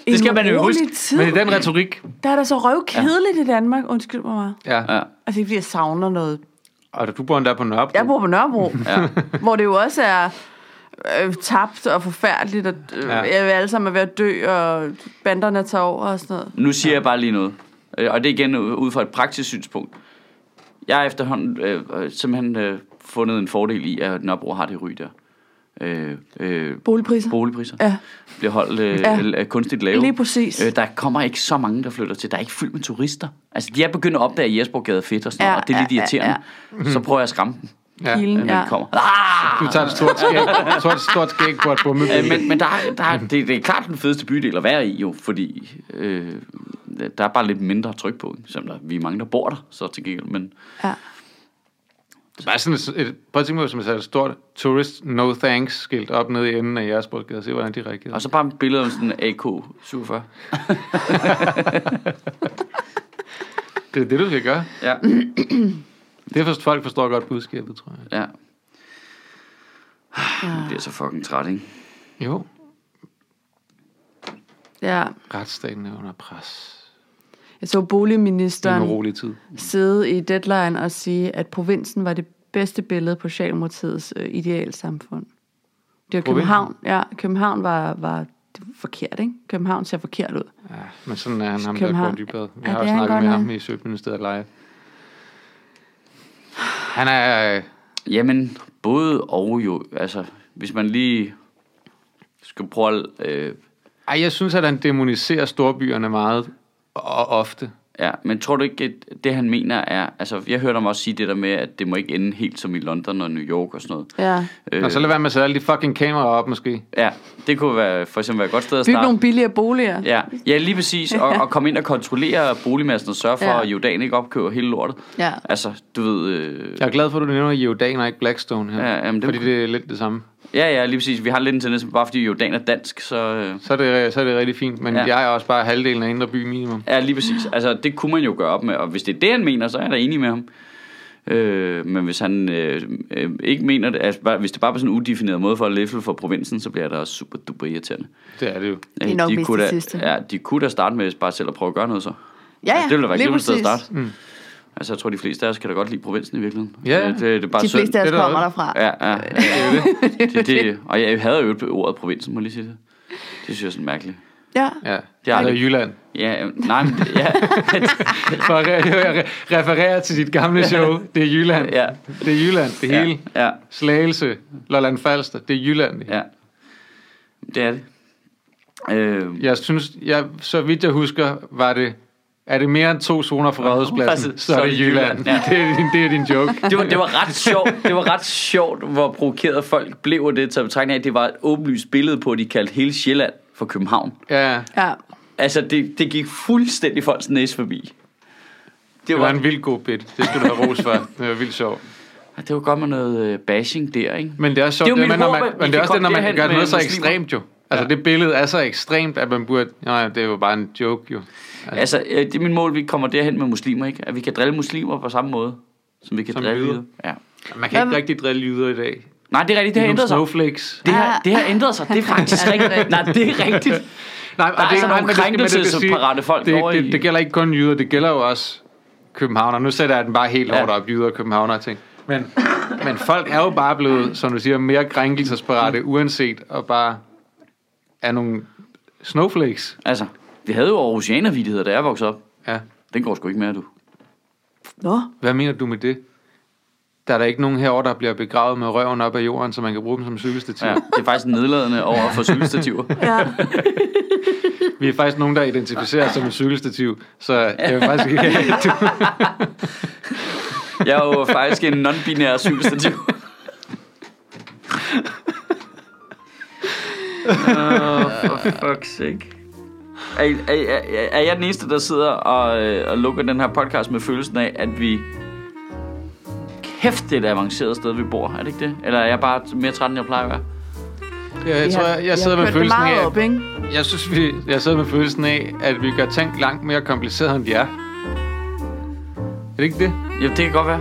[SPEAKER 2] Det skal man jo
[SPEAKER 3] urolig
[SPEAKER 2] huske.
[SPEAKER 3] Tid,
[SPEAKER 1] Men i den retorik,
[SPEAKER 3] Der er der så røvkedeligt ja. i Danmark. Undskyld mig meget.
[SPEAKER 1] ja.
[SPEAKER 2] Ja.
[SPEAKER 1] ja.
[SPEAKER 3] Altså, det er, fordi jeg savner noget.
[SPEAKER 1] Og du bor endda på Nørrebro.
[SPEAKER 3] Jeg bor på Nørrebro,
[SPEAKER 2] Ja.
[SPEAKER 3] hvor det jo også er øh, tabt og forfærdeligt, og øh,
[SPEAKER 1] Ja.
[SPEAKER 3] ja. alle sammen er ved at dø, og banderne tager over og sådan noget.
[SPEAKER 2] Nu siger jeg bare lige noget. Øh, Og det er igen ud ud fra et praktisk synspunkt. Jeg er efterhånden øh, øh, simpelthen øh, fundet en fordel i, at Nørrebro har det ry der. Øh, øh,
[SPEAKER 3] Boligpriser.
[SPEAKER 2] boligpriser
[SPEAKER 3] Ja.
[SPEAKER 2] bliver holdt øh,
[SPEAKER 3] Ja.
[SPEAKER 2] ja. kunstigt lave.
[SPEAKER 3] Lige præcis.
[SPEAKER 2] Øh, der kommer ikke så mange, der flytter til. Der er ikke fyldt med turister. Altså, de er begyndt at opdage, at Jesborggade er fedt og sådan
[SPEAKER 3] Ja,
[SPEAKER 2] noget, og det er lidt
[SPEAKER 3] ja, ja,
[SPEAKER 2] irriterende. Så prøver jeg at skræmme dem, øh,
[SPEAKER 1] Ja.
[SPEAKER 3] Kilen,
[SPEAKER 2] når
[SPEAKER 3] ja.
[SPEAKER 2] de kommer. Ah!
[SPEAKER 1] Du tager et stort skæg, stort, stort skæg på et
[SPEAKER 2] Øh,
[SPEAKER 1] bommebillede.
[SPEAKER 2] men men der, er- der, er- det, det er klart den fedeste bydel at være i jo, fordi øh, der er bare lidt mindre tryk på. ikke? Selvom der, vi er mange, der bor der, så til gengæld. Men
[SPEAKER 3] ja.
[SPEAKER 1] Det er bare sådan et, et, prøv at tænke på, hvis man satte et stort tourist no thanks skilt op nede i enden af jeres brudgade, og se, hvordan de reagerer.
[SPEAKER 2] Og så bare et billede af sådan en AK-47.
[SPEAKER 1] Det er det, du skal gøre.
[SPEAKER 2] Ja,
[SPEAKER 1] Det forstår folk forstår godt budskabet, tror jeg.
[SPEAKER 2] ja. Man bliver så fucking træt, ikke?
[SPEAKER 1] Jo,
[SPEAKER 3] ja.
[SPEAKER 1] retsstaten er under pres.
[SPEAKER 3] Jeg så
[SPEAKER 1] Det er en
[SPEAKER 3] boligministeren
[SPEAKER 1] urolig tid.
[SPEAKER 3] sidde i deadline og sige, at provinsen var det bedste billede på Socialdemokratiets øh, idealsamfund. Det var
[SPEAKER 1] Provinsen?
[SPEAKER 3] København. Ja, København var, var det var forkert, ikke? København ser forkert ud.
[SPEAKER 1] Ja, men sådan er han, ham der
[SPEAKER 3] København.
[SPEAKER 1] går dybbad. Vi
[SPEAKER 3] Ja,
[SPEAKER 1] har
[SPEAKER 3] det
[SPEAKER 1] jo
[SPEAKER 3] er han
[SPEAKER 1] snakket
[SPEAKER 3] godt
[SPEAKER 1] med
[SPEAKER 3] nok.
[SPEAKER 1] ham i Søgministeriet live. Han er... øh,
[SPEAKER 2] Jamen, både og jo. Altså, hvis man lige skal prøve at... Øh,
[SPEAKER 1] Ej, jeg synes, at han demoniserer storbyerne meget og ofte.
[SPEAKER 2] ja, men tror du ikke, at det han mener er... Altså, jeg hørte ham også sige det der med, at det må ikke ende helt som i London og New York og sådan noget.
[SPEAKER 3] Ja.
[SPEAKER 1] Øh. Og så lad være med at sætte alle de fucking kameraer op, måske.
[SPEAKER 2] Ja, det kunne være, for eksempel være et godt sted at
[SPEAKER 3] Bygge nogle
[SPEAKER 2] starte.
[SPEAKER 3] billigere boliger.
[SPEAKER 2] Ja, ja, lige præcis. Og, og komme ind og kontrollere boligmassen og sørge for,
[SPEAKER 3] Ja.
[SPEAKER 2] ja. at Jordan ikke opkøber hele lortet.
[SPEAKER 3] Ja.
[SPEAKER 2] Altså, du ved... Øh,
[SPEAKER 1] Jeg er glad for, at du nævner Jordan og ikke Blackstone her.
[SPEAKER 2] Ja, jamen, det-
[SPEAKER 1] fordi det er lidt det samme.
[SPEAKER 2] ja, ja, lige præcis. Vi har lidt en tendens, bare fordi Jordan er dansk, så... Øh,
[SPEAKER 1] Så er det, så er det rigtig fint, men
[SPEAKER 2] Ja.
[SPEAKER 1] ja. jeg er også bare halvdelen af indre by minimum.
[SPEAKER 2] Ja, lige præcis. Altså, det kunne man jo gøre op med, og hvis det er det, han mener, så er jeg da enig med ham. Øh, men hvis han øh, øh, ikke mener det, altså, bare, hvis det bare er på sådan en udefineret måde for at læfle for provinsen, så bliver det også super duper irriterende.
[SPEAKER 1] Det er det jo.
[SPEAKER 2] Øh,
[SPEAKER 3] Det er nok mest
[SPEAKER 2] kunne
[SPEAKER 3] det
[SPEAKER 2] da,
[SPEAKER 3] sidste.
[SPEAKER 2] Ja, de kunne da starte med bare selv at prøve at gøre noget så.
[SPEAKER 3] ja,
[SPEAKER 2] altså, det ville da være et
[SPEAKER 3] lige
[SPEAKER 2] glimrende sted at
[SPEAKER 3] præcis.
[SPEAKER 2] starte. Mm. Altså, jeg tror, de fleste af os kan da godt lide provinsen i virkeligheden.
[SPEAKER 1] Ja.
[SPEAKER 2] Øh, det, det, er bare
[SPEAKER 3] De
[SPEAKER 2] synd.
[SPEAKER 3] fleste af os
[SPEAKER 1] Det er der
[SPEAKER 3] kommer
[SPEAKER 1] også.
[SPEAKER 3] derfra.
[SPEAKER 2] Ja, ja, ja. det, det, det, og jeg havde jo ordet provinsen, må jeg lige sige det. Det synes jeg er sådan mærkeligt.
[SPEAKER 3] Ja.
[SPEAKER 1] Ja, det
[SPEAKER 2] Det er
[SPEAKER 1] er altså
[SPEAKER 2] det.
[SPEAKER 1] Jylland.
[SPEAKER 2] Ja, øh, nej, men det- ja,
[SPEAKER 1] For at re- re- re- referere til dit gamle show, det er Jylland.
[SPEAKER 2] Ja.
[SPEAKER 1] Det er Jylland, det
[SPEAKER 2] Ja,
[SPEAKER 1] hele.
[SPEAKER 2] ja.
[SPEAKER 1] Slagelse, Lolland Falster, det er Jylland. Det hele.
[SPEAKER 2] Ja, det er det. Øh,
[SPEAKER 1] Jeg synes, jeg, så vidt jeg husker, var det, er det mere end to zoner fra Rådhuspladsen, så er det Jylland.
[SPEAKER 2] Ja.
[SPEAKER 1] Det, er din, det er din joke.
[SPEAKER 2] det, var, det var ret sjovt, det var ret sjovt, hvor provokeret folk blev af det, så betragtning af, at det var et åbenlyst billede på, at de kaldte hele Sjælland for København.
[SPEAKER 1] Ja,
[SPEAKER 3] Ja.
[SPEAKER 2] Altså, det, det gik fuldstændig folks næse forbi. Det
[SPEAKER 1] det var en
[SPEAKER 2] var,
[SPEAKER 1] vild god bit. Det skal du have ros for. Det var vildt sjovt.
[SPEAKER 2] det var godt med noget øh, bashing der, ikke?
[SPEAKER 1] Men det er også
[SPEAKER 2] Det
[SPEAKER 1] sjovt,
[SPEAKER 2] er jo
[SPEAKER 1] det er
[SPEAKER 2] mit
[SPEAKER 1] men, når
[SPEAKER 2] håb,
[SPEAKER 1] man,
[SPEAKER 2] at vi
[SPEAKER 1] men det
[SPEAKER 2] kan
[SPEAKER 1] er også det,
[SPEAKER 2] komme
[SPEAKER 1] når man
[SPEAKER 2] derhen
[SPEAKER 1] gør
[SPEAKER 2] med
[SPEAKER 1] noget så
[SPEAKER 2] muslimer.
[SPEAKER 1] ekstremt jo. Altså, det billede er så ekstremt, at man burde... Nej, det er jo bare en joke jo.
[SPEAKER 2] Altså, øh, det er min mål, vi kommer derhen med muslimer, ikke? At vi kan drille muslimer på samme måde, som vi kan
[SPEAKER 1] Som
[SPEAKER 2] drille
[SPEAKER 1] jøder.
[SPEAKER 2] jøder. Ja.
[SPEAKER 1] Man kan ikke
[SPEAKER 3] Hvad-
[SPEAKER 1] rigtig drille jyder i dag.
[SPEAKER 2] Nej, det er rigtigt, det
[SPEAKER 1] Det
[SPEAKER 2] har
[SPEAKER 1] er nogle
[SPEAKER 2] ændret sig.
[SPEAKER 1] snowflakes.
[SPEAKER 2] Det
[SPEAKER 3] Ah.
[SPEAKER 2] har, det har ændret sig, det er faktisk
[SPEAKER 3] Ja, det er
[SPEAKER 2] rigtigt. Nej, det er rigtigt.
[SPEAKER 1] Nej, og
[SPEAKER 2] Der er sådan nogle
[SPEAKER 1] nej, men det skal- men det vil sige,
[SPEAKER 2] krænkelsesparate folk
[SPEAKER 1] det,
[SPEAKER 2] over
[SPEAKER 1] det,
[SPEAKER 2] i-
[SPEAKER 1] det, det, gælder ikke kun jyder, det gælder jo også københavner. Nu sætter jeg den bare helt
[SPEAKER 2] Ja.
[SPEAKER 1] ja. hårdt op, jyder og københavner og ting. Men, men folk er jo bare blevet, som du siger, mere
[SPEAKER 2] Mm.
[SPEAKER 1] krænkelsesparate, uanset og bare er nogle snowflakes.
[SPEAKER 2] Altså, vi havde jo Aarhusianervittigheder, da jeg voksede op.
[SPEAKER 1] Ja.
[SPEAKER 2] Den går sgu ikke mere, du.
[SPEAKER 3] Nå.
[SPEAKER 1] Hvad mener du med det? Der er der ikke nogen herovre, der bliver begravet med røven op af jorden, så man kan bruge dem som cykelstativ.
[SPEAKER 2] Ja,
[SPEAKER 1] Ja.
[SPEAKER 2] det er faktisk nedladende over for cykelstativer.
[SPEAKER 3] Ja.
[SPEAKER 1] Vi er faktisk nogen, der identificerer sig som et cykelstativ, så jeg vil faktisk ikke... Du-
[SPEAKER 2] Jeg er jo faktisk en non-binær cykelstativ. Åh, for fuck's sake. Er, er, er, er jeg den eneste, der sidder og, øh, og lukker den her podcast med følelsen af, at vi... Kæft, det er et avanceret sted, vi bor. Er det ikke det? Eller er jeg bare mere træt, end jeg plejer at være?
[SPEAKER 1] Ja, jeg tror, jeg, jeg sidder med følelsen af,
[SPEAKER 3] meget
[SPEAKER 1] at
[SPEAKER 3] op, ikke?
[SPEAKER 1] Jeg synes, vi, jeg sidder med følelsen af, at vi gør ting langt mere kompliceret, end de er. Er det ikke det?
[SPEAKER 2] Jo, det kan godt være.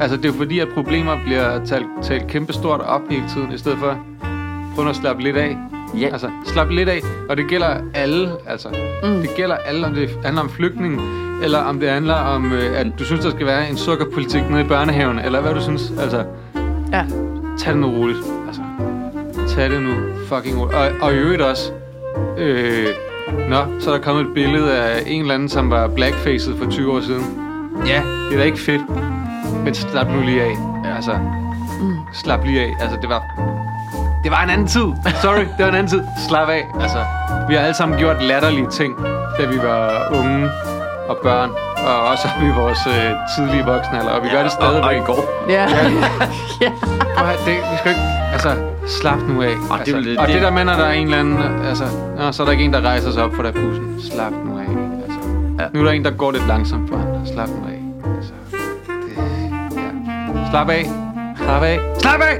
[SPEAKER 1] Altså, det er jo fordi, at problemer bliver talt, talt kæmpestort op hele tiden, i stedet for prøv nu at slappe lidt af.
[SPEAKER 2] Ja,
[SPEAKER 1] Altså, slap lidt af, og det gælder alle, altså. Mm. Det gælder alle, om det handler om flygtning, eller om det handler om, øh, at du synes, der skal være en sukkerpolitik nede i børnehaven, eller hvad du synes, altså.
[SPEAKER 3] Ja.
[SPEAKER 1] Tag det nu roligt. Altså, tag det nu fucking roligt. Og, og i øvrigt også, øh, nå, så er der kommet et billede af en eller anden, som var blackfaced for 20 år siden. Ja, det er da ikke fedt. Men slap nu lige af. altså, slap lige af. Altså, det var, det var en anden tid. Sorry, det var en anden tid. Slap af. Altså, vi har alle sammen gjort latterlige ting, da vi var unge og børn. Og også i vores øh, tidlige voksne alder. Og vi ja, gør det stadigvæk.
[SPEAKER 2] Og i går.
[SPEAKER 3] Ja.
[SPEAKER 1] Prøv at høre, det, vi skal ikke... Altså, slap nu af.
[SPEAKER 2] er
[SPEAKER 1] altså,
[SPEAKER 2] jo lidt-
[SPEAKER 1] og det,
[SPEAKER 2] Ah, det-
[SPEAKER 1] der med, når der er en eller anden... Altså, nå, så er der ikke en, der rejser sig op for der pusen. Slap nu af. Altså.
[SPEAKER 2] Ja.
[SPEAKER 1] Ja. Nu er der en, der går lidt langsomt for andre. Slap nu af. Altså, det, ja. Slap af. Slap af. Slap af!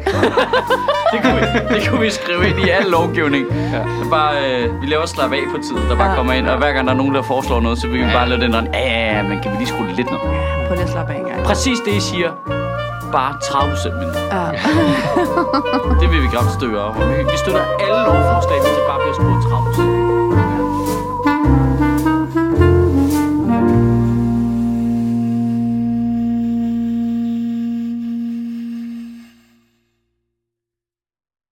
[SPEAKER 2] Det kunne, vi, det kunne vi skrive ind i al lovgivning. Ja. Så bare, øh, vi laver slap af på tiden, der bare
[SPEAKER 3] Ja.
[SPEAKER 2] kommer ind. Og hver gang der er nogen, der foreslår noget, så vil vi bare lade den der, ja, ja, ja, men kan vi lige skrue det lidt ned?
[SPEAKER 3] Prøv lige at slappe af en gang.
[SPEAKER 2] Præcis det, I siger. Bare 30 procent mindre.
[SPEAKER 3] Ja.
[SPEAKER 2] Det vil vi gerne støtte op om. Vi vi støtter alle lovforslag, hvis de bare bliver skruet 30 procent.